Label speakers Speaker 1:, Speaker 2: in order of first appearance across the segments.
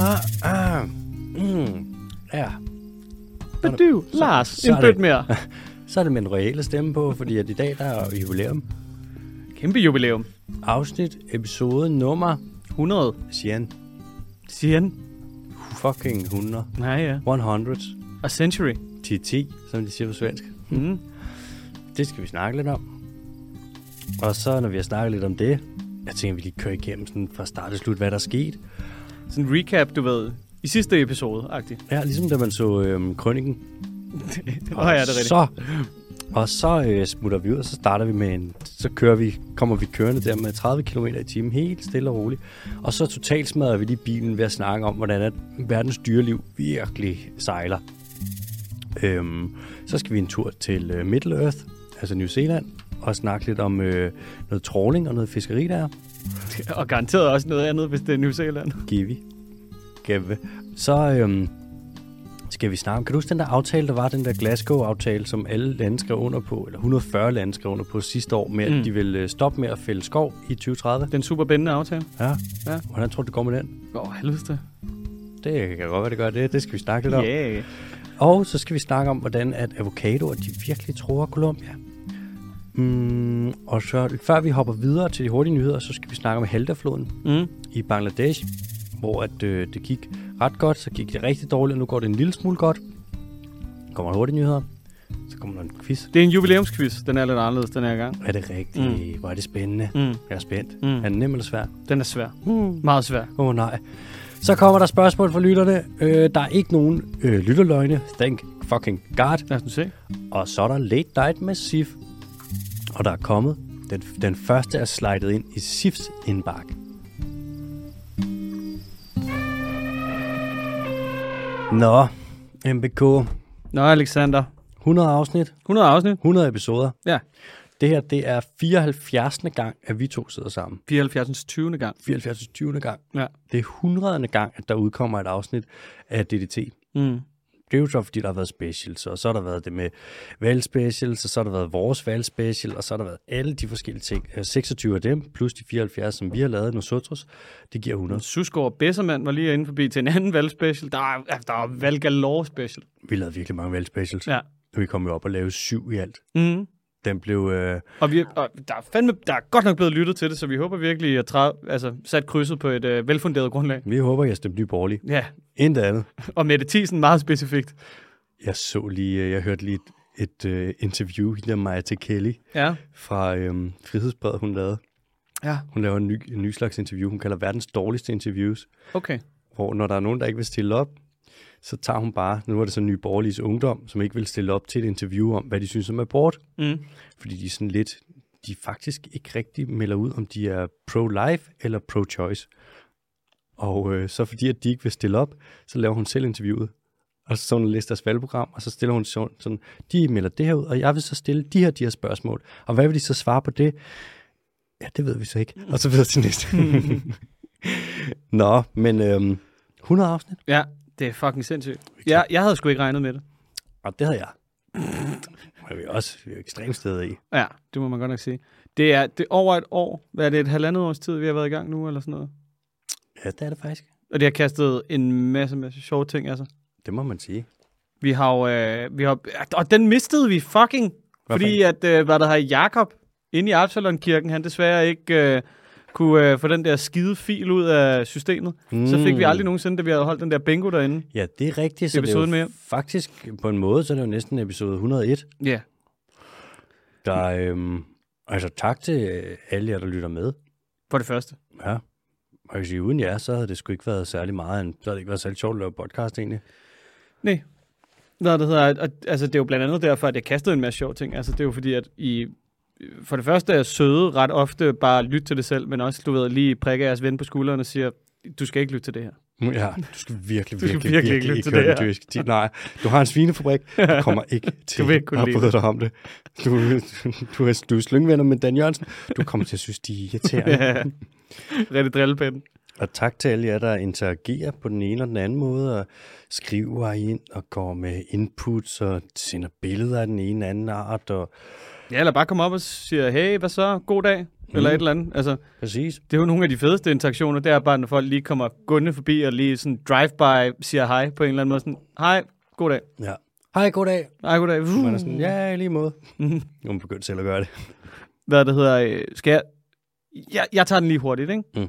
Speaker 1: Ah, ah. Mm. Ja,
Speaker 2: Men du, Lars,
Speaker 1: så
Speaker 2: en
Speaker 1: er det-
Speaker 2: bødt mere.
Speaker 1: så er det med den reelle stemme på, fordi at i dag der er jo jubilæum.
Speaker 2: Kæmpe jubilæum.
Speaker 1: Afsnit, episode, nummer,
Speaker 2: 100,
Speaker 1: siger han,
Speaker 2: siger han.
Speaker 1: fucking 100.
Speaker 2: Nej, ja.
Speaker 1: 100.
Speaker 2: Og Century.
Speaker 1: 10 10, som de siger på svensk.
Speaker 2: Mm.
Speaker 1: Det skal vi snakke lidt om. Og så når vi har snakket lidt om det, jeg tænker, vi lige kører igennem sådan fra start til slut, hvad der er sket.
Speaker 2: Sådan en recap, du ved, i sidste episode-agtigt.
Speaker 1: Ja, ligesom da man så øhm, krønningen.
Speaker 2: Åh oh, ja, det er rigtigt.
Speaker 1: Så, og så øh, smutter vi ud, og så starter vi med en, så kører vi, kommer vi kørende der med 30 km i timen, helt stille og roligt. Og så totalt smadrer vi lige bilen ved at snakke om, hvordan at verdens dyreliv virkelig sejler. Øhm, så skal vi en tur til øh, Middle Earth, altså New Zealand, og snakke lidt om øh, noget trawling og noget fiskeri der.
Speaker 2: Og garanteret også noget andet, hvis det er New Zealand.
Speaker 1: Givi. Gave. Så øhm, skal vi snakke om, kan du huske den der aftale, der var, den der Glasgow-aftale, som alle lande skrev under på, eller 140 lande skrev under på sidste år, med mm.
Speaker 2: Mm.
Speaker 1: at de ville øh, stoppe med at fælde skov i 2030?
Speaker 2: Den super bændende aftale.
Speaker 1: Ja.
Speaker 2: Ja.
Speaker 1: Hvordan tror du, det går med den?
Speaker 2: Åh, oh, helvede det.
Speaker 1: Det kan godt være, det gør det. Det skal vi snakke lidt om.
Speaker 2: Yeah.
Speaker 1: Og så skal vi snakke om, hvordan at avocadoer, de virkelig tror Colombia. Mm, og så, før vi hopper videre til de hurtige nyheder, så skal vi snakke om Haltafloden,
Speaker 2: Mm.
Speaker 1: i Bangladesh, hvor at, øh, det gik ret godt, så gik det rigtig dårligt, og nu går det en lille smule godt. Kommer der hurtige nyheder, så kommer der en quiz.
Speaker 2: Det er en jubilæumsquiz. Den er lidt anderledes den her gang.
Speaker 1: Er det rigtigt? Mm. Hvor er det spændende? Mm.
Speaker 2: Mm.
Speaker 1: Jeg er spændt. Mm.
Speaker 2: Mm.
Speaker 1: Er den nem eller svær?
Speaker 2: Den er svær. Mm. Meget svær.
Speaker 1: Åh oh, nej. Så kommer der spørgsmål fra lytterne. Øh, der er ikke nogen øh, lytterløgne. Thank fucking god.
Speaker 2: Lad os nu se.
Speaker 1: Og så er der Late Night med Sif. Og der er kommet. Den, den første er slidet ind i Sifs indbakke. Nå, MBK.
Speaker 2: Nå, Alexander.
Speaker 1: 100 afsnit,
Speaker 2: 100 afsnit.
Speaker 1: 100 episoder.
Speaker 2: Ja.
Speaker 1: Det her, det er 74. gang, at vi to sidder sammen.
Speaker 2: 74. 20. gang.
Speaker 1: 74. 20. gang.
Speaker 2: Ja.
Speaker 1: Det er 100. gang, at der udkommer et afsnit af DDT.
Speaker 2: Mm.
Speaker 1: Det er jo så, fordi der har været specials, og så har der været det med valgspecials, og så har der været vores valgspecial, og så har der været alle de forskellige ting. Øh, 26 af dem, plus de 74, som vi har lavet med Sotros, det giver 100.
Speaker 2: Susgaard og Bessermann var lige inde forbi til en anden valgspecial. Der er, ja, der er valgalore special.
Speaker 1: Vi lavede virkelig mange valgspecials.
Speaker 2: Ja.
Speaker 1: Vi kom jo op og lavede syv i alt.
Speaker 2: Mm.
Speaker 1: Den blev... Øh,
Speaker 2: Og, vi, og der, er fandme, der er godt nok blevet lyttet til det, så vi håber virkelig at træ, altså, sat krydset på et øh, velfunderet grundlag.
Speaker 1: vi håber, jeg stemte nye borgerlige.
Speaker 2: Ja,
Speaker 1: Intet andet.
Speaker 2: og Mette Thiesen meget specifikt.
Speaker 1: Jeg så lige... øh, Jeg hørte lige et, et øh, interview hende der Maja T. Kelly
Speaker 2: Ja,
Speaker 1: fra øh, Frihedsbrevet, hun lavede.
Speaker 2: ja,
Speaker 1: Hun laver en ny, en ny slags interview. Hun kalder verdens dårligste interviews.
Speaker 2: okay.
Speaker 1: hvor når der er nogen, der ikke vil stille op, så tager hun bare, nu er det så Nye Borgerliges Ungdom, som ikke vil stille op til et interview om, hvad de synes om abort,
Speaker 2: Mm.
Speaker 1: fordi de er sådan lidt, de faktisk ikke rigtig melder ud, om de er pro-life eller pro-choice. Og øh, så fordi, at de ikke vil stille op, så laver hun selv interviewet. Og så sådan en liste deres valgprogram, og så stiller hun sådan, sådan, de melder det her ud, og jeg vil så stille de her, de her spørgsmål. Og hvad vil de så svare på det? Ja, det ved vi så ikke. Og så videre til næste. Nå, men øhm, 100 afsnit.
Speaker 2: Ja, det er fucking sindssygt. Ja, jeg havde sgu ikke regnet med det.
Speaker 1: Og det havde jeg. Men vi er også vi er jo ekstremt sted i.
Speaker 2: Ja, det må man godt nok sige. Det er, det er over et år. Hvad er det, et halvandet års tid, vi har været i gang nu, eller sådan noget?
Speaker 1: Ja, det er det faktisk.
Speaker 2: Og det har kastet en masse, masse sjove ting, altså.
Speaker 1: Det må man sige.
Speaker 2: Vi har jo, øh, vi har, og den mistede vi fucking,
Speaker 1: Hvad
Speaker 2: fordi at, øh, hvad der her, Jakob inde i Absalon-kirken, han desværre ikke øh, kunne øh, få den der skide fil ud af systemet. Mm. Så fik vi aldrig nogensinde, da vi havde holdt den der bingo derinde.
Speaker 1: Ja, det er rigtigt. Så det er jo
Speaker 2: Episoden med-
Speaker 1: faktisk på en måde, så er det jo næsten episode 101.
Speaker 2: Ja. Yeah.
Speaker 1: Der, øhm, altså tak til øh, alle jer, der lytter med.
Speaker 2: For det første.
Speaker 1: Ja. Og jeg kan sige, uden jer, så havde det sgu ikke været særlig meget. en- Så havde det ikke været særlig sjovt at lave podcast egentlig.
Speaker 2: Nej. Hvad det hedder, og, altså, det er jo blandt andet derfor, at jeg kastede en masse sjove ting. Altså, det er jo fordi, at I for det første er søde ret ofte bare lyt til det selv, men også, du ved, lige prikker jeres ven på skulderen og siger, du skal ikke lytte til det her.
Speaker 1: Ja, du skal virkelig,
Speaker 2: Du skal
Speaker 1: virkelig,
Speaker 2: virkelig
Speaker 1: virkelig,
Speaker 2: ikke
Speaker 1: virkelig
Speaker 2: lytte
Speaker 1: ikke
Speaker 2: til
Speaker 1: høre
Speaker 2: det
Speaker 1: den
Speaker 2: her.
Speaker 1: dyrske tid. Nej, du har en svinefabrik, du kommer ikke til
Speaker 2: vil ikke kunne
Speaker 1: at
Speaker 2: lide
Speaker 1: bryde dig om det. Du, du, er, du er slyngvenner med Dan Jørgensen, du kommer til at synes, de er irriterende.
Speaker 2: Ja. Rigtig drillepind.
Speaker 1: Og tak til alle jer, der interagerer på den ene og den anden måde, og skriver ind og går med inputs og sender billeder af den ene anden art, og
Speaker 2: Ja, eller bare komme op og sige, hey, hvad så? God dag. Eller
Speaker 1: Mm.
Speaker 2: et eller andet. Altså,
Speaker 1: Præcis.
Speaker 2: det er jo nogle af de fedeste interaktioner, det er bare, når folk lige kommer gående forbi og lige sådan drive-by siger hej på en eller anden måde. Sådan, hej, god dag.
Speaker 1: Ja. Hej, goddag.
Speaker 2: Hej, god dag. Uh.
Speaker 1: Man er
Speaker 2: Mm.
Speaker 1: sådan, ja, i lige måde. nu er man begyndt selv at gøre det.
Speaker 2: Hvad det hedder, øh, skal jeg... jeg... Jeg tager den lige hurtigt, ikke?
Speaker 1: Mm.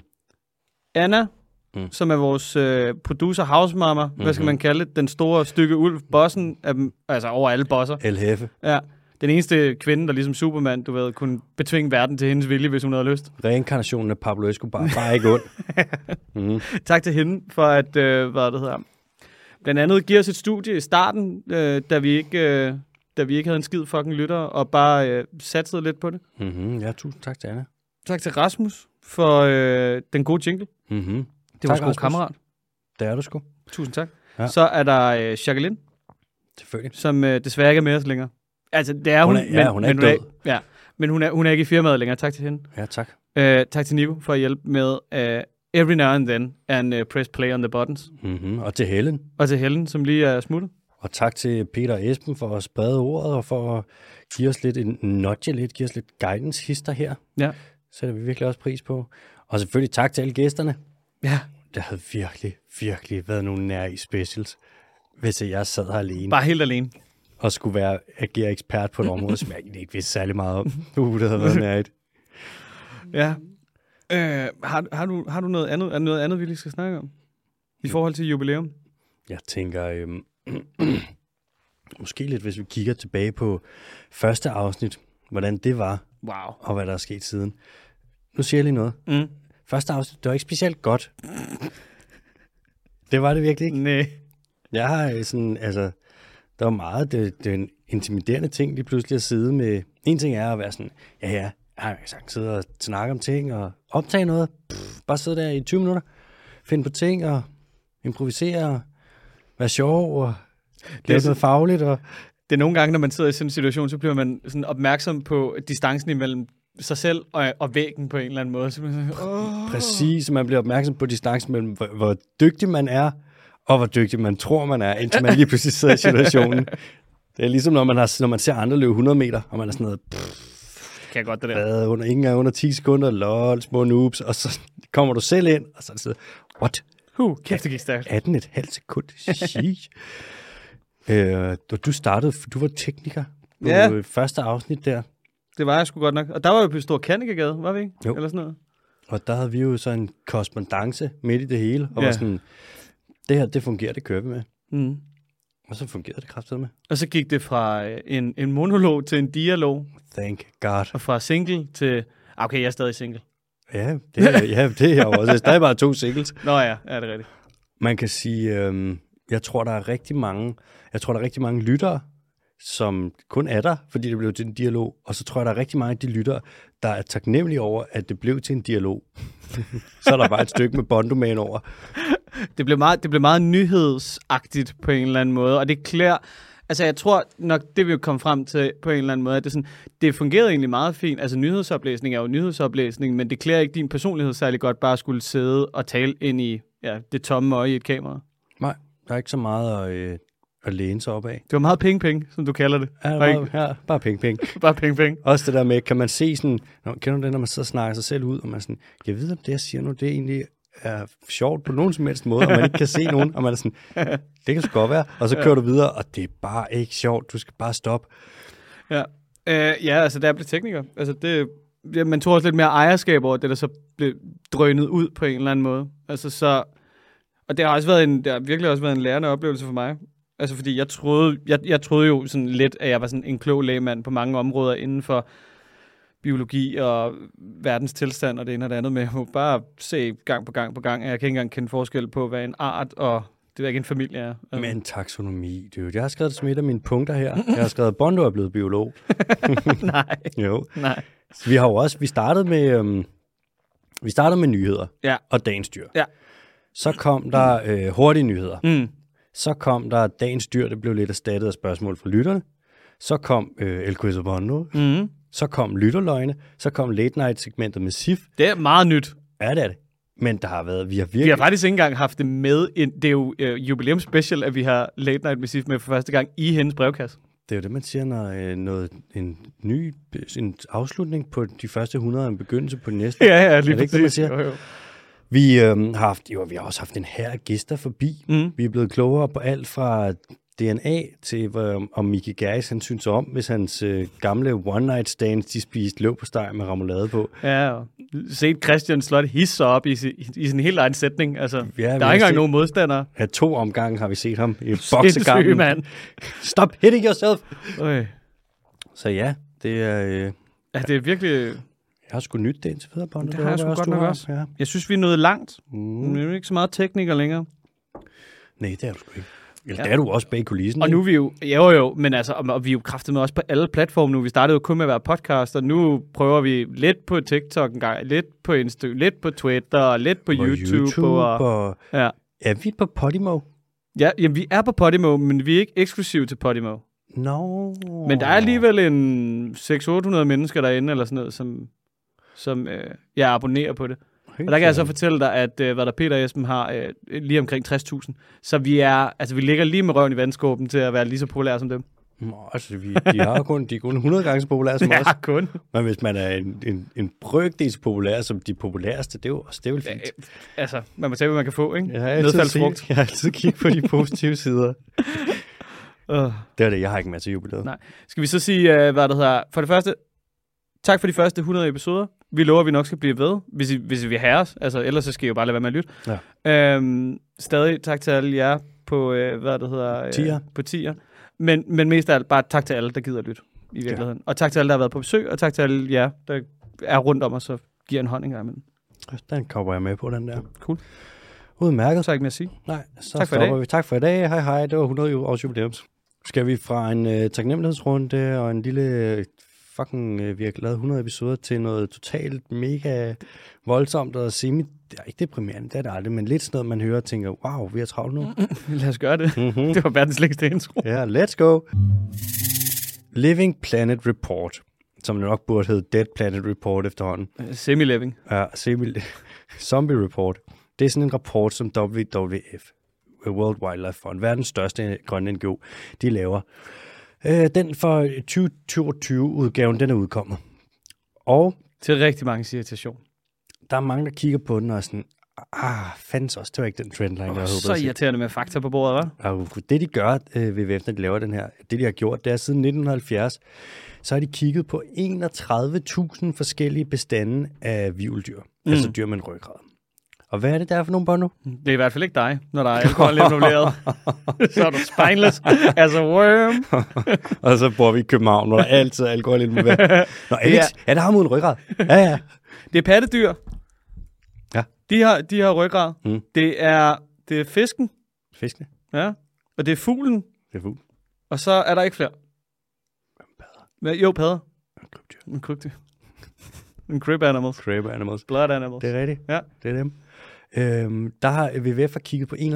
Speaker 2: Anna,
Speaker 1: Mm. Mhm.
Speaker 2: mm. som er vores øh, producer, housemama, mm-hmm. hvad skal man kalde det? Den store stykke ulv, bossen, af dem, altså over alle bosser.
Speaker 1: LHF.
Speaker 2: Ja. Den eneste kvinde, der ligesom Superman, du ved, kunne betvinge verden til hendes vilje, hvis hun havde lyst.
Speaker 1: Reinkarnationen af Pablo Escobar. Bare ikke ond. mm.
Speaker 2: Tak til hende for at, øh, hvad det hedder, blandt andet give os et studie i starten, øh, da, vi ikke, øh, da vi ikke havde en skid fucking lytter, og bare øh, satsede lidt på det.
Speaker 1: Mm-hmm. Ja, tusind tak til Anna.
Speaker 2: Tak til Rasmus for øh, den gode jingle.
Speaker 1: Mm-hmm.
Speaker 2: Det var
Speaker 1: Tak,
Speaker 2: sgu
Speaker 1: Rasmus.
Speaker 2: kammerat.
Speaker 1: Det er du sgu.
Speaker 2: Tusind tak.
Speaker 1: Ja.
Speaker 2: Ja. Så er der øh, Jacqueline,
Speaker 1: Selvfølgelig.
Speaker 2: som øh, desværre ikke er med os længere. Altså, det er
Speaker 1: Hun
Speaker 2: hun,
Speaker 1: er- ja, hun er ikke
Speaker 2: Hun er, ja, men hun er, hun er ikke i firmaet længere. Tak til hende.
Speaker 1: Ja, tak.
Speaker 2: Øh, tak til Nico for at hjælpe med øh, Every Now and Then and uh, Press Play on the Buttons.
Speaker 1: Mm-hmm. Og til Helen.
Speaker 2: Og til Helen, som lige er smuttet.
Speaker 1: Og tak til Peter og Esben for at sprede ordet og for at give os lidt en nudge, lidt, give os lidt guidance hister her.
Speaker 2: Ja.
Speaker 1: Sætter vi virkelig også pris på. Og selvfølgelig tak til alle gæsterne.
Speaker 2: ja.
Speaker 1: Der havde virkelig, virkelig været nogle nær i specials, hvis jeg sad her alene
Speaker 2: Bare helt alene.
Speaker 1: og skulle være agere ekspert på et område, som jeg egentlig ikke vidste særlig meget om. Uh, det havde været nær et.
Speaker 2: Ja. Øh, har, har, du, har du noget andet, er noget andet, vi lige skal snakke om? I forhold til jubilæum?
Speaker 1: Jeg tænker, øhm, måske lidt, hvis vi kigger tilbage på første afsnit, hvordan det var,
Speaker 2: Wow.
Speaker 1: og hvad der er sket siden. Nu siger jeg lige noget.
Speaker 2: Mm.
Speaker 1: Første afsnit, det var ikke specielt godt. Det var det virkelig ikke.
Speaker 2: Næh.
Speaker 1: Jeg har øh, sådan, altså, der var meget det, den intimiderende ting, lige pludselig at sidde med. En ting er at være sådan, ja ja, jeg kan sagtens sidde og snakke om ting og optage noget. Pff, bare sidde der i 20 minutter, finde på ting og improvisere og være sjov og lave
Speaker 2: sådan-
Speaker 1: noget fagligt. Og,
Speaker 2: det er nogle gange, når man sidder i sådan en situation, så bliver man sådan opmærksom på distancen imellem sig selv og, og væggen på en eller anden måde. Så man sådan, åh,
Speaker 1: Præcis, man bliver opmærksom på distancen mellem, hvor, hvor dygtig man er, og hvor dygtig man tror, man er, indtil man lige pludselig sidder i situationen. Det er ligesom, når man, har, når man ser andre løbe 100 meter, og man er sådan noget,
Speaker 2: kan jeg godt det der.
Speaker 1: hvad, under, ikke engang under 10 sekunder, lol, små noobs, og så kommer du selv ind, og så er det sådan, what,
Speaker 2: Huh, kæft, det gik stærkt.
Speaker 1: 18 et halvt sekund, Sheesh. øh, du, du startede, du var tekniker på
Speaker 2: Ja.
Speaker 1: ja. første afsnit der,
Speaker 2: Det var jeg sgu godt nok. Og der var jo på Stor Kannikegade, var vi ikke?
Speaker 1: Jo.
Speaker 2: Eller sådan noget.
Speaker 1: og der havde vi jo så en korrespondence midt i det hele, og ja. var
Speaker 2: Ja.
Speaker 1: sådan, det her, det fungerer, det kører vi med.
Speaker 2: Mm.
Speaker 1: Og så fungerede det kraftigt med.
Speaker 2: Og så gik det fra øh, en, en monolog til en dialog,
Speaker 1: Thank God.
Speaker 2: og fra single til... Ah, Okay, jeg er stadig single.
Speaker 1: Ja, det, er- ja, det er jeg jo også. Der er bare to singles.
Speaker 2: Nå ja, ja, det er rigtigt.
Speaker 1: Man kan sige, øhm, jeg tror, der er rigtig mange, jeg tror, der er rigtig mange lyttere, som kun er der, fordi det blev til en dialog. Og så tror jeg, der er rigtig mange af de lyttere, der er taknemmelige over, at det blev til en dialog. så er der bare et stykke med bondoman over.
Speaker 2: Det blev, meget, det blev meget nyhedsagtigt på en eller anden måde, og det klæder... Altså, jeg tror nok, det vi kom frem til på en eller anden måde, at det, sådan, det fungerede egentlig meget fint. Altså, nyhedsoplæsning er jo nyhedsoplæsning, men det klæder ikke din personlighed særlig godt bare at skulle sidde og tale ind i ja, det tomme øje i et kamera.
Speaker 1: Nej, der er ikke så meget at, øh, at læne sig op af.
Speaker 2: Det var meget penge-penge, som du kalder det.
Speaker 1: Ja,
Speaker 2: Og
Speaker 1: bare, ja, bare ping, ping.
Speaker 2: Bare penge-penge.
Speaker 1: Også det der med, kan man se sådan, når, kender du det, når man så snakker sig selv ud, og man er sådan, jeg ved, om det, jeg siger nu, det egentlig er sjovt på nogen som helst måde, og man ikke kan se nogen, og man er sådan, det kan sgu godt være, og så kører du videre, og det er bare ikke sjovt, du skal bare stoppe.
Speaker 2: Ja. Øh, ja, altså, der blev tekniker. Altså, det, ja, man tog også lidt mere ejerskab over det, der så blev drønet ud på en eller anden måde. Altså, så... Og det har, også været en, det har virkelig også været en lærende oplevelse for mig. Altså, fordi jeg troede, jeg, jeg troede jo sådan lidt, at jeg var sådan en klog lægmand på mange områder inden for biologi og verdens tilstand og det ene og det andet, men jeg må bare se gang på gang på gang, at jeg kan ikke engang kende forskel på, hvad en art og det er ikke en familie er.
Speaker 1: Men taksonomi, dude. Jeg har skrevet det som et af mine punkter her. Jeg har skrevet, Bondo er blevet biolog.
Speaker 2: nej,
Speaker 1: Jo.
Speaker 2: nej.
Speaker 1: Vi har jo også, vi startede med, øhm, vi startede med nyheder
Speaker 2: Ja.
Speaker 1: og dagens dyr.
Speaker 2: Ja.
Speaker 1: Så kom der øh, hurtige nyheder.
Speaker 2: Mm.
Speaker 1: Så kom der dagens dyr, det blev lidt erstattet af spørgsmål fra lytterne. Så kom øh, El Quiz Bondo.
Speaker 2: Mm.
Speaker 1: Så kom lytterløgne. Så kom late night segmentet med SIF.
Speaker 2: Det er meget nyt.
Speaker 1: Ja, det er det. Men der har været, vi har
Speaker 2: Vi
Speaker 1: virkelig...
Speaker 2: har faktisk ikke engang haft det med. Ind. Det er jo øh, jubilæumspecial, at vi har Late Night Musik med for første gang i hendes brevkasse.
Speaker 1: Det er jo det, man siger, når øh, noget, en ny en afslutning på de første 100 er en begyndelse på den næste.
Speaker 2: Ja, ja, lige
Speaker 1: er det ikke det, man
Speaker 2: præcis.
Speaker 1: siger?
Speaker 2: Jo, jo.
Speaker 1: Vi, øh, har haft, jo, vi har også haft en her gæster forbi.
Speaker 2: Mm.
Speaker 1: Vi er blevet klogere på alt fra DNA til, øh, om Mickey Geis han synes om, hvis hans øh, gamle one-night stands, de spiste løb på steg med ramulade på.
Speaker 2: Ja, og set Christian Slot hisse sig op i, sin, i sin helt egen sætning. Altså,
Speaker 1: vi
Speaker 2: ja, der er
Speaker 1: har
Speaker 2: ikke engang
Speaker 1: set-
Speaker 2: nogen modstandere.
Speaker 1: Ja, to omgange har vi set ham i
Speaker 2: Sindssyg
Speaker 1: boksekampen.
Speaker 2: mand.
Speaker 1: Stop hitting yourself!
Speaker 2: Øj.
Speaker 1: Så ja, det er... Øh,
Speaker 2: Ja, det er virkelig...
Speaker 1: jeg har sgu nyt det indtil videre, Bondo.
Speaker 2: Det har jeg
Speaker 1: håber
Speaker 2: sgu godt
Speaker 1: du
Speaker 2: nok
Speaker 1: har.
Speaker 2: også.
Speaker 1: Ja.
Speaker 2: Jeg synes, vi er nået langt.
Speaker 1: Mm.
Speaker 2: Nu er vi ikke så meget tekniker længere.
Speaker 1: Nej, det er du sgu ikke. Eller
Speaker 2: Ja.
Speaker 1: ja. det er du også bag kulissen.
Speaker 2: Og nu
Speaker 1: ikke?
Speaker 2: er vi jo... Ja, jo, jo, men altså, og, og vi er jo kraftet med også på alle platforme nu. Vi startede jo kun med at være podcast, og nu prøver vi lidt på TikTok en gang, lidt på Insta, lidt på Twitter, og lidt på
Speaker 1: Og
Speaker 2: YouTube. YouTube og, og...
Speaker 1: og...
Speaker 2: Ja.
Speaker 1: Er vi på Podimo?
Speaker 2: Ja, jamen, vi er på Podimo, men vi er ikke eksklusive til Podimo.
Speaker 1: No.
Speaker 2: Men der er alligevel en 600-800 mennesker derinde, eller sådan noget, som, som øh, jeg abonnerer på det. Og der kan jeg altså så fortælle dig, at øh, hvad der Peter og Esben har, øh, lige omkring 60.000. Så vi er, altså vi ligger lige med røven i vandskåben til at være lige så populære som dem.
Speaker 1: Nå, altså, vi, de, har kun, de er kun 100 gange så populære som os.
Speaker 2: kun.
Speaker 1: Men hvis man er en, en, en brøkdel så populær som de populæreste, det er jo også det er vel fint.
Speaker 2: Øh, altså, man må tage, hvad man kan få, ikke?
Speaker 1: Jeg har altid,
Speaker 2: Nedfaldsfrugt.
Speaker 1: set, jeg har altid kigget på de positive sider.
Speaker 2: Øh,
Speaker 1: Det er det, jeg har ikke masser af jubilæet.
Speaker 2: nej. Skal vi så sige, øh, hvad der hedder, for det første, tak for de første 100 episoder. Vi lover, at vi nok skal blive ved, hvis I, hvis I vil have os. Altså, ellers så skal I jo bare lade være med at lytte. Ja. Øhm, stadig tak til alle jer på, øh, hvad det hedder, øh,
Speaker 1: Tier.
Speaker 2: på tier. Men, men mest af alt bare tak til alle, der gider at lytte i virkeligheden. Ja. Og tak til alle, der har været på besøg, og tak til alle jer, der er rundt om os og giver en hånd en gang imellem.
Speaker 1: Den kommer jeg med på, den der.
Speaker 2: Cool.
Speaker 1: Udmærket.
Speaker 2: Så er ikke mere at sige.
Speaker 1: Nej, så
Speaker 2: Tak
Speaker 1: tak
Speaker 2: for
Speaker 1: for
Speaker 2: i
Speaker 1: stopper
Speaker 2: dag.
Speaker 1: vi. Tak for i dag. Hej hej, det var 100 ju- års jubilæums. Skal vi fra en øh, taknemmelighedsrunde og en lille øh, fucking, øh, vi har lavet 100 episoder til noget totalt mega voldsomt og semi, det er ikke deprimerende, det er det aldrig, men lidt sådan noget, man hører og tænker, wow, vi har travlt nu.
Speaker 2: Lad os gøre det. Mm-hmm. Det var verdens længste intro.
Speaker 1: Ja, let's go. Living Planet Report, som nok burde hedde Dead Planet Report efterhånden.
Speaker 2: Semi-living.
Speaker 1: Ja, semi- Zombie Report. Det er sådan en rapport, som WWF, World Wildlife Fund, verdens største grønne NGO, de laver. Øh, den for 2022-udgaven, den er udkommet. Og
Speaker 2: Til rigtig mange irritation.
Speaker 1: der er mange, der kigger på den og er sådan, ah, fandtes også, det var ikke den trendline, jeg havde håbet
Speaker 2: Så
Speaker 1: at se.
Speaker 2: irriterende med fakta på bordet, hva'?
Speaker 1: Og det, de gør øh, ved VVF, når de laver den her, det, de har gjort, det er siden 1970, så har de kigget på 31.000 forskellige bestande af vivldyr, mm. altså dyr med en ryggrad. Og hvad er det, der er for nogle bono?
Speaker 2: Det er i hvert fald ikke dig, når der er alkohol involveret. så er du spineless as a worm.
Speaker 1: Og så bor vi i København, hvor der altid er alkohol inden med. Nå, Alex,
Speaker 2: Ja.
Speaker 1: ja. er der ham uden ryggrad? Ja, ja.
Speaker 2: Det er pattedyr.
Speaker 1: Ja.
Speaker 2: De har, de har ryggrad.
Speaker 1: Mm.
Speaker 2: Det, er, det er fisken,
Speaker 1: Fiskene.
Speaker 2: ja. og det er fuglen,
Speaker 1: Det er fugl.
Speaker 2: og så er der ikke flere. Men, jo, padder.
Speaker 1: Krybdyr.
Speaker 2: En krybdyr. en crib animals.
Speaker 1: Crab animals.
Speaker 2: Blood animals.
Speaker 1: Det er rigtigt.
Speaker 2: Ja.
Speaker 1: Det er dem. Øhm, der har WWF har kigget på 31.000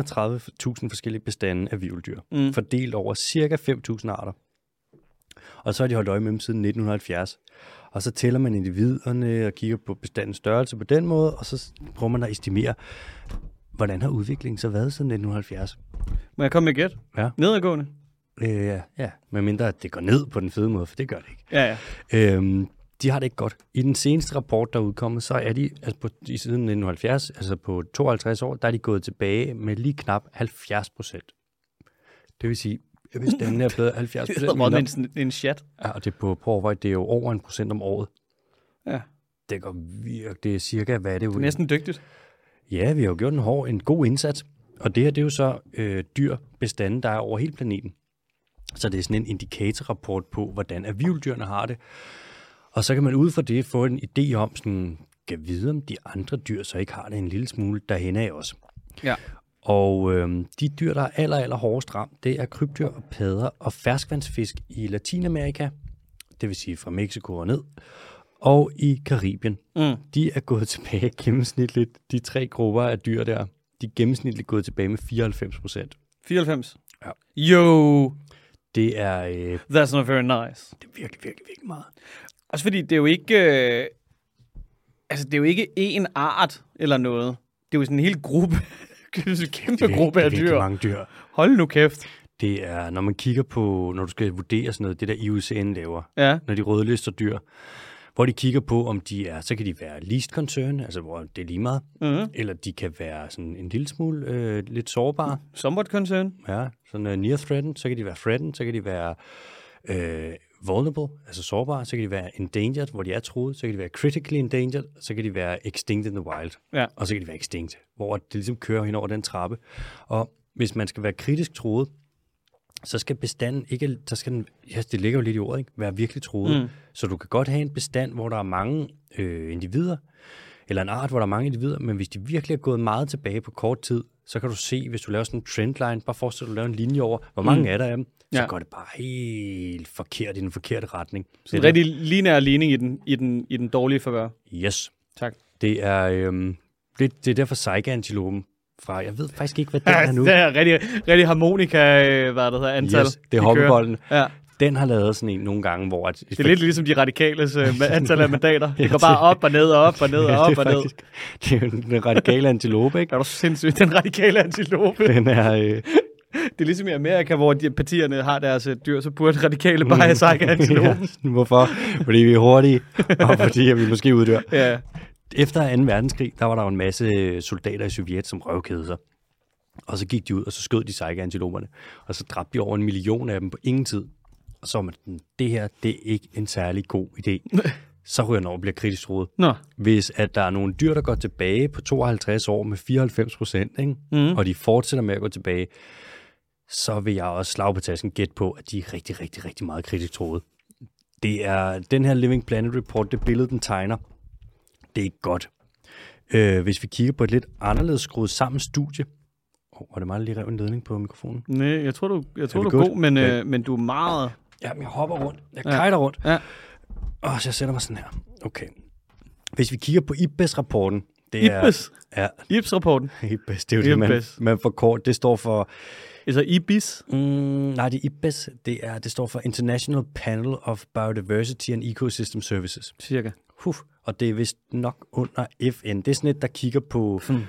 Speaker 1: forskellige bestande af vivldyr,
Speaker 2: Mm.
Speaker 1: mm. fordelt over cirka 5.000 arter. Og så har de holdt øje med dem siden 1970. Og så tæller man individerne og kigger på bestandens størrelse på den måde, og så s- prøver man at estimere, hvordan har udviklingen så været siden 1970?
Speaker 2: Må jeg komme med et gæt?
Speaker 1: Ja.
Speaker 2: Nedadgående.
Speaker 1: Øh, ja, ja. Medmindre at det går ned på den fede måde, for det gør det ikke.
Speaker 2: Ja, ja.
Speaker 1: Øhm, de har det ikke godt. I den seneste rapport, der er udkommet, så er de altså på, i siden 1970, altså på 52 år, der er de gået tilbage med lige knap 70 procent. Det vil sige, hvis den er blevet 70
Speaker 2: Det
Speaker 1: procent
Speaker 2: hedder
Speaker 1: mindre,
Speaker 2: meget en, en chat.
Speaker 1: ja, og det er på, på overvej, det er jo over en procent om året.
Speaker 2: Ja.
Speaker 1: Det går virkelig, det er cirka, hvad er det jo?
Speaker 2: Næsten dygtigt.
Speaker 1: Ja, vi har jo gjort en hård, en god indsats. Og det her, det er jo så øh, dyr bestande, der er over hele planeten. Så det er sådan en indikatorrapport på, hvordan avildyrene har det. Og så kan man ud fra det få en idé om, sådan, kan vide, om de andre dyr så ikke har det en lille smule derhen af også.
Speaker 2: Ja.
Speaker 1: Og øh, de dyr, der er aller, aller hårdest ramt, det er krybdyr og padder og ferskvandsfisk i Latinamerika, det vil sige fra Mexico og ned, og i Karibien.
Speaker 2: Mm.
Speaker 1: De er gået tilbage gennemsnitligt, de tre grupper af dyr der, de er gennemsnitligt gået tilbage med 94 procent.
Speaker 2: 94.
Speaker 1: Ja.
Speaker 2: Jo,
Speaker 1: Det er øh,
Speaker 2: that's not very nice.
Speaker 1: det er virkelig, virkelig, virkelig meget.
Speaker 2: Også fordi det er jo ikke... Øh, altså, det er jo ikke én art eller noget. Det er jo sådan en hel gruppe. det er jo sådan en kæmpe
Speaker 1: Det er
Speaker 2: gruppe af
Speaker 1: virkelig
Speaker 2: dyr.
Speaker 1: mange dyr.
Speaker 2: Hold nu kæft.
Speaker 1: det er, når man kigger på, når du skal vurdere sådan noget, det der IUCN laver,
Speaker 2: Ja,
Speaker 1: når de rødlister dyr, hvor de kigger på, om de er, så kan de være least concern, altså hvor det er lige meget,
Speaker 2: mm-hmm.
Speaker 1: eller de kan være sådan en lille smule øh, lidt sårbare,
Speaker 2: somewhat concern.
Speaker 1: ja, sådan uh, near threatened, så kan de være threatened, så kan de være øh, vulnerable, altså sårbare, så kan de være endangered, hvor de er truet, så kan de være critically endangered, så kan de være extinct in the wild,
Speaker 2: Ja.
Speaker 1: og så kan de være extinct, hvor det ligesom kører hen over den trappe. Og hvis man skal være kritisk truet, så skal bestanden ikke, så skal den, ja, det ligger jo lidt i ordet, ikke? være virkelig truet. Mm. Så du kan godt have en bestand, hvor der er mange øh, individer, eller en art, hvor der er mange individer, men hvis de virkelig er gået meget tilbage på kort tid, så kan du se, hvis du laver sådan en trendline, bare forestil dig at lave en linje over, hvor mange mm. er der af dem, så
Speaker 2: Ja.
Speaker 1: ja. går det bare helt forkert i den forkerte retning.
Speaker 2: Så en rigtig linær ligning i den, i den, i den dårlige forvær.
Speaker 1: Yes.
Speaker 2: Tak.
Speaker 1: Det er, øhm, det, det er derfor sejgeantilopen fra, jeg ved faktisk ikke, hvad den er nu.
Speaker 2: det er rigtig, rigtig harmonika, øh, hvad det hedder, antal.
Speaker 1: Yes, det er
Speaker 2: de
Speaker 1: hoppebolden.
Speaker 2: kører. Ja.
Speaker 1: Den har lavet sådan en nogle gange, hvor... At,
Speaker 2: Det er lidt ligesom de radikales øh, ma- antal af mandater. Det går bare op og ned og op og ned og op og ned.
Speaker 1: det er jo den radikale antilope, ikke?
Speaker 2: Er du sindssygt, den radikale antilope.
Speaker 1: Den er, øh,
Speaker 2: Det er ligesom i Amerika, hvor de, partierne har deres øh, dyr, så burde radikale bare have sagt antilopen.
Speaker 1: ja, hvorfor? Fordi vi er hurtige, og fordi at vi måske uddør.
Speaker 2: Ja.
Speaker 1: Efter 2. verdenskrig, der var der jo en masse øh, soldater i Sovjet, som røvkædede sig. Og så gik de ud, og så skød de sejgeantiloperne. Og så dræbte de over en million af dem på ingen tid. Og så var man sådan, det her, det er ikke en særlig god idé. Så ryger den over og bliver kritisk troet.
Speaker 2: Nå,
Speaker 1: Hvis at der er nogle dyr, der går tilbage på 52 år med 94 procent, mm. og de fortsætter med at gå tilbage, så vil jeg også slag på tasken gætte på, at de er rigtig, rigtig, rigtig meget kritisk troet. Det er den her Living Planet Report, det billede, den tegner, det er ikke godt. Øh, hvis vi kigger på et lidt anderledes skruet sammen studie, oh, var det meget lige rev en ledning på mikrofonen?
Speaker 2: nej, jeg tror, du, jeg tror,
Speaker 1: Er
Speaker 2: du
Speaker 1: vi
Speaker 2: er
Speaker 1: good?
Speaker 2: god, men, øh, men du er meget...
Speaker 1: Jamen, jeg hopper rundt. Jeg kajter rundt.
Speaker 2: Ja.
Speaker 1: Og så jeg sætter mig sådan her. Okay. Hvis vi kigger på IBES-rapporten, det
Speaker 2: Ibis?
Speaker 1: er... Ja,
Speaker 2: Ibs-rapporten.
Speaker 1: IBES, det er jo det, man,
Speaker 2: IBES.
Speaker 1: man får kort. Det står for...
Speaker 2: Altså Ibis.
Speaker 1: Mm, nej, det er IBES. Det, er, det står for International Panel of Biodiversity and Ecosystem Services.
Speaker 2: Cirka.
Speaker 1: Huf, og det er vist nok under FN. Det er sådan et, der kigger på, hmm.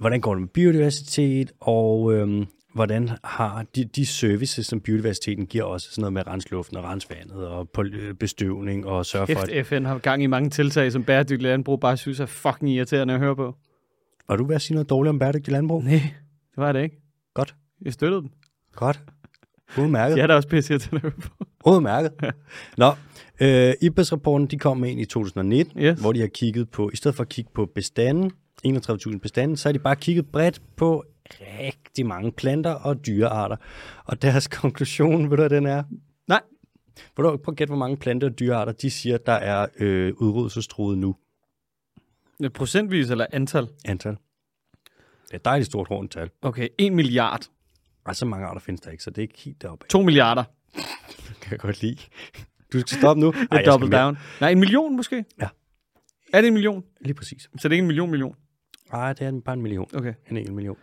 Speaker 1: hvordan går det med biodiversitet, og øhm, hvordan har de, de services, som biodiversiteten giver os, sådan noget med at rense luften og rense vandet, og på, øh, bestøvning, og sørge for, at
Speaker 2: Kæft, FN har gang i mange tiltag, som bæredygtig landbrug bare synes er fucking irriterende at høre på.
Speaker 1: Var du ved at sige noget dårligt om bæredygtig landbrug?
Speaker 2: Nej, det var det ikke.
Speaker 1: Godt.
Speaker 2: Jeg støttede dem.
Speaker 1: Godt. Udmærket.
Speaker 2: De
Speaker 1: Ja.
Speaker 2: er da også pisse irriterende at høre på.
Speaker 1: Udmærket. Nå, øh, IBES-rapporten de kom med ind i 2019,
Speaker 2: Yes.
Speaker 1: hvor de har kigget på, i stedet for at kigge på bestanden, 31.000 bestanden, så har de bare kigget bredt på rigtig mange planter og dyrearter. Og deres konklusion, ved du hvad den er?
Speaker 2: Nej.
Speaker 1: Ved du, prøv at gætte, hvor mange planter og dyrearter, de siger, der er øh, udryddelsestruede nu.
Speaker 2: Ja, Procentvis eller antal?
Speaker 1: Antal. Det er et dejligt stort rundt tal.
Speaker 2: Okay, 1 milliard.
Speaker 1: Og så mange arter findes der ikke, så det er ikke helt deroppe.
Speaker 2: 2 milliarder.
Speaker 1: kan jeg godt lide. Du skal stoppe nu.
Speaker 2: Ej,
Speaker 1: jeg
Speaker 2: double
Speaker 1: skal mere.
Speaker 2: down. Nej, en million måske?
Speaker 1: Ja.
Speaker 2: Er det en million?
Speaker 1: Lige præcis.
Speaker 2: Så det er ikke en million million?
Speaker 1: Nej, det er bare en million.
Speaker 2: Okay,
Speaker 1: En enkelt million.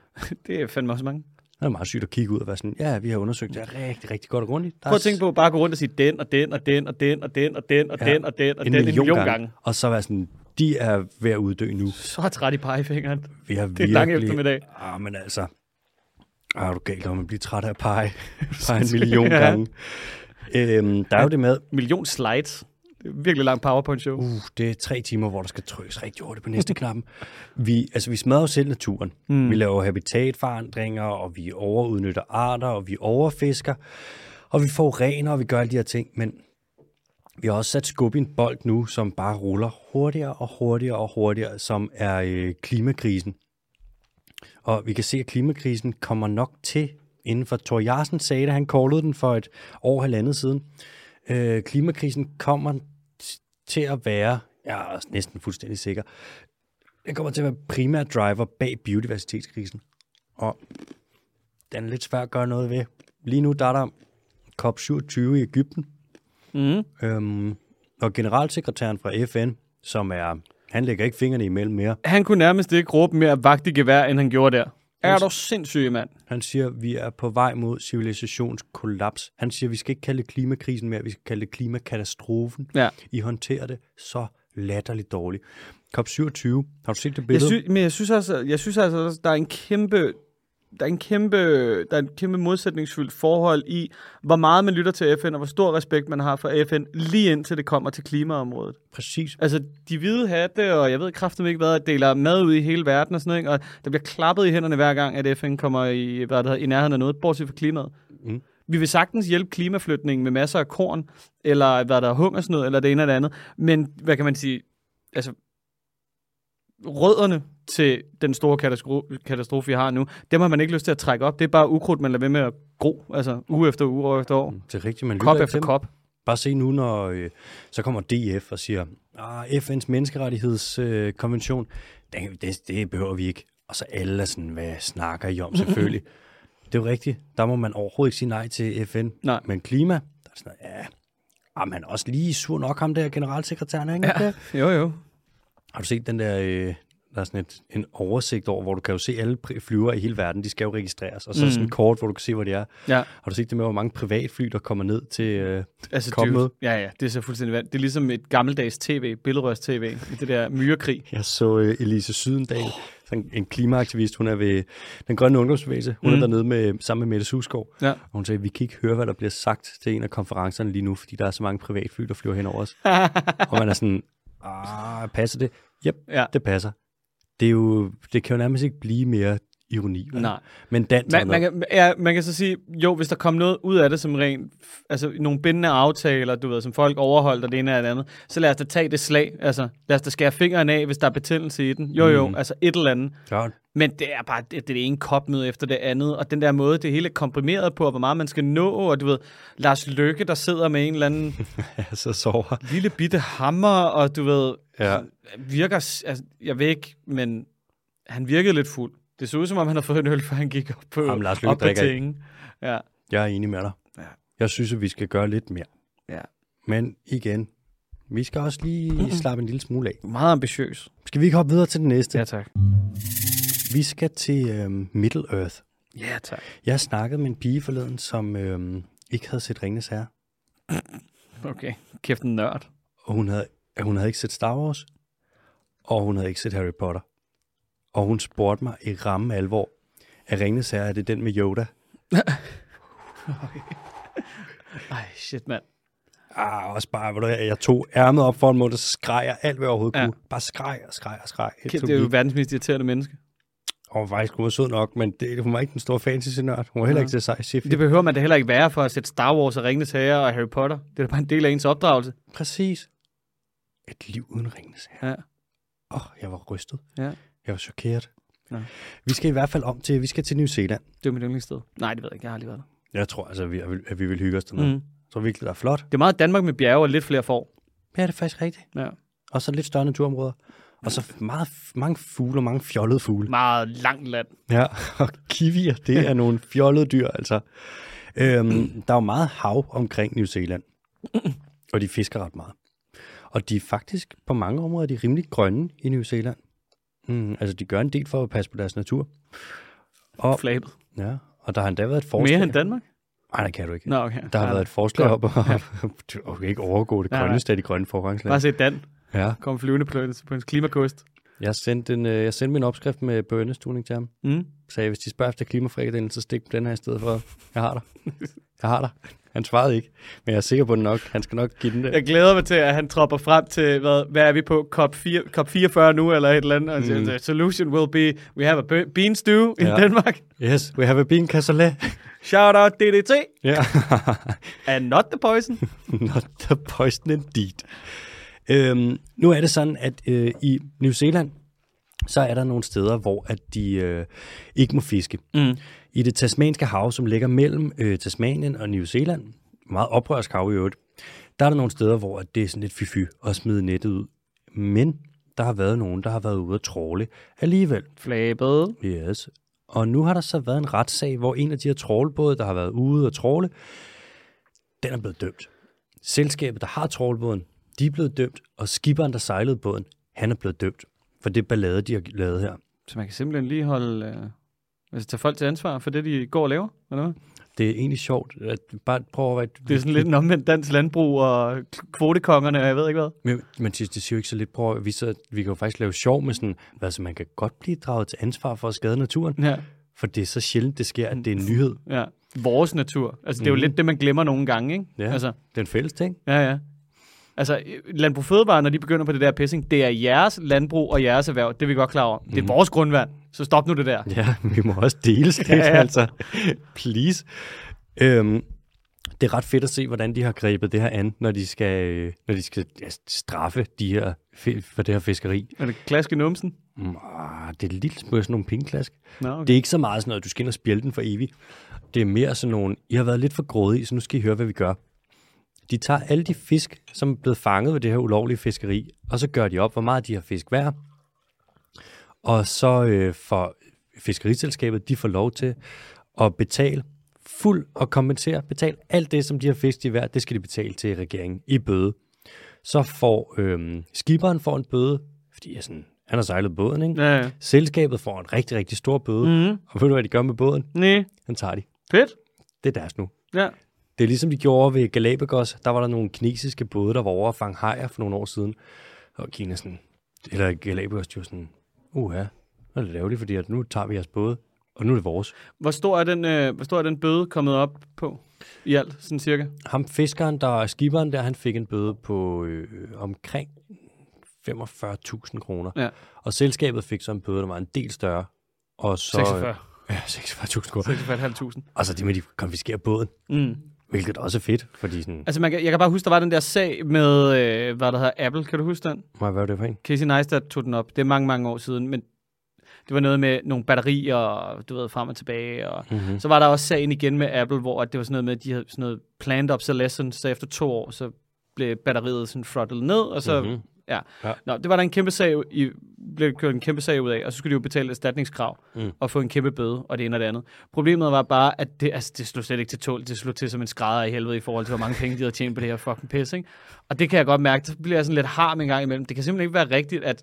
Speaker 2: det er fandme også mange.
Speaker 1: Det er meget sygt at kigge ud og være sådan, ja, vi har undersøgt det rigtig, rigtig godt og grundigt. Der
Speaker 2: Prøv
Speaker 1: er
Speaker 2: at tænke på bare at gå rundt og sige den og den og den og den og den og den og
Speaker 1: Ja,
Speaker 2: den og den og
Speaker 1: en
Speaker 2: den en million gange.
Speaker 1: Og så være sådan, de er ved at uddø nu.
Speaker 2: Så træt i pegefingeren.
Speaker 1: Vi har
Speaker 2: Det er en lang eftermiddag.
Speaker 1: Ah, men altså. Ah, er du galt om at blive træt af at pege, pege en million ja. gange. Øhm, der er jo det med,
Speaker 2: Million slides. Det er virkelig lang powerpoint-show. Uh.
Speaker 1: uh, det er tre timer, hvor der skal trykkes rigtig hurtigt på næste knappen. Vi, altså, vi smadrer jo selv naturen. Mm. Vi laver habitatforandringer, og vi overudnytter arter, og vi overfisker, og vi forurener, og vi gør alle de her ting. Men vi har også sat skub i en bold nu, som bare ruller hurtigere og hurtigere og hurtigere, som er øh, klimakrisen. Og vi kan se, at klimakrisen kommer nok til, inden for Thor Jarsen sagde det, han callede den for et år og halvandet siden. Øh, klimakrisen kommer t- til at være, jeg er også næsten fuldstændig sikker, den kommer til at være primær driver bag biodiversitetskrisen. Og den er lidt svær at gøre noget ved. Lige nu der er der COP27 i Ægypten,
Speaker 2: Mm.
Speaker 1: øhm, og generalsekretæren fra FN, som er, han lægger ikke fingrene imellem mere,
Speaker 2: Han kunne nærmest ikke råbe mere vagt i gevær, end han gjorde der. Er du sindssyg, mand?
Speaker 1: Han siger, at vi er på vej mod civilisationskollaps. Han siger, at vi skal ikke kalde det klimakrisen mere, vi skal kalde det klimakatastrofen.
Speaker 2: Ja.
Speaker 1: I håndterer det så latterligt dårligt. COP27, har du set det
Speaker 2: Jeg
Speaker 1: billede?
Speaker 2: synes, men jeg synes, altså, jeg synes altså, også, der er en kæmpe der er en kæmpe, der er en kæmpe modsætningsfyldt forhold i, hvor meget man lytter til FN, og hvor stor respekt man har for FN, lige indtil det kommer til klimaområdet.
Speaker 1: Præcis.
Speaker 2: Altså, de hvide hatte, og jeg ved kraftigt ikke hvad, deler mad ud i hele verden og sådan noget, ikke? og der bliver klappet i hænderne hver gang, at FN kommer i, hvad det hedder, i nærheden af noget, bortset fra klimaet.
Speaker 1: Mm.
Speaker 2: Vi vil sagtens hjælpe klimaflytningen med masser af korn, eller hvad der er hungersnød, eller det ene eller det andet, men hvad kan man sige, altså, rødderne til den store katastrofe, katastrofe, vi har nu, dem har man ikke lyst til at trække op. Det er bare ukrudt, man lader ved med at gro, altså uge efter uge, år efter år,
Speaker 1: Det er rigtigt, man lytter
Speaker 2: kop
Speaker 1: ikke
Speaker 2: efter
Speaker 1: til Mm. dem.
Speaker 2: kop.
Speaker 1: Bare se nu, når øh, så kommer DF og siger, ah, FN's menneskerettighedskonvention, øh, konvention, den, det, det behøver vi ikke. Og så alle er sådan, hvad snakker I om selvfølgelig? det er jo rigtigt, der må man overhovedet ikke sige nej til FN.
Speaker 2: Nej.
Speaker 1: Men klima, der er sådan noget, ja, ah, man er også lige sur nok ham der generalsekretæren, er ikke? Ja.
Speaker 2: Jo, jo.
Speaker 1: Har du set den der, øh, der er sådan et, en oversigt over, hvor du kan jo se alle pri- flyvere i hele verden, de skal jo registreres, og så mm. sådan et kort, hvor du kan se, hvor de er.
Speaker 2: Ja.
Speaker 1: Har du set det med, hvor mange privatfly, der kommer ned til... Øh,
Speaker 2: Altså,
Speaker 1: Kom
Speaker 2: det, er
Speaker 1: med.
Speaker 2: jo- ja, ja, det er så fuldstændig vandt. Det er ligesom et gammeldags tv, billedrørs-tv, i det der myrekrig.
Speaker 1: Jeg så øh, Elise Sydendal, sådan en klimaaktivist, hun er ved den grønne ungdomsbevægelse. Hun mm. er
Speaker 2: Mm.
Speaker 1: dernede med, sammen med Mette Susgaard,
Speaker 2: Ja.
Speaker 1: og hun sagde, vi kan ikke høre, hvad der bliver sagt til en af konferencerne lige nu, fordi der er så mange privatfly, der flyver hen over os. og man er sådan, ah, passer det? Yep,
Speaker 2: Ja.
Speaker 1: det passer. Det, er jo, det kan jo nærmest ikke blive mere ironi. vel?
Speaker 2: Nej.
Speaker 1: Men dans
Speaker 2: Man, man, kan, ja, man kan så sige, jo, hvis der kom noget ud af det som rent, f- altså nogle bindende aftaler, du ved, som folk overholdt, og det ene og det andet, så lad os da tage det slag, altså lad os da skære fingeren af, hvis der er betændelse i den. Jo, jo,
Speaker 1: Mm.
Speaker 2: altså et eller andet.
Speaker 1: Klart.
Speaker 2: Men det er bare det, det er ene kopmøde efter det andet, og den der måde, det hele er komprimeret på, og hvor meget man skal nå, og du ved, Lars Lykke, der sidder med en eller anden
Speaker 1: Ja, så sover.
Speaker 2: lille bitte hammer, og du ved,
Speaker 1: Ja.
Speaker 2: virker, s- altså, jeg ved ikke, men han virkede lidt fuld. Det så ud, som om han havde fået en øl, før han gik op på,
Speaker 1: Jamen, Lars Løkke
Speaker 2: op på
Speaker 1: drikker ikke.
Speaker 2: tingen. Ja.
Speaker 1: Jeg er enig med dig.
Speaker 2: Ja.
Speaker 1: Jeg synes, at vi skal gøre lidt mere.
Speaker 2: ja. Mhm.
Speaker 1: Men igen, vi skal også lige mm. slappe en lille smule af.
Speaker 2: Meget ambitiøs.
Speaker 1: Skal vi ikke hoppe videre til den næste?
Speaker 2: Ja, tak.
Speaker 1: Vi skal til øhm, Middle Earth.
Speaker 2: Ja, tak.
Speaker 1: Jeg snakkede med en pige forleden, som øhm, ikke havde set Ringenes Herre,
Speaker 2: Okay. Kæft en nørd.
Speaker 1: og hun havde, øh, hun havde ikke set Star Wars, og hun havde ikke set Harry Potter. Og hun spurgte mig i ramme alvor, er Ringenes Herre, er det den med Yoda?
Speaker 2: Ej, shit, mand.
Speaker 1: Ah, også bare, ved du, hvad, jeg tog ærmet op for en måde, så skreg jeg alt, hvad jeg overhovedet ja.
Speaker 2: Ja.
Speaker 1: kunne. Bare skreg og skreg og skreg. helt
Speaker 2: Kæft,
Speaker 1: til
Speaker 2: det er
Speaker 1: hun
Speaker 2: jo
Speaker 1: gik.
Speaker 2: verdens mest irriterende menneske.
Speaker 1: Og hun var faktisk hun var sød nok, men det, hun var ikke den store fantasy-nørd. Hun var heller
Speaker 2: Ja.
Speaker 1: ikke til sej sci-fi.
Speaker 2: Det behøver man da heller ikke være for at sætte Star Wars og Ringenes Herre og Harry Potter. Det er da bare en del af ens opdragelse.
Speaker 1: Præcis. Et liv uden Ringenes Herre.
Speaker 2: Ja.
Speaker 1: Åh, oh, jeg var rystet.
Speaker 2: Ja.
Speaker 1: Jeg var chokeret.
Speaker 2: Nå.
Speaker 1: Vi skal i hvert fald om til, vi skal til New Zealand.
Speaker 2: Det er mit yndlingssted. Nej, det ved jeg ikke. Jeg har aldrig været der.
Speaker 1: Jeg tror altså, vi, at vi vil hygge os dernede. Mm.
Speaker 2: Mm.
Speaker 1: Jeg tror virkelig, det er flot.
Speaker 2: Det er meget Danmark med bjerge og lidt flere får.
Speaker 1: Ja, det er faktisk rigtigt.
Speaker 2: Ja.
Speaker 1: Og så lidt større naturområder. Og så meget, mange fugle og mange fjollede fugle.
Speaker 2: Meget langt land.
Speaker 1: Ja, og kiwier, det er nogle fjollede dyr, altså. Øhm, der er jo meget hav omkring New Zealand, og de fisker ret meget. Og de er faktisk på mange områder de er rimelig grønne i New Zealand. Mm, altså, de gør en del for at passe på deres natur. Og,
Speaker 2: Flabet.
Speaker 1: ja, og der har endda været et forslag.
Speaker 2: Mere end Danmark?
Speaker 1: Nej, det kan du ikke.
Speaker 2: Nå, okay.
Speaker 1: Der har
Speaker 2: Ja.
Speaker 1: været et forslag op, og du kan ikke overgå det
Speaker 2: Nej, nej.
Speaker 1: grønneste af de grønne forgangsland.
Speaker 2: Bare se Dan
Speaker 1: Ja.
Speaker 2: komme flyvende på, en- på en klimakost.
Speaker 1: Jeg sendte, en, øh, jeg sendte min opskrift med bønnestuning til ham.
Speaker 2: Mm.
Speaker 1: sagde, hvis de spørger efter klimafrikadellen, så stik dem den her i stedet for. Jeg har dig. Jeg har dig. Han svarede ikke, men jeg er sikker på det nok. Han skal nok give den det.
Speaker 2: Jeg glæder mig til, at han tropper frem til, hvad, hvad er vi på, COP, 4, COP 44 nu, eller et eller andet. Og mm. The solution will be, we have a be- bean stew in
Speaker 1: Ja.
Speaker 2: Denmark.
Speaker 1: Yes, we have a bean cassoulet.
Speaker 2: Shout out DDT,
Speaker 1: Ja.
Speaker 2: and not the poison.
Speaker 1: Not the poison indeed. Øhm, nu er det sådan, at øh, i New Zealand, så er der nogle steder, hvor at de øh, ikke må fiske.
Speaker 2: Mm.
Speaker 1: I det tasmanske hav, som ligger mellem øh, Tasmanien og New Zealand, meget oprørsk hav i øvrigt, der er der nogle steder, hvor det er sådan lidt fyfy at smide nettet ud. Men der har været nogen, der har været ude at tråle alligevel.
Speaker 2: Flabet.
Speaker 1: Yes. Og nu har der så været en retssag, hvor en af de her trålbåde, der har været ude og tråle, den er blevet dømt. Selskabet, der har trålbåden, de er blevet dømt, og skiberen, der sejlede båden, han er blevet dømt for det ballade, de har lavet her.
Speaker 2: Så man kan simpelthen lige holde, øh, altså tage folk til ansvar for det, de går og laver, eller hvad?
Speaker 1: Det er egentlig sjovt. At bare prøv at overveje,
Speaker 2: Det er sådan lidt en omvendt dansk landbrug og k- kvotekongerne, og jeg ved ikke hvad.
Speaker 1: Men man siger, det siger jo ikke så lidt på, at vi, så, vi kan jo faktisk lave sjov med sådan, altså man kan godt blive draget til ansvar for at skade naturen.
Speaker 2: Ja.
Speaker 1: For det er så sjældent, det sker, at det er
Speaker 2: Mm.
Speaker 1: en nyhed.
Speaker 2: Ja. Vores natur. Altså, det er jo
Speaker 1: Mhm.
Speaker 2: lidt det, man glemmer nogle gange, ikke?
Speaker 1: Ja.
Speaker 2: Altså,
Speaker 1: Det er en fælles ting.
Speaker 2: ja, ja. Altså, Landbrug Fødevare, når de begynder på det der pissing, det er jeres landbrug og jeres erhverv. Det er vi godt klar over. Det er vores grundvand. Så stop nu det der.
Speaker 1: Ja, vi må også deles det, ja,
Speaker 2: ja.
Speaker 1: ja. altså. Please. Øhm, det er ret fedt at se, hvordan de har grebet det her an, når de skal, øh, når de skal ja, straffe de her, fi- for det her fiskeri.
Speaker 2: Er det klask i numsen?
Speaker 1: Mm, ah, det er lidt smule sådan nogle pingeklask.
Speaker 2: Nå, okay.
Speaker 1: Det er ikke så meget sådan noget, du skal ind og spjælde den for evigt. Det er mere sådan nogle, I har været lidt for grådige, så nu skal I høre, hvad vi gør. De tager alle de fisk, som er blevet fanget ved det her ulovlige fiskeri, og så gør de op, hvor meget de har fisk hver. Og så øh, får fiskeriselskabet, de får lov til at betale fuld og kompensere, betale alt det, som de har fisket i hver, det skal de betale til regeringen i bøde. Så får øh, skiberen får en bøde, fordi jeg sådan, han har sejlet båden, ikke?
Speaker 2: Ja, ja.
Speaker 1: Selskabet får en rigtig, rigtig stor bøde. Mm. Og ved du, hvad de gør med båden?
Speaker 2: Næ.
Speaker 1: Den tager de.
Speaker 2: Fedt.
Speaker 1: Det er deres nu.
Speaker 2: Ja.
Speaker 1: Det er ligesom de gjorde ved Galapagos. Der var der nogle kinesiske både, der var over at fange hajer for nogle år siden. Og Kina sådan, eller Galapagos, de var sådan, uha, det er lidt ærgerligt, fordi at nu tager vi jeres både, og nu er det vores.
Speaker 2: Hvor stor, er den, øh, hvor stor er den bøde kommet op på i alt, sådan cirka?
Speaker 1: Ham fiskeren, der er skiberen der, han fik en bøde på øh, omkring 45.000 kroner.
Speaker 2: Ja.
Speaker 1: Og selskabet fik så en bøde, der var en del større. Og så,
Speaker 2: 46.
Speaker 1: Ja, 46.000 kroner.
Speaker 2: 46.500.
Speaker 1: Og så det med, at de konfiskerer båden.
Speaker 2: Mm.
Speaker 1: Hvilket også er fedt, fordi sådan,
Speaker 2: Altså, man kan, jeg kan bare huske, der var den der sag med, øh, hvad der hedder, Apple. Kan du huske den?
Speaker 1: Maja, hvad er det for en?
Speaker 2: Casey Neistat tog den op. Det er mange, mange år siden, men det var noget med nogle batterier, og du ved, frem og tilbage. Og mm-hmm. Så var der også sagen igen med Apple, hvor at det var sådan noget med, at de havde sådan noget planned obsolescence, så efter to år, så blev batteriet sådan throttlet ned, og så... Mm-hmm. Ja. ja.
Speaker 1: Ja.
Speaker 2: Nå, det var der en kæmpe sag, i, blev kørt en kæmpe sag ud af, og så skulle de jo betale et erstatningskrav mm.
Speaker 1: Mm.
Speaker 2: og få en kæmpe bøde, og det ene og det andet. Problemet var bare, at det, altså, det slog slet ikke til tål, det slog til som en skrædder i helvede i forhold til, hvor mange penge de havde tjent på det her fucking pis, ikke? Og det kan jeg godt mærke, så bliver jeg sådan lidt harm en gang imellem. Det kan simpelthen ikke være rigtigt, at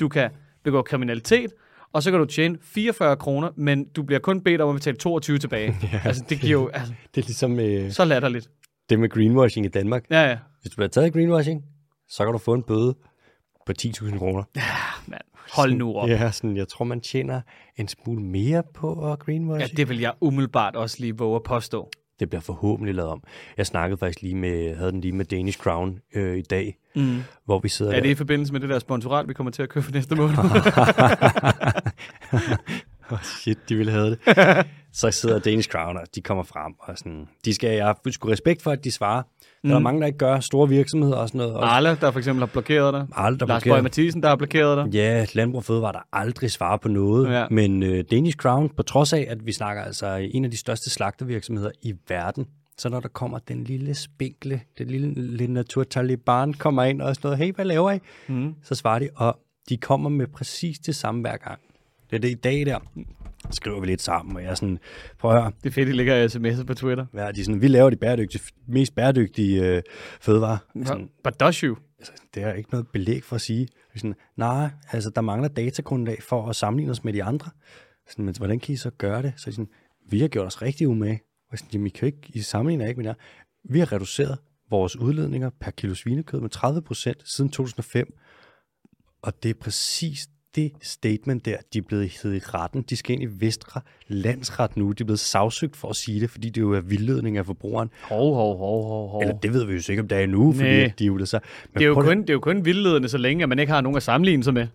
Speaker 2: du kan begå kriminalitet, og så kan du tjene 44 kroner, men du bliver kun bedt om at betale 22 tilbage. yeah. Altså, det giver jo altså,
Speaker 1: Det er ligesom øh,
Speaker 2: så latterligt.
Speaker 1: det med greenwashing i Danmark.
Speaker 2: Ja, ja.
Speaker 1: Hvis du bliver taget i greenwashing, så kan du få en bøde på 10.000 kroner.
Speaker 2: Man, hold nu op.
Speaker 1: Ja, sådan, jeg tror, man tjener en smule mere på at greenwash.
Speaker 2: Ja, det vil jeg umiddelbart også lige våge at påstå.
Speaker 1: det bliver forhåbentlig lavet om. Jeg snakkede faktisk lige med, havde den lige med Danish Crown øh, i dag, mm. hvor vi sidder
Speaker 2: Er det i forbindelse med det der sponsorat, vi kommer til at købe for næste måned?
Speaker 1: Åh, oh, shit, de ville have det. så sidder Danish Crown, og de kommer frem, og sådan, de skal, jeg har sgu respekt for, at de svarer. Mm. Der er mange, der ikke gør store virksomheder og sådan noget. Og
Speaker 2: Arla, der for eksempel har blokeret dig.
Speaker 1: Arla, der
Speaker 2: Lars
Speaker 1: blokerer.
Speaker 2: Bøge Mathisen, der har blokeret dig.
Speaker 1: Ja, Landbrug og Fødevare, der aldrig svarer på noget.
Speaker 2: Ja.
Speaker 1: Ja. Men øh, Danish Crown, på trods af, at vi snakker altså en af de største slagtervirksomheder i verden, så når der kommer den lille spinkle, den lille, lille natur Taliban kommer ind og sådan noget, hey, hvad laver I? Mm. Så svarer de, og de kommer med præcis det samme hver gang. Det er det i dag der, skriver vi lidt sammen, og jeg er sådan, prøv at høre,
Speaker 2: Det er fedt, de ligger i sms'er på Twitter.
Speaker 1: hvad er de sådan, vi laver de bæredygtige, mest bæredygtige øh, fødevarer. Sådan,
Speaker 2: But does you?
Speaker 1: altså, det er ikke noget belæg for at sige. Vi er Sådan, nej, altså, der mangler datagrundlag for at sammenligne os med de andre. Sådan, men hvordan kan I så gøre det? Så er de sådan, vi har gjort os rigtig umage. Og sådan, Jamen, I, kan jo ikke, I sammenligner ikke med jer. Vi har reduceret vores udledninger per kilo svinekød med 30 procent siden 2005. Og det er præcis det statement der, de er blevet heddet i retten. De skal ind i Vestre Landsret nu. De er blevet sagsøgt for at sige det, fordi det jo er vildledning af forbrugeren.
Speaker 2: Hov, hov, hov, hov, hov.
Speaker 1: Eller det ved vi jo sikkert, om det er endnu, fordi
Speaker 2: Næh.
Speaker 1: at de jo sig. Men
Speaker 2: Det er, jo
Speaker 1: prøv at-
Speaker 2: kun, det er jo kun vildledende, så længe at man ikke har nogen at sammenligne sig med.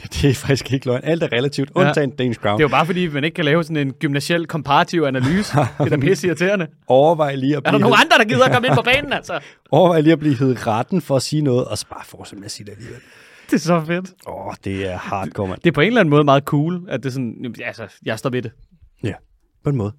Speaker 1: Ja, det er faktisk ikke løgn. Alt er relativt, undtagen ja. Danish Crown.
Speaker 2: Det er jo bare fordi, man ikke kan lave sådan en gymnasiel komparativ analyse. det er da pisse irriterende.
Speaker 1: Overvej lige at
Speaker 2: Er der
Speaker 1: blive,
Speaker 2: nogen andre, der gider at komme ind på banen, altså?
Speaker 1: overvej lige at blive heddet retten for at sige noget, og så bare fortsætte med at sige det alligevel.
Speaker 2: Det er så fedt.
Speaker 1: Åh, oh, det er hardcore, mand.
Speaker 2: Det er på en eller anden måde meget cool, at det er sådan, jamen, altså, jeg står ved det.
Speaker 1: Ja, på en måde.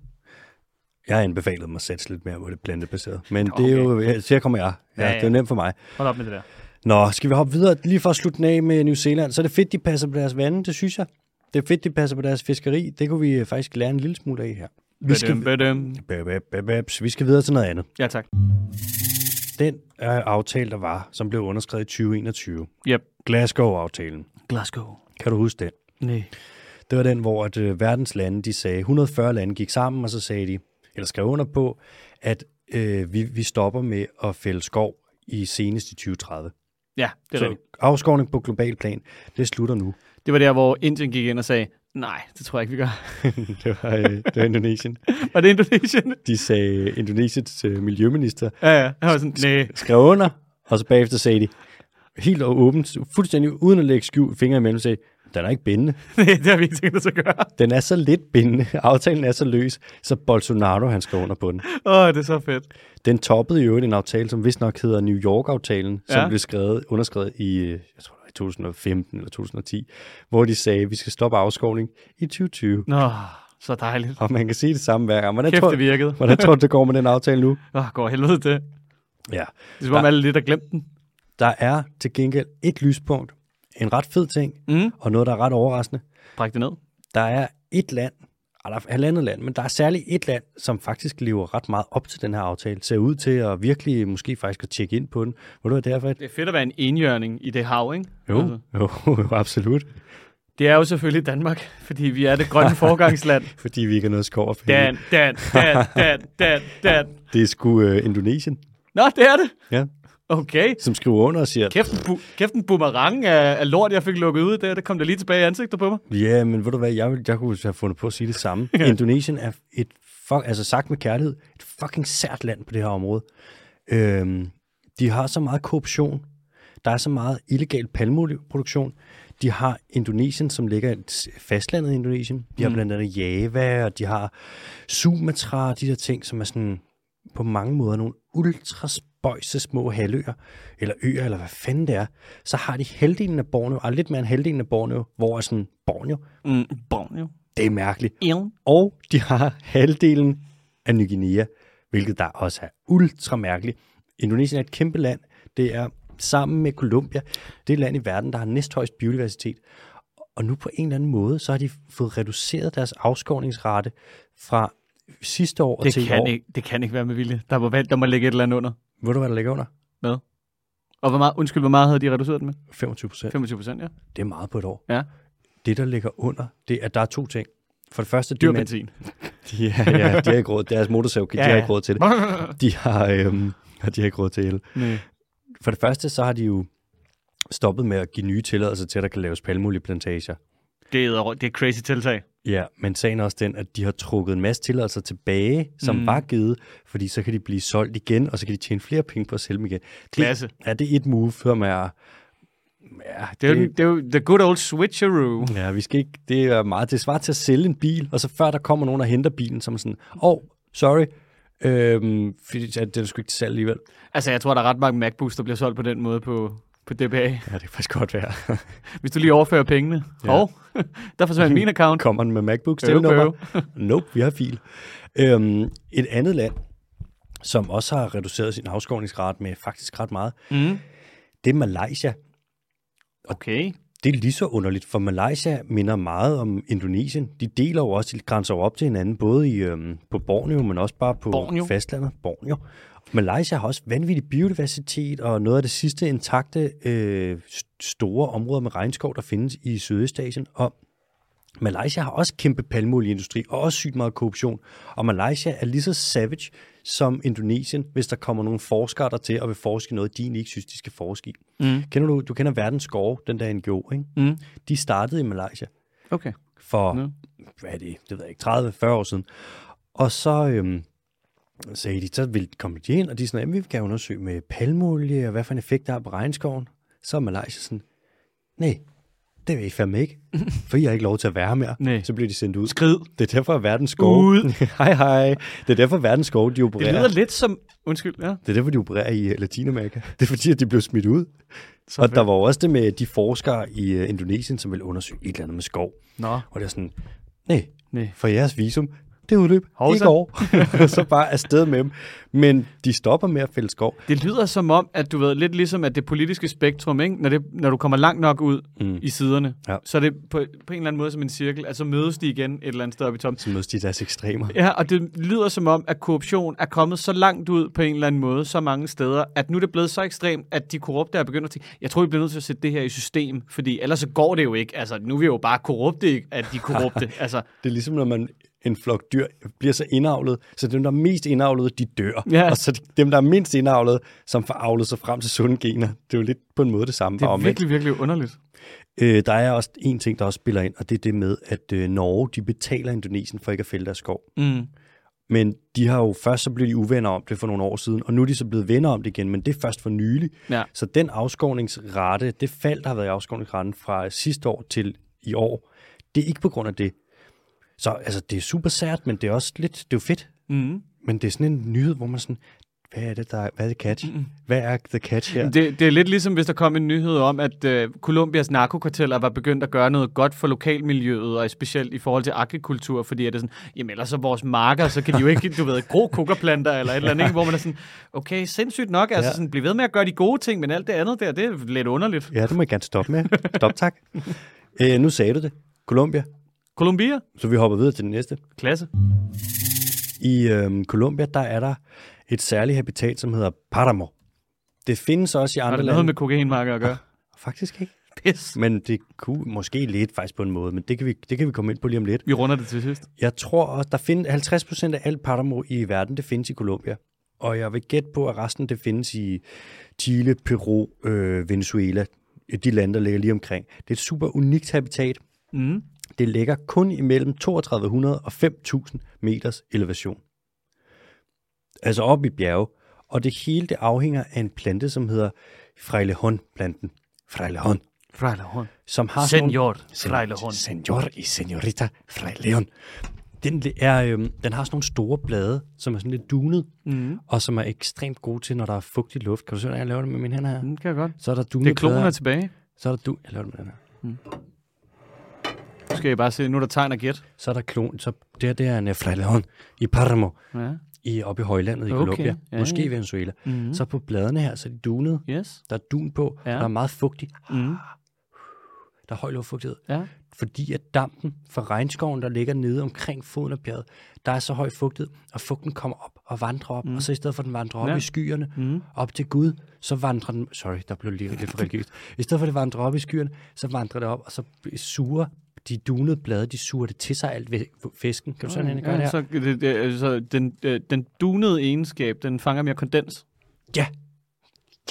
Speaker 1: Jeg har anbefalet mig at sætte lidt mere på det plantebaseret. Men
Speaker 2: Okay.
Speaker 1: okay. det er jo, ja, så her kommer jeg. Ja, ja,
Speaker 2: Ja, ja.
Speaker 1: ja. Det er jo nemt for mig.
Speaker 2: Hold op med det der.
Speaker 1: Nå, skal vi hoppe videre lige for at slutte den af med New Zealand? Så er det fedt, de passer på deres vande, det synes jeg. Det er fedt, de passer på deres fiskeri. Det kunne vi øh, faktisk lære en lille smule af her. Vi skal,
Speaker 2: Badum, badum.
Speaker 1: Bæp, bæp, bæp, bæp. Så vi skal videre til noget andet.
Speaker 2: Ja, tak.
Speaker 1: Den øh, aftale, der var, som blev underskrevet i 2021,
Speaker 2: Yep.
Speaker 1: Glasgow-aftalen.
Speaker 2: Glasgow.
Speaker 1: Kan du huske den?
Speaker 2: Nej.
Speaker 1: Det var den, hvor at, øh, verdens lande, de sagde, 140 lande gik sammen, og så sagde de, eller skrev under på, at øh, vi, vi stopper med at fælde skov i senest i 2030.
Speaker 2: Ja, det er rigtigt.
Speaker 1: Så afskovning på global plan, det slutter nu.
Speaker 2: Det var der, hvor Indien gik ind og sagde, Nej, det tror jeg ikke, vi gør.
Speaker 1: det, var, øh, det var Indonesien.
Speaker 2: Var det Indonesien?
Speaker 1: De sagde, Indonesiens øh, miljøminister
Speaker 2: Ja, ja. Jeg var sådan, nej.
Speaker 1: skrev under, og så bagefter sagde de, helt og åbent, fuldstændig uden at lægge skjul fingre imellem, sagde, den er ikke bindende.
Speaker 2: Nej, det har vi ikke tænkt os at gøre.
Speaker 1: Den er så lidt bindende. Aftalen er så løs, så Bolsonaro han skrev under på den.
Speaker 2: Åh, oh, det er så fedt.
Speaker 1: Den toppede i øvrigt en aftale, som vist nok hedder New York-aftalen, ja.
Speaker 2: Ja.
Speaker 1: som blev skrevet, underskrevet i, øh, jeg tror, det var i 2015 eller 2010, hvor de sagde, at vi skal stoppe afskovning i 2020.
Speaker 2: Nå, så dejligt.
Speaker 1: Og man kan sige det samme hver gang. Hvordan,
Speaker 2: Kæft,
Speaker 1: tror,
Speaker 2: det virkede.
Speaker 1: hvordan tror du, det går med den aftale nu?
Speaker 2: Åh, går helvede til.
Speaker 1: Ja.
Speaker 2: Det er som om
Speaker 1: Ja.
Speaker 2: alle lidt har glemt den.
Speaker 1: Der er til gengæld et lyspunkt, en ret fed ting,
Speaker 2: Mm.
Speaker 1: og noget, der er ret overraskende.
Speaker 2: Bræk det ned.
Speaker 1: Der er et land, og der er halvandet land, men der er særligt et land, som faktisk lever ret meget op til den her aftale. Ser ud til at virkelig, måske faktisk at tjekke ind på den. Hvor du er derfor et...
Speaker 2: Det er fedt at være en enhjørning i det hav, ikke? Altså,
Speaker 1: Jo, jo, jo, absolut.
Speaker 2: Det er jo selvfølgelig Danmark, fordi vi er det grønne foregangsland.
Speaker 1: Fordi vi ikke har noget skov at finde.
Speaker 2: Dan, dan, dan, dan, dan, dan.
Speaker 1: Det er sgu øh, Indonesien,
Speaker 2: Nå, det er det.
Speaker 1: ja,
Speaker 2: Okay.
Speaker 1: som skriver under og siger,
Speaker 2: Kæft en, bu- kæft en boomerang af, af lort, jeg fik lukket ud der. Det kom der lige tilbage i ansigtet på mig.
Speaker 1: ja, men ved du hvad, jeg, ville- jeg kunne have fundet på at sige det samme. Indonesien er et, fuck, altså sagt med kærlighed, et fucking sært land på det her område. Øhm, de har så meget korruption, der er så meget illegal palmolieproduktion. De har Indonesien, som ligger i s- fastlandet i Indonesien. De har blandt andet Java, og de har Sumatra og de der ting, som er sådan på mange måder nogle ultraspøjse små halvøer, eller øer, eller hvad fanden det er, så har de halvdelen af Borneo, og lidt mere end halvdelen af Borneo, hvor er sådan, Borneo,
Speaker 2: Mm, bon, jo.
Speaker 1: det er mærkeligt.
Speaker 2: Ill.
Speaker 1: Og de har halvdelen af Ny Guinea, hvilket der også er ultra mærkeligt. Indonesien er et kæmpe land. Det er sammen med Colombia det land i verden, der har næsthøjst biodiversitet. Og nu på en eller anden måde, så har de fået reduceret deres afskovningsrate fra sidste år
Speaker 2: Det
Speaker 1: til i år.
Speaker 2: kan, ikke, det kan ikke være med vilje. Der må, vel- der må ligge et eller andet under.
Speaker 1: Ved du, hvad der ligger under?
Speaker 2: Hvad? Og hvor meget, undskyld, hvor meget havde de reduceret den med?
Speaker 1: 25 procent.
Speaker 2: 25 procent, ja.
Speaker 1: Det er meget på et år.
Speaker 2: Ja.
Speaker 1: Det, der ligger under, det er, at der er to ting. For det første,
Speaker 2: Dyr
Speaker 1: det med,
Speaker 2: benzin.
Speaker 1: ja, ja, de har ikke råd. Deres motorsæv, de
Speaker 2: Ja,
Speaker 1: har
Speaker 2: ja.
Speaker 1: ikke råd til det. De har, øhm, og de har ikke råd til el.
Speaker 2: Nej.
Speaker 1: For det første, så har de jo stoppet med at give nye tilladelser til, at der kan laves palmolieplantager.
Speaker 2: Det er, det er crazy tiltag.
Speaker 1: Ja, men sagen er også den, at de har trukket en masse tilladelser tilbage, som mm. var givet, fordi så kan de blive solgt igen, og så kan de tjene flere penge på at sælge dem igen.
Speaker 2: Klasse.
Speaker 1: Det, ja, det er et move, før man er... Ja,
Speaker 2: Det er, jo, det er jo the good old switcheroo.
Speaker 1: Ja, vi skal ikke, det er meget, det svarer til at sælge en bil, og så før der kommer nogen og henter bilen, som sådan, åh, oh, sorry, øhm, fordi, ja, det er sgu ikke til salg alligevel.
Speaker 2: Altså, jeg tror, der er ret mange MacBooks, der bliver solgt på den måde på, på DBA.
Speaker 1: Ja, det kan faktisk godt være.
Speaker 2: Hvis du lige overfører pengene. Ja. Og der forsvandt min account.
Speaker 1: Kommer den med MacBook til
Speaker 2: Øv,
Speaker 1: nummer?
Speaker 2: øv.
Speaker 1: Nope, vi har fil. Øhm, et andet land, som også har reduceret sin afskovningsgrad med faktisk ret meget,
Speaker 2: Mm.
Speaker 1: det er Malaysia.
Speaker 2: Okay.
Speaker 1: Det er lige så underligt, for Malaysia minder meget om Indonesien. De deler jo også, de grænser jo op til hinanden, både i, øhm, på Borneo, men også bare på
Speaker 2: Borneo.
Speaker 1: fastlandet. Borneo. Malaysia har også vanvittig biodiversitet, og noget af det sidste intakte øh, st- store områder med regnskov, der findes i Sydøstasien. Og Malaysia har også kæmpe palmeolieindustri, og også sygt meget korruption. Og Malaysia er lige så savage som Indonesien, hvis der kommer nogle forskere der til og vil forske i noget, de egentlig ikke synes, de skal forske i. Mm. Kender du, du kender Verdens Skove, den der NGO, ikke? Mm. De startede i Malaysia
Speaker 2: Okay.
Speaker 1: for, hvad er det, det ved jeg ikke, 30-40 år siden. Og så øhm, sagde de, så ville komme de ind, og de er sådan, jamen, vi kan undersøge med palmolie, og hvad for en effekt der er på regnskoven. Så er Malaysia sådan, nej, det vil I fandme ikke, for I har ikke lov til at være her mere.
Speaker 2: Nej.
Speaker 1: Så bliver de sendt ud.
Speaker 2: Skrid.
Speaker 1: Det er derfor, at verdens skove...
Speaker 2: Ud.
Speaker 1: hej, hej. Det er derfor, at verdens skove, de
Speaker 2: Det
Speaker 1: opererer...
Speaker 2: lyder lidt som... Undskyld, ja.
Speaker 1: Det er derfor, de opererer i øh, Latinamerika. Det er fordi, at de blev smidt ud. Så og
Speaker 2: fedt.
Speaker 1: der var jo også det med de forskere i øh, Indonesien, som ville undersøge et eller andet med skov.
Speaker 2: Nå.
Speaker 1: Og det er sådan, nej,
Speaker 2: Nej.
Speaker 1: for jeres visum, det er udløb
Speaker 2: Hovsa.
Speaker 1: i går. så bare afsted med dem. Men de stopper med at fælde skov.
Speaker 2: Det lyder som om, at du ved, lidt ligesom at det politiske spektrum, ikke? Når, det, når du kommer langt nok ud mm. i siderne,
Speaker 1: Ja.
Speaker 2: så er det på, på en eller anden måde som en cirkel, altså mødes de igen et eller andet sted oppe i toppen.
Speaker 1: Så mødes de deres ekstremer.
Speaker 2: Ja, og det lyder som om, at korruption er kommet så langt ud på en eller anden måde, så mange steder, at nu er det blevet så ekstremt, at de korrupte er begyndt at tænke, jeg tror, vi bliver nødt til at sætte det her i system, fordi ellers så går det jo ikke. Altså, nu er vi jo bare korrupte, at de er korrupte. altså,
Speaker 1: Det er ligesom, når man en flok dyr bliver så indavlet, så dem, der er mest indavlet, de dør.
Speaker 2: Ja.
Speaker 1: Og så dem, der er mindst indavlet, som får avlet sig frem til sunde gener. Det er jo lidt på en måde det samme.
Speaker 2: Det
Speaker 1: bare
Speaker 2: er
Speaker 1: omvendt.
Speaker 2: virkelig, virkelig underligt.
Speaker 1: Øh, der er også en ting, der også spiller ind, og det er det med, at øh, Norge de betaler Indonesien for ikke at fælde deres skov.
Speaker 2: Mm.
Speaker 1: Men de har jo først så blevet de uvenner om det for nogle år siden, og nu er de så blevet venner om det igen, men det er først for nylig.
Speaker 2: Ja.
Speaker 1: Så den afskovningsrate, det fald, der har været i afskovningsraten fra sidste år til i år, det er ikke på grund af det. Så altså, det er super sært, men det er også lidt, det er jo fedt.
Speaker 2: Mm.
Speaker 1: Men det er sådan en nyhed, hvor man sådan, hvad er det, der er, hvad er det catch? Mm. Hvad er the catch her?
Speaker 2: Det, det er lidt ligesom, hvis der kom en nyhed om, at øh, Colombias narkokarteller var begyndt at gøre noget godt for lokalmiljøet, og specielt i forhold til agrikultur, fordi at det er sådan, jamen ellers er vores marker, så kan de jo ikke, du ved, gro kokkerplanter eller et eller andet, ikke? hvor man er sådan, okay, sindssygt nok, altså
Speaker 1: Ja.
Speaker 2: sådan, bliv ved med at gøre de gode ting, men alt det andet der, det er lidt underligt.
Speaker 1: Ja, det må jeg gerne stoppe med. Stop, tak. Æ, nu sagde du det. Colombia.
Speaker 2: Colombia,
Speaker 1: Så vi hopper videre til den næste.
Speaker 2: klasse.
Speaker 1: I øhm, Colombia, der er der et særligt habitat, som hedder Paramo. Det findes også i
Speaker 2: Har
Speaker 1: andre
Speaker 2: det
Speaker 1: lande.
Speaker 2: noget med kokainmarker at gøre?
Speaker 1: Faktisk ikke.
Speaker 2: Pis.
Speaker 1: Men det kunne måske lidt faktisk på en måde, men det kan vi, det kan vi komme ind på lige om lidt.
Speaker 2: Vi runder det til sidst.
Speaker 1: Jeg tror også, der findes 50 procent af alt Paramo i verden, det findes i Colombia. Og jeg vil gætte på, at resten det findes i Chile, Peru, øh, Venezuela, de lande, der ligger lige omkring. Det er et super unikt habitat.
Speaker 2: Mm.
Speaker 1: Det ligger kun imellem 3200 og 5000 meters elevation. Altså op i bjerge. Og det hele det afhænger af en plante, som hedder Frejlehånd-planten. Frejlehånd,
Speaker 2: Frejlehorn.
Speaker 1: som har sådan nogle-
Speaker 2: Senior Frejlehorn.
Speaker 1: Senor y senorita Frejlehånd. Den, er, øhm, den har sådan nogle store blade, som er sådan lidt dunet,
Speaker 2: Mm.
Speaker 1: og som er ekstremt gode til, når der er fugtig luft. Kan du se, hvordan jeg laver det med mine hænder her?
Speaker 2: Den kan jeg godt.
Speaker 1: Så er der
Speaker 2: Mm. Det
Speaker 1: dunede
Speaker 2: er klonen er
Speaker 1: blade.
Speaker 2: tilbage.
Speaker 1: Så er der du... Jeg laver det med den her.
Speaker 2: Nu skal jeg bare se, nu er der tegn og gæt.
Speaker 1: Så er der klon. Så det her, det er en øh, Frejlehånd i Paramo.
Speaker 2: Ja.
Speaker 1: i, oppe i højlandet i
Speaker 2: Okay,
Speaker 1: Colombia,
Speaker 2: ja,
Speaker 1: måske
Speaker 2: ja.
Speaker 1: Venezuela.
Speaker 2: Mm.
Speaker 1: Så på bladene her, så er de dunede.
Speaker 2: Yes.
Speaker 1: Der er dun på,
Speaker 2: Ja.
Speaker 1: ja. der er meget fugtig,
Speaker 2: Mm.
Speaker 1: der er høj luftfugtighed.
Speaker 2: Ja.
Speaker 1: Fordi at dampen fra regnskoven, der ligger nede omkring foden af bjerget, der er så høj fugtighed, og fugten kommer op og vandrer op. Mm. Og så i stedet for, at den vandrer op
Speaker 2: Ja.
Speaker 1: ja. i skyerne,
Speaker 2: Mm.
Speaker 1: op til Gud, så vandrer den... Sorry, der blev lige lidt for religiøst. I stedet for, at det vandrer op i skyerne, så vandrer det op, og så suger de dunede blade, de suger det til sig alt ved fisken. Kan du se, hvordan jeg gør det her?
Speaker 2: så, det, det, så den, øh, den dunede egenskab, den fanger mere kondens.
Speaker 1: Ja.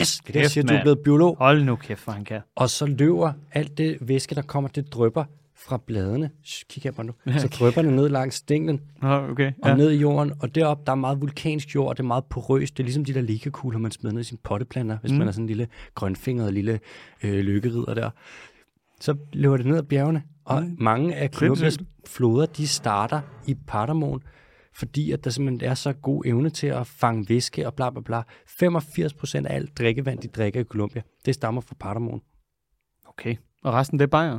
Speaker 1: Yes, det er det, jeg
Speaker 2: Kæft,
Speaker 1: siger, du er
Speaker 2: mand.
Speaker 1: blevet biolog.
Speaker 2: Hold nu kæft, hvor han kan.
Speaker 1: Og så løber alt det væske, der kommer, det drøber fra bladene. Shh, kig her på nu. Så drøber det ned langs stænglen
Speaker 2: Nå, okay.
Speaker 1: og ja. ned i jorden. Og deroppe, der er meget vulkansk jord, og det er meget porøst. Det er ligesom de der ligekugler, man smider ned i sine potteplanter, hvis mm. man er sådan en lille grønfingret lille øh, lykkerider der. Så løber det ned ad bjergene, og mm. mange af Colombias floder, de starter i Pardamoen, fordi at der simpelthen er så god evne til at fange væske og bla bla bla. 85 procent af alt drikkevand, de drikker i Colombia, det stammer fra Pardamoen.
Speaker 2: Okay. Og resten, det er bajer.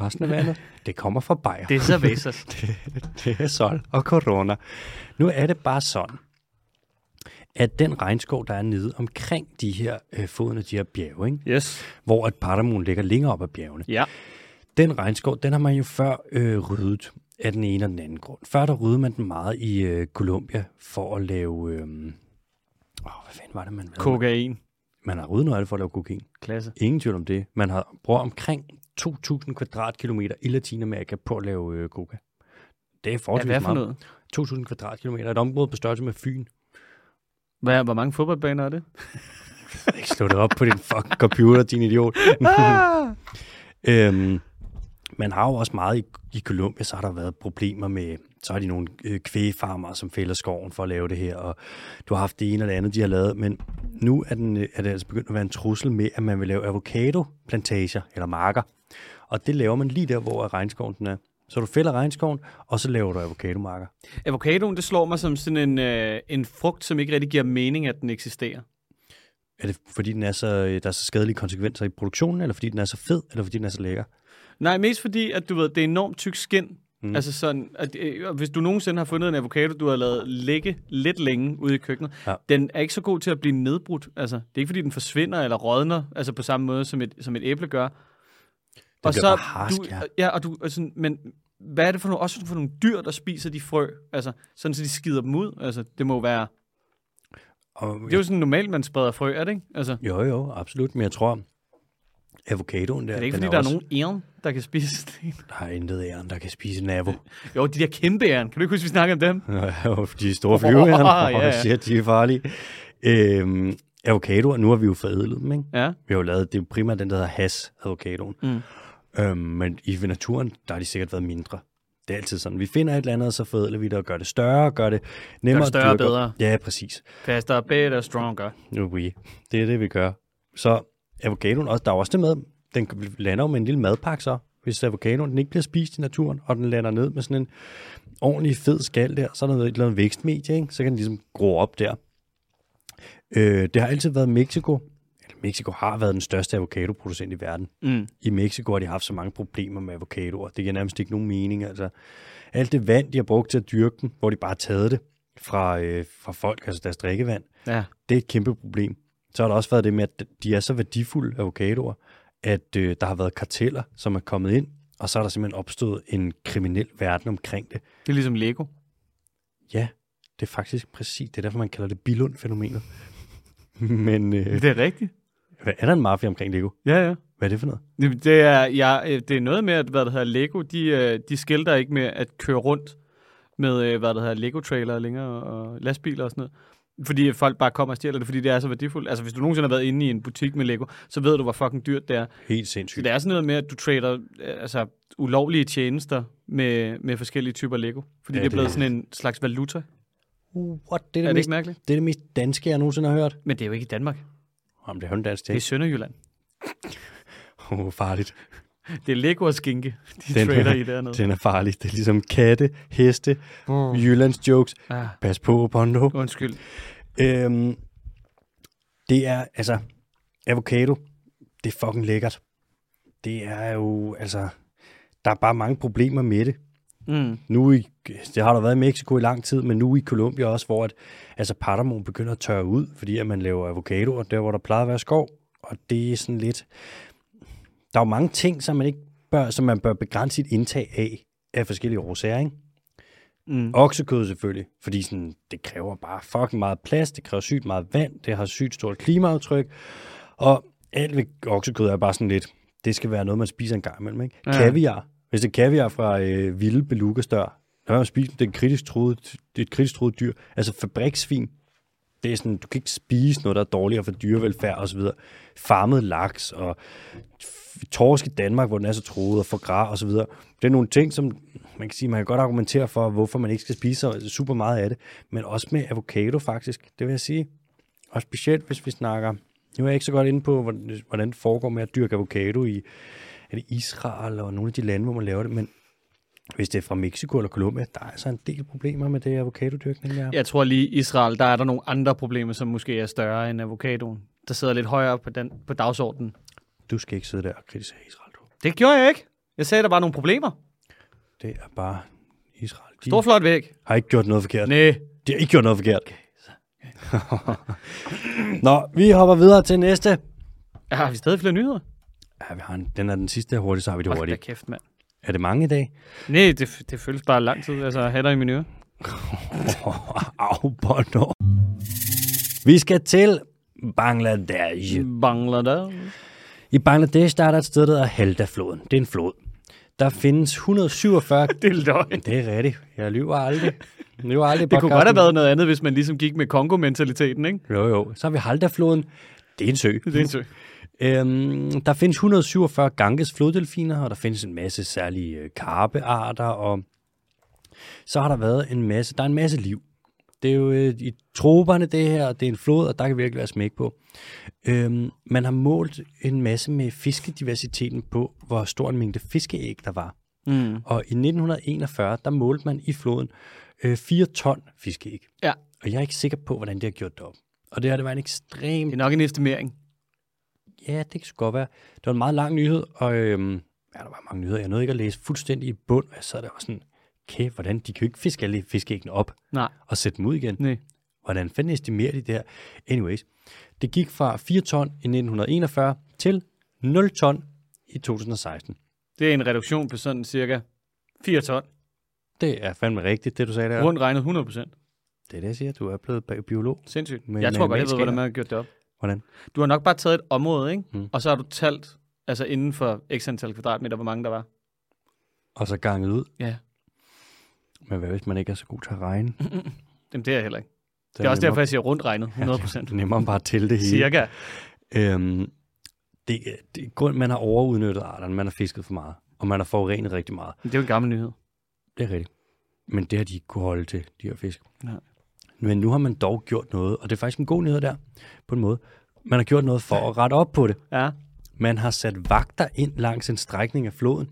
Speaker 1: Resten af vandet, det kommer fra Bayer.
Speaker 2: er så væsers.
Speaker 1: Det er sol og corona. Nu er det bare sådan, at den regnskov, der er nede omkring de her øh, foden af de her bjerge, ikke?
Speaker 2: yes.
Speaker 1: hvor at Pardamoen ligger længere op ad bjergene,
Speaker 2: Ja.
Speaker 1: den regnskov, den har man jo før øh, ryddet af den ene og den anden grund. Før der ryddede man den meget i øh, Colombia for at lave... Øh, åh, hvad fanden var det, man lavede?
Speaker 2: Kokain.
Speaker 1: Man har ryddet noget af det for at lave kokain.
Speaker 2: Klasse.
Speaker 1: Ingen tvivl om det. Man har brugt omkring 2.000 kvadratkilometer i Latinamerika på at lave øh, coca. Det er
Speaker 2: Ja,
Speaker 1: forholdsvis
Speaker 2: hvad for
Speaker 1: meget.
Speaker 2: noget?
Speaker 1: 2.000 kvadratkilometer. Et område på størrelse med Fyn.
Speaker 2: Hvad, hvor mange fodboldbaner er det?
Speaker 1: Ikke slå det op på din fucking computer, din idiot.
Speaker 2: Ah!
Speaker 1: øhm, man har jo også meget i, i Colombia, så har der været problemer med, så har de nogle øh, kvægfarmere, som fælder skoven for at lave det her, og du har haft det ene eller det andet, de har lavet, men nu er, den, øh, er det altså begyndt at være en trussel med, at man vil lave avocado-plantager eller marker, og det laver man lige der, hvor regnskoven den er. Så du fælder regnskoven, og så laver du avocadomarker.
Speaker 2: Avocadoen, det slår mig som sådan en, øh, en frugt, som ikke rigtig giver mening, at den eksisterer.
Speaker 1: Er det fordi, den er så, øh, der er så skadelige konsekvenser i produktionen, eller fordi den er så fed, eller fordi den er så lækker?
Speaker 2: Nej, mest fordi, at du ved, det er enormt tyk skind. Mm. Altså sådan, at, øh, og hvis du nogensinde har fundet en avocado, du har lavet ligge lidt længe ude i køkkenet, ja.
Speaker 1: Ja.
Speaker 2: den er ikke så god til at blive nedbrudt. Altså, det er ikke fordi, den forsvinder eller rådner, altså på samme måde som et, som et æble gør.
Speaker 1: bliver bare harsk,
Speaker 2: du,
Speaker 1: ja.
Speaker 2: ja. og du, altså, men hvad er det for nogle, også for nogle dyr, der spiser de frø? Altså, sådan så de skider dem ud. Altså, det må jo være,
Speaker 1: Og
Speaker 2: det er jo sådan normalt, man spreder frø, er det ikke? Altså,
Speaker 1: Jo, jo, absolut. Men jeg tror, Avocadoen der.
Speaker 2: er det ikke,
Speaker 1: den
Speaker 2: fordi der
Speaker 1: også,
Speaker 2: er nogen æren, der kan spise det?
Speaker 1: Der er intet æren, der kan spise en avo.
Speaker 2: Jo, de der kæmpe æren. Kan du ikke huske, vi snakkede om dem?
Speaker 1: Og de store flyveæren.
Speaker 2: Åh,
Speaker 1: Oh,
Speaker 2: ja, ja.
Speaker 1: ja. shit, de er farlige. Øhm, avocadoer, nu har vi jo forædlet dem, ikke?
Speaker 2: Ja.
Speaker 1: Vi har jo lavet, det er jo primært den, der hedder has, avocadoen.
Speaker 2: Mm.
Speaker 1: Øhm, men i naturen, der har de sikkert været mindre. Det er altid sådan, vi finder et eller andet, og så forædler vi det og gør det større, gør det nemmere. at
Speaker 2: større og
Speaker 1: dyrke.
Speaker 2: bedre.
Speaker 1: Ja, præcis.
Speaker 2: Faster, better, stronger.
Speaker 1: Nu oui. Det er det, vi gør. Så avocadoen, også, der er også det med, den lander jo med en lille madpakke så. Hvis avocadoen den ikke bliver spist i naturen, og den lander ned med sådan en ordentlig fed skal der, så er der noget, et eller andet vækstmedie, ikke? så kan den ligesom gro op der. Øh, det har altid været Mexico. Eller Mexico har været den største avocadoproducent i verden
Speaker 2: Mm.
Speaker 1: i Mexico har de haft så mange problemer med avocadoer. Det giver nærmest ikke nogen mening. Altså, alt det vand, de har brugt til at dyrke dem, hvor de bare har taget det fra, øh, fra folk, altså deres drikkevand,
Speaker 2: Ja.
Speaker 1: det er et kæmpe problem. Så har der også været det med, at de er så værdifulde, avocadoer, at øh, der har været karteller, som er kommet ind, og så er der simpelthen opstået en kriminel verden omkring det.
Speaker 2: Det er ligesom Lego.
Speaker 1: Ja, det er faktisk præcis, det er derfor, man kalder det Bilund-fænomenet. Men øh,
Speaker 2: Det er rigtigt.
Speaker 1: hvad er der en mafia omkring Lego?
Speaker 2: Ja, ja.
Speaker 1: Hvad er det for noget?
Speaker 2: Det det er, ja, øh, det er noget med, at hvad det hedder, Lego, de, øh, de skilter ikke med at køre rundt med, øh, hvad det hedder, Lego-trailer længere og lastbiler og sådan noget. Fordi folk bare kommer og stjæler det, fordi det er så værdifuldt. Altså, hvis du nogensinde har været inde i en butik med Lego, så ved du, hvor fucking dyrt det er.
Speaker 1: Helt
Speaker 2: Så
Speaker 1: sindssygt.
Speaker 2: det er sådan noget med, at du trader øh, altså, ulovlige tjenester med, med forskellige typer Lego. Fordi
Speaker 1: Ja,
Speaker 2: ja, det er
Speaker 1: det
Speaker 2: blevet
Speaker 1: er-
Speaker 2: sådan en slags valuta.
Speaker 1: What? Det er
Speaker 2: Er
Speaker 1: det,
Speaker 2: det
Speaker 1: mest,
Speaker 2: ikke mærkeligt?
Speaker 1: det er det mest danske, jeg nogensinde har hørt.
Speaker 2: Men det er jo ikke i Danmark.
Speaker 1: Jamen, det er jo en dansk
Speaker 2: Det er i
Speaker 1: ting.
Speaker 2: Sønderjylland.
Speaker 1: Åh, oh, farligt.
Speaker 2: Det er Lego og skinke, de
Speaker 1: Den-
Speaker 2: trader i dernede.
Speaker 1: Den er farlig. Det er ligesom katte, heste,
Speaker 2: Mm.
Speaker 1: Jyllands jokes.
Speaker 2: Ah,
Speaker 1: Pas på, Bondo.
Speaker 2: undskyld.
Speaker 1: Øhm, det er, altså, avocado, det er fucking lækkert. Det er jo, altså, der er bare mange problemer med det.
Speaker 2: Mm.
Speaker 1: Nu i, det har der været i Mexico i lang tid, men nu i Colombia også, hvor at, altså Paramount begynder at tørre ud, fordi at man laver avocadoer der, hvor der plejer at være skov, og det er sådan lidt... Der er jo mange ting, som man ikke bør, som man bør begrænse sit indtag af, af forskellige årsager, ikke?
Speaker 2: Mm.
Speaker 1: Oksekød selvfølgelig, fordi sådan, det kræver bare fucking meget plads, det kræver sygt meget vand, det har sygt stort klimaaftryk, og alt ved oksekød er bare sådan lidt, det skal være noget, man spiser en gang imellem. Ikke?
Speaker 2: Ja.
Speaker 1: Ja. Kaviar, hvis det er kaviar fra øh, vilde belugastør, når man spiser, det er, en kritisk truet, det er et kritisk truet dyr, altså fabriksvin, det er sådan, du kan ikke spise noget, der er dårligere for dyrevelfærd osv. Farmet laks og f- torsk i Danmark, hvor den er så troet og for grar og så videre. Det er nogle ting, som man kan sige, man kan godt argumentere for, hvorfor man ikke skal spise så super meget af det, men også med avocado faktisk, det vil jeg sige. Og specielt hvis vi snakker, nu er jeg ikke så godt inde på, hvordan- hvordan det foregår med at dyrke avocado i er det Israel og nogle af de lande, hvor man laver det, men hvis det er fra Mexico eller Colombia, der er altså en del problemer med det avocadodyrkning der.
Speaker 2: Jeg tror lige i Israel, der er der nogle andre problemer, som måske er større end avocadoen. Der sidder lidt højere på, den, på dagsordenen.
Speaker 1: Du skal ikke sidde der og kritisere Israel, du.
Speaker 2: Det gjorde jeg ikke. Jeg sagde, der var nogle problemer.
Speaker 1: Det er bare Israel. De
Speaker 2: Stor flot væk.
Speaker 1: har ikke gjort noget forkert.
Speaker 2: Næh.
Speaker 1: De har ikke gjort noget forkert. Nå, vi hopper videre til næste.
Speaker 2: Ja, har vi stadig flere nyheder?
Speaker 1: Ja, vi har en, den er den sidste her hurtigt, så har vi det
Speaker 2: Hold da
Speaker 1: hurtigt.
Speaker 2: kæft, mand.
Speaker 1: Er det mange i dag?
Speaker 2: Næh, det, det føles bare lang tid. Altså, hatter i min øre.
Speaker 1: Au, Bono. Vi skal til Bangladesh.
Speaker 2: Bangladesh.
Speaker 1: I Bangladesh der er der et sted, der hedder Halda-floden. Det er en flod. Der findes 147...
Speaker 2: Det er løgn.
Speaker 1: det er rigtigt. Jeg lyver aldrig. Jeg lyver aldrig i
Speaker 2: Det kunne godt
Speaker 1: podcasten.
Speaker 2: have været noget andet, hvis man ligesom gik med Kongo-mentaliteten, ikke?
Speaker 1: Jo, jo. Så har vi Halda-floden. Det er en sø.
Speaker 2: Det er en sø.
Speaker 1: Øhm, der findes 147 Ganges floddelfiner, og der findes en masse særlige øh, karpearter, og så har der været en masse, der er en masse liv. Det er jo øh, i troberne det her, og det er en flod, og der kan virkelig være smæk på. Øhm, man har målt en masse med fiskediversiteten på, hvor stor en mængde fiskeæg der var.
Speaker 2: Mm.
Speaker 1: Og i 1941, der målte man i floden øh, 4 ton fiskeæg.
Speaker 2: Ja.
Speaker 1: Og jeg er ikke sikker på, hvordan det har gjort det op. Og det her, det var en ekstrem
Speaker 2: Det er nok en estimering.
Speaker 1: Ja, det kan sgu godt være. Det var en meget lang nyhed, og øhm, ja, der var mange nyheder. Jeg nåede ikke at læse fuldstændig i bund, og jeg sad der og var sådan, kæft, hvordan, de kan jo ikke fiske alle fiskeæggene op
Speaker 2: Nej.
Speaker 1: og sætte dem ud igen.
Speaker 2: Nej.
Speaker 1: Hvordan fanden estimerer de det her? Anyways, det gik fra 4 ton i 1941 til 0 ton i 2016.
Speaker 2: Det er en reduktion på sådan cirka 4 ton.
Speaker 1: Det er fandme rigtigt, det du sagde der.
Speaker 2: Rundt regnet 100 procent.
Speaker 1: Det er det, jeg siger. Du er blevet bi- biolog.
Speaker 2: Sindssygt.
Speaker 1: Men
Speaker 2: Men øh, jeg tror godt, jeg ved,
Speaker 1: matematisk
Speaker 2: hvordan man har gjort det op.
Speaker 1: Hvordan?
Speaker 2: Du har nok bare taget et område, ikke?
Speaker 1: Mm.
Speaker 2: Mm. Og så har du talt Altså inden for x antal kvadratmeter, hvor mange der var.
Speaker 1: Og så ganget ud.
Speaker 2: Ja.
Speaker 1: Men hvad hvis man ikke er så god til at regne? Det
Speaker 2: Jamen, det er jeg heller ikke. Det er også derfor, jeg siger rundt regnet, 100 procent.
Speaker 1: det er nemmere bare at tælle det hele.
Speaker 2: Cirka.
Speaker 1: Øhm, det, det er grund, man har overudnyttet arterne, man har fisket for meget, og man har forurenet rigtig meget.
Speaker 2: Men Det er jo en gammel nyhed.
Speaker 1: Det er rigtigt. Men det har de ikke kunne holde til, de her fisk.
Speaker 2: Nej.
Speaker 1: Men nu har man dog gjort noget, og det er faktisk en god nyhed der, på en måde. Man har gjort noget for at rette op på det.
Speaker 2: Ja.
Speaker 1: Man har sat vagter ind langs en strækning af floden.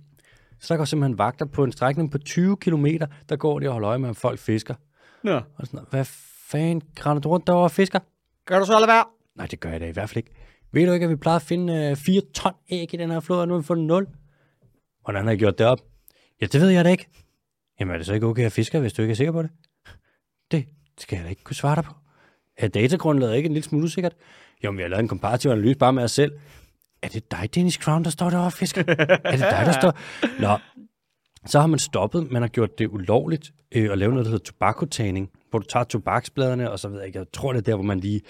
Speaker 1: Så der går simpelthen vagter på en strækning på 20 km, der går de og holder øje med, om folk fisker.
Speaker 2: Nå.
Speaker 1: Og sådan, noget. hvad fanden, grænder du rundt derovre og fisker?
Speaker 2: Gør du så aldrig være?
Speaker 1: Nej, det gør jeg da i hvert fald ikke. Ved du ikke, at vi plejede at finde øh, 4 ton æg i den her flod, og nu har vi fundet 0? Hvordan har jeg gjort det op? Ja, det ved jeg da ikke. Jamen er det så ikke okay at fiske, hvis du ikke er sikker på det? Det skal jeg da ikke kunne svare dig på. Er datagrundlaget ikke en lille smule usikkert? Jo, men vi har lavet en komparativ analyse bare med os selv. Er det dig, Dennis Crown, der står derovre og fisker? er det dig, der står? Nå, så har man stoppet, man har gjort det ulovligt øh, at lave noget, der hedder tobakotagning, hvor du tager tobaksbladene, og så ved jeg ikke, jeg tror, det er der, hvor man lige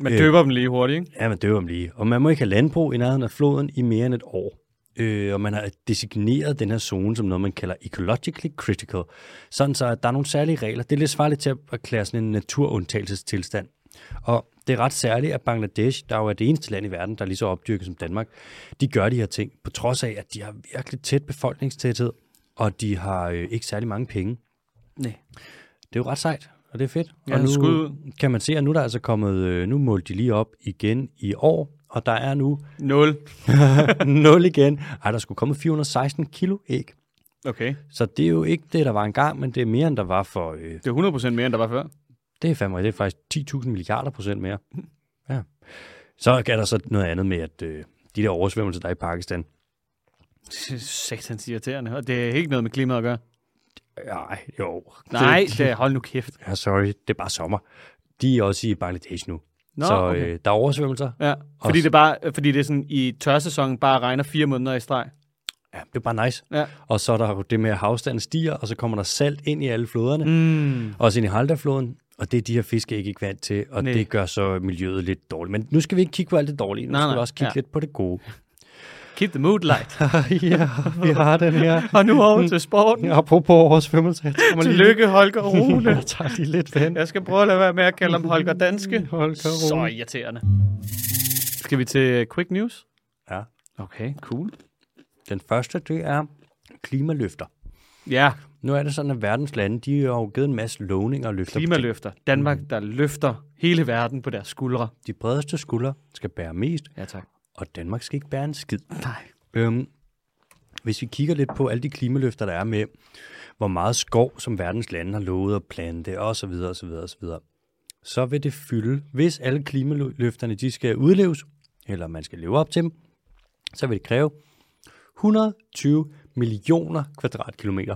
Speaker 2: Man døber dem lige hurtigt, ikke?
Speaker 1: Ja, man døver dem lige. Og man må ikke have landbrug i nærheden af floden i mere end et år. Øh, og man har designeret den her zone som noget, man kalder ecologically critical. Sådan så, at der er nogle særlige regler. Det er lidt svarligt til at erklære sådan en naturundtagelsestilstand. Og det er ret særligt, at Bangladesh, der jo er det eneste land i verden, der er lige så opdyrket som Danmark, de gør de her ting, på trods af, at de har virkelig tæt befolkningstæthed, og de har øh, ikke særlig mange penge.
Speaker 2: Nej.
Speaker 1: Det er jo ret sejt, og det er fedt.
Speaker 2: Ja,
Speaker 1: og nu
Speaker 2: skud ud.
Speaker 1: kan man se, at nu er der altså kommet, øh, nu målte de lige op igen i år, og der er nu
Speaker 2: Nul.
Speaker 1: 0 igen. Ej, der skulle komme 416 kilo æg.
Speaker 2: Okay.
Speaker 1: Så det er jo ikke det, der var engang, men det er mere, end der var for, øh,
Speaker 2: Det er 100 procent mere, end der var før.
Speaker 1: det er fandme, det er faktisk 10.000 milliarder procent mere. Ja. Så er der så noget andet med, at øh, de der oversvømmelser, der er i Pakistan,
Speaker 2: Satans irriterende. Og det er ikke noget med klimaet at gøre.
Speaker 1: nej, jo.
Speaker 2: Nej,
Speaker 1: Det,
Speaker 2: det er, hold nu kæft.
Speaker 1: ja, sorry, det er bare sommer. De er også i Bangladesh nu.
Speaker 2: Nå,
Speaker 1: så
Speaker 2: okay.
Speaker 1: øh, der er oversvømmelser.
Speaker 2: Ja, fordi det, er bare, fordi det er sådan, i tørsæsonen bare regner fire måneder i streg.
Speaker 1: Ja, det er bare nice.
Speaker 2: Ja.
Speaker 1: Og så er der jo det med, at havstanden stiger, og så kommer der salt ind i alle floderne.
Speaker 2: Mm.
Speaker 1: Også ind i Halda-floden, og det er de her fisk ikke ikke vant til, og
Speaker 2: Næ.
Speaker 1: nej. det gør så miljøet lidt dårligt. Men nu skal vi ikke kigge på alt det dårlige, nu
Speaker 2: Nej,
Speaker 1: nej, skal
Speaker 2: nej,
Speaker 1: vi også kigge
Speaker 2: ja.
Speaker 1: ja. lidt på det gode.
Speaker 2: Keep the mood light.
Speaker 1: ja, vi har den her.
Speaker 2: Og nu over til sporten.
Speaker 1: Apropos oversvømmelse, jeg tager
Speaker 2: Tillykke, Holger Rune.
Speaker 1: Jeg tager lige lidt vand.
Speaker 2: Jeg skal prøve at lade være med at kalde ham Holger Danske.
Speaker 1: Holger Rune.
Speaker 2: Så irriterende. Skal vi til øh, Quick News?
Speaker 1: Ja.
Speaker 2: Okay, cool.
Speaker 1: Den første, det er klimaløfter.
Speaker 2: Ja,
Speaker 1: Nu er det sådan, at verdens lande, de har jo givet en masse lovninger og løfter. på ting.
Speaker 2: klimaløfter. Danmark, der løfter hele verden på deres skuldre.
Speaker 1: De bredeste skuldre skal bære mest,
Speaker 2: Ja, tak.
Speaker 1: og Danmark skal ikke bære en skid.
Speaker 2: Nej.
Speaker 1: Øhm, hvis vi kigger lidt på alle de klimaløfter, der er med, hvor meget skov, som verdens lande har lovet at plante, osv., osv., osv., så vil det fylde, hvis alle klimaløfterne de skal udleves, eller man skal leve op til dem, så vil det kræve 120 millioner kvadratkilometer.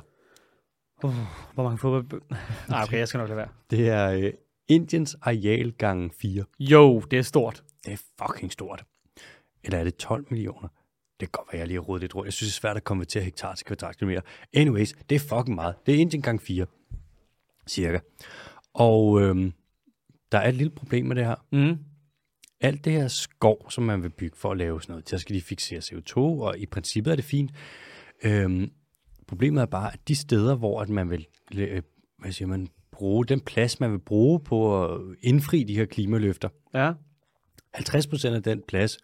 Speaker 2: Uh, hvor mange fodbold... Nej, Ah, okay, jeg skal nok lade være.
Speaker 1: Det er øh, Indiens areal gange 4.
Speaker 2: Jo, det er stort.
Speaker 1: Det er fucking stort. Eller er det 12 millioner? Det kan godt være, jeg lige har rodet lidt rundt. Jeg synes, det er svært at konvertere hektar til kvadratkilometer. Anyways, det er fucking meget. Det er Indien gang 4, cirka. Og øhm, der er et lille problem med det her.
Speaker 2: Mm.
Speaker 1: Alt det her skov, som man vil bygge for at lave sådan noget, der skal de fixere CO2, og i princippet er det fint. Øhm, problemet er bare, at de steder, hvor at man vil øh, hvad siger man, bruge den plads, man vil bruge på at indfri de her klimaløfter,
Speaker 2: Ja.
Speaker 1: 50 procent af den plads,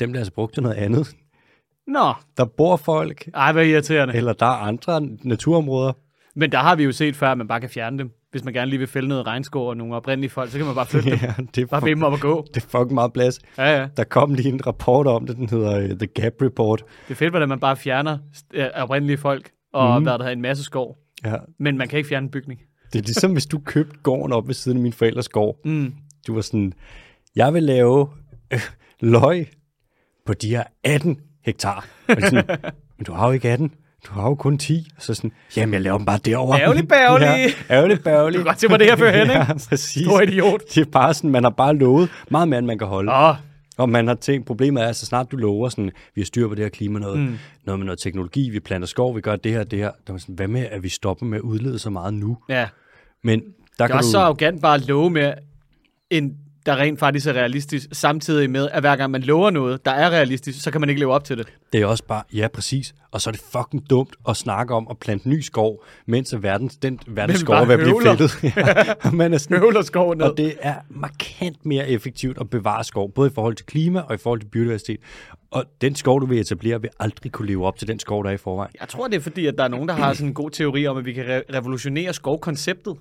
Speaker 1: dem bliver altså brugt til noget andet.
Speaker 2: Nå,
Speaker 1: Der bor folk,
Speaker 2: ej, hvor irriterende.
Speaker 1: eller der er andre naturområder.
Speaker 2: Men der har vi jo set før, at man bare kan fjerne dem. Hvis man gerne lige vil fælde noget regnskov og nogle oprindelige folk, så kan man bare flytte dem.
Speaker 1: Ja, det er,
Speaker 2: Bare bede
Speaker 1: fuck,
Speaker 2: dem om at gå.
Speaker 1: det er fucking meget plads.
Speaker 2: Ja, ja.
Speaker 1: Der kom lige en rapport om det, den hedder øh, The Gap Report.
Speaker 2: Det er fedt, hvordan man bare fjerner øh, oprindelige folk, og mm. der havde en masse skov.
Speaker 1: Ja,
Speaker 2: Men man kan ikke fjerne en bygning.
Speaker 1: det er ligesom, hvis du købte gården op ved siden af min forældres gård.
Speaker 2: Mm.
Speaker 1: Du var sådan, jeg vil lave øh, løg på de her 18 hektar. Og sådan, men du har jo ikke 18, du har jo kun 10. Så sådan, jamen jeg laver dem bare derovre.
Speaker 2: Ærgerlig bærgerlig.
Speaker 1: Ja, ærgerlig bærgerlig.
Speaker 2: Du kan godt se, hvor det her fører hen, ikke?
Speaker 1: Ja, præcis.
Speaker 2: Stor idiot.
Speaker 1: Det er bare sådan, man har bare lovet meget mere, end man kan holde.
Speaker 2: Åh, oh,
Speaker 1: Og man har tænkt, problemet er, at så snart du lover sådan, vi har styr på det her klima noget, mm. noget med noget teknologi, vi planter skov, vi gør det her, det her. Der var sådan, hvad med, at vi stopper med at udlede så meget nu?
Speaker 2: ja.
Speaker 1: Men der
Speaker 2: Det er
Speaker 1: kan
Speaker 2: også
Speaker 1: du...
Speaker 2: så arrogant bare at love med en der rent faktisk er realistisk, samtidig med, at hver gang man lover noget, der er realistisk, så kan man ikke leve op til det.
Speaker 1: Det er også bare, ja præcis, og så er det fucking dumt at snakke om at plante ny skov, mens at verdens, den verdens
Speaker 2: Men
Speaker 1: skov er
Speaker 2: bare
Speaker 1: ved at blive
Speaker 2: høvler.
Speaker 1: fældet. ja, og man er sådan,
Speaker 2: Høvler skoven ned.
Speaker 1: Og det er markant mere effektivt at bevare skov, både i forhold til klima og i forhold til biodiversitet. Og den skov, du vil etablere, vil aldrig kunne leve op til den skov, der er i forvejen.
Speaker 2: Jeg tror, det er fordi, at der er nogen, der har sådan en god teori om, at vi kan re- revolutionere skovkonceptet.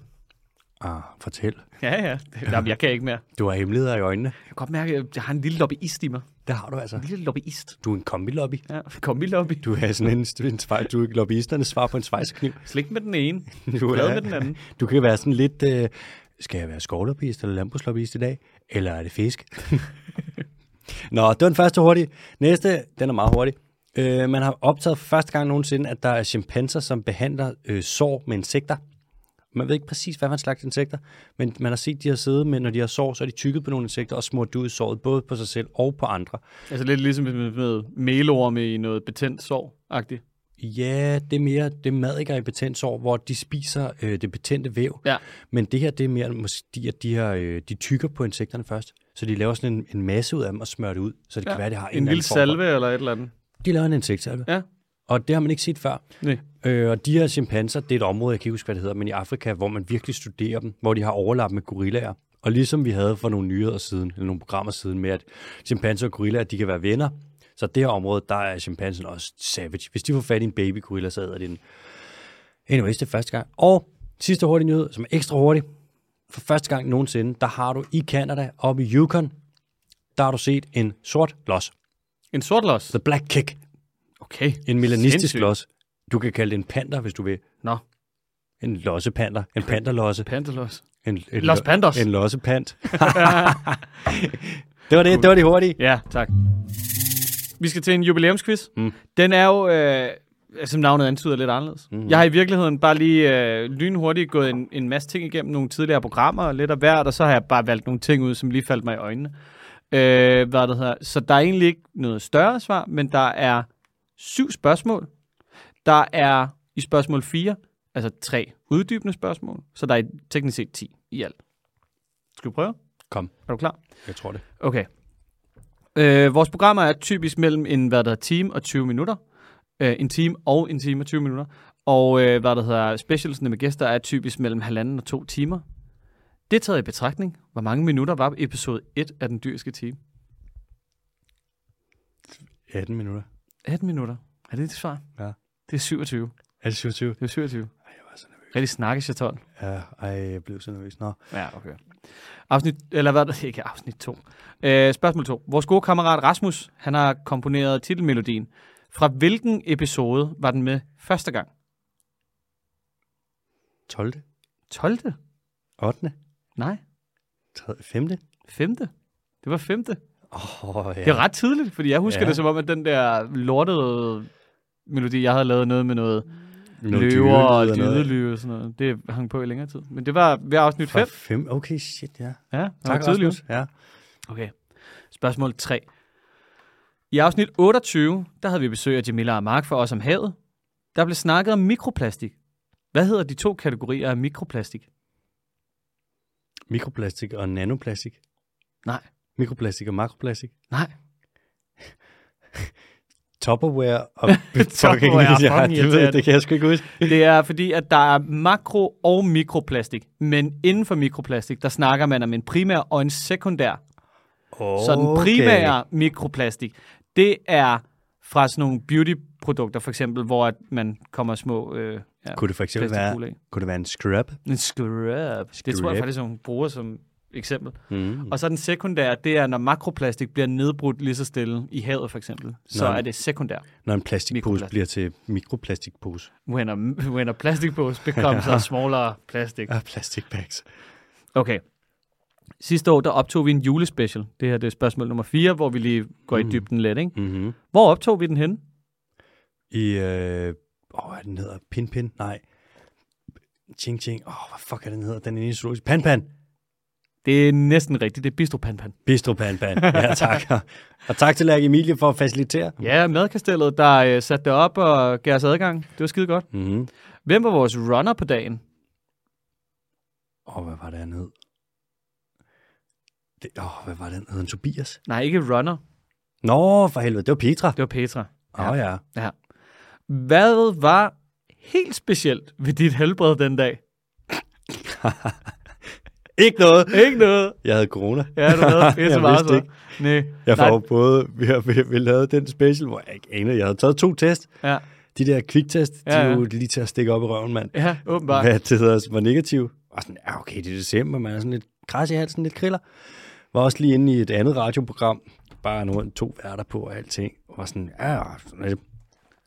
Speaker 1: Ah, fortæl.
Speaker 2: Ja, ja. Det, jamen, jeg kan ikke mere.
Speaker 1: Du har hemmeligheder i øjnene.
Speaker 2: Jeg kan godt mærke, at jeg har en lille lobbyist i mig.
Speaker 1: Det har du altså.
Speaker 2: En lille lobbyist.
Speaker 1: Du er en kombilobby.
Speaker 2: Ja, kom i lobby.
Speaker 1: Du er sådan en, en svej, du er lobbyisternes svar på en svejsekniv.
Speaker 2: Slik med den ene.
Speaker 1: Du
Speaker 2: Glad med den anden.
Speaker 1: Du kan være sådan lidt, øh, skal jeg være skovlobbyist eller landbrugslobbyist i dag? Eller er det fisk? Nå, det var den første hurtige. Næste, den er meget hurtig. Øh, man har optaget for første gang nogensinde, at der er chimpanser, som behandler øh, sår med insekter. Man ved ikke præcis, hvad for en slags insekter, men man har set, de har siddet med, når de har sår, så er de tykket på nogle insekter og smurt det ud i såret, både på sig selv og på andre.
Speaker 2: Altså lidt ligesom med, med melorme i noget betændt sår-agtigt.
Speaker 1: Ja, det er mere det er madikker i betændt sår, hvor de spiser øh, det betændte væv.
Speaker 2: Ja.
Speaker 1: Men det her, det er mere måske, at de, her, øh, de tykker på insekterne først. Så de laver sådan en, en masse ud af dem og smører det ud, så det ja. kan være, det har en,
Speaker 2: en
Speaker 1: eller
Speaker 2: lille
Speaker 1: anden form for-
Speaker 2: salve eller et eller andet.
Speaker 1: De laver en insektsalve.
Speaker 2: Ja.
Speaker 1: Og det har man ikke set før.
Speaker 2: Nej.
Speaker 1: Øh, og de her chimpanser, det er et område, jeg kan ikke huske, hvad det hedder, men i Afrika, hvor man virkelig studerer dem, hvor de har overlap med gorillaer. Og ligesom vi havde for nogle nyheder siden, eller nogle programmer siden, med at chimpanser og gorillaer, de kan være venner, så det her område, der er chimpansen også savage. Hvis de får fat i en baby gorilla, så æder de den. Anyways, det er første gang. Og sidste hurtige nyhed, som er ekstra hurtig. For første gang nogensinde, der har du i Canada, oppe i Yukon, der har du set en sort los.
Speaker 2: En sort los.
Speaker 1: The Black Kick.
Speaker 2: Okay.
Speaker 1: En melanistisk
Speaker 2: Sindssygt.
Speaker 1: los. Du kan kalde det en panter, hvis du vil.
Speaker 2: Nå,
Speaker 1: En lossepanter. En panterlosse.
Speaker 2: pantelos.
Speaker 1: En, en,
Speaker 2: Los Panthers.
Speaker 1: En lossepant. det var det. Det var det hurtige.
Speaker 2: Ja, tak. Vi skal til en jubilæumsquiz. Mm. Den er jo, øh, som navnet antyder, lidt anderledes. Mm. Jeg har i virkeligheden bare lige øh, lynhurtigt gået en, en masse ting igennem nogle tidligere programmer, og lidt af hvert, og så har jeg bare valgt nogle ting ud, som lige faldt mig i øjnene. Øh, hvad det hedder. Så der er egentlig ikke noget større svar, men der er syv spørgsmål. Der er i spørgsmål 4, altså tre uddybende spørgsmål, så der er teknisk set 10 i alt. Skal vi prøve?
Speaker 1: Kom,
Speaker 2: Er du klar?
Speaker 1: jeg tror det.
Speaker 2: Okay. Øh, vores programmer er typisk mellem en, hvad der hedder, time og 20 minutter. Øh, en time og en time og 20 minutter. Og øh, hvad der hedder, specialsene med gæster er typisk mellem halvanden og to timer. Det taget i betragtning, hvor mange minutter var episode 1 af Den Dyrske Time?
Speaker 1: 18 minutter.
Speaker 2: 18 minutter. Er det dit svar?
Speaker 1: Ja.
Speaker 2: Det er 27.
Speaker 1: Er det 27?
Speaker 2: Det er 27.
Speaker 1: Ej, jeg var så nervøs.
Speaker 2: Rigtig snakke, chaton.
Speaker 1: Ja, ej, jeg blev så nervøs. Nå.
Speaker 2: Ja, okay. Afsnit, eller hvad er det? Ikke afsnit 2. Øh, spørgsmål 2. Vores gode kammerat Rasmus, han har komponeret titelmelodien. Fra hvilken episode var den med første gang?
Speaker 1: 12.
Speaker 2: 12.
Speaker 1: 8.
Speaker 2: Nej,
Speaker 1: 3. 5.
Speaker 2: 5. Det var 5. Ja.
Speaker 1: Åh, oh, ja.
Speaker 2: Det er ret tidligt, fordi jeg husker
Speaker 1: Ja.
Speaker 2: ja. det som om, at den der lortede melodi, jeg havde lavet noget med noget
Speaker 1: Nogle
Speaker 2: løver og
Speaker 1: dyrelyde noget.
Speaker 2: dydelyve og sådan noget, det hang på i længere tid. Men det var ved afsnit 5.
Speaker 1: Fra fem. Okay, shit, ja.
Speaker 2: Ja, det var
Speaker 1: Tak,
Speaker 2: tidligt.
Speaker 1: Rasmus. Ja.
Speaker 2: Okay. Spørgsmål 3. I afsnit 28, der havde vi besøg af Jamila og Mark for os om havet. Der blev snakket om mikroplastik. Hvad hedder de to kategorier af mikroplastik?
Speaker 1: Mikroplastik og nanoplastik.
Speaker 2: Nej.
Speaker 1: Mikroplastik og makroplastik.
Speaker 2: Nej.
Speaker 1: Tupperware og fucking...
Speaker 2: Tupperware er
Speaker 1: ja,
Speaker 2: fucking
Speaker 1: det, ved, jeg- det kan jeg sgu ikke huske.
Speaker 2: Det er fordi, at der er makro- og mikroplastik. Men inden for mikroplastik, der snakker man om en primær og en sekundær.
Speaker 1: Okay.
Speaker 2: Så den primære mikroplastik, det er fra sådan nogle beautyprodukter, for eksempel, hvor at man kommer små... Øh, ja,
Speaker 1: Kunne det for eksempel
Speaker 2: plastikkugle
Speaker 1: være,
Speaker 2: af.
Speaker 1: kunne det være en scrub?
Speaker 2: En scrub. Det tror
Speaker 1: Scrub.
Speaker 2: jeg faktisk, hun bruger som eksempel.
Speaker 1: Mm.
Speaker 2: Og så den sekundære, det er, når makroplastik bliver nedbrudt lige så stille i havet for eksempel, så
Speaker 1: Nå.
Speaker 2: er det sekundær.
Speaker 1: Når en plastikpose
Speaker 2: Mikroplastik.
Speaker 1: bliver til mikroplastikpose.
Speaker 2: When a, when a plastic pose becomes a smaller plastic.
Speaker 1: Ah, plastikbags.
Speaker 2: Okay. Sidste år, der optog vi en julespecial. Det her det er spørgsmål nummer 4, hvor vi lige går
Speaker 1: Mm.
Speaker 2: i dybden lidt. Ikke?
Speaker 1: Mm-hmm.
Speaker 2: Hvor optog vi den henne?
Speaker 1: I, øh, åh, hvad er den hedder? Pin Pin? Nej. Ching Ching. Åh, hvad fuck er den hedder? Den ene i zoologisk. Pan Pan.
Speaker 2: Det er næsten rigtigt. Det er Bistro Pan Pan.
Speaker 1: Bistro Pan Pan. Ja, tak. og tak til Lærke Emilie for at facilitere.
Speaker 2: Ja, madkastellet, der øh, satte det op og gav os adgang. Det var skide godt.
Speaker 1: Mm-hmm.
Speaker 2: Hvem var vores runner på dagen?
Speaker 1: Og hvad var det, han hed? det, åh, hvad var den? Hed han Tobias?
Speaker 2: Nej, ikke Runner.
Speaker 1: Nå, for helvede, det var Petra.
Speaker 2: Det var Petra.
Speaker 1: Åh oh, ja.
Speaker 2: Ja. Hvad var helt specielt ved dit helbred den dag?
Speaker 1: Ikke noget.
Speaker 2: Ikke noget.
Speaker 1: Jeg havde corona.
Speaker 2: Ja, du havde pisse
Speaker 1: Jeg
Speaker 2: meget
Speaker 1: vidste
Speaker 2: så.
Speaker 1: ikke.
Speaker 2: Nej.
Speaker 1: Jeg
Speaker 2: Nej.
Speaker 1: får jo både, vi, har, vi, vi lavede den special, hvor jeg ikke anede, jeg havde taget to test.
Speaker 2: Ja.
Speaker 1: De der kviktest, ja,
Speaker 2: Ja,
Speaker 1: de er
Speaker 2: ja.
Speaker 1: jo lige til at stikke op i røven, mand.
Speaker 2: ja, åbenbart.
Speaker 1: Hvad det hedder, var negativ. Og sådan, ja, okay, det er december, man er sådan lidt kras i halsen, lidt kriller. Var også lige inde i et andet radioprogram, bare nogle to værter på og alting. Og var sådan, ja, sådan lidt,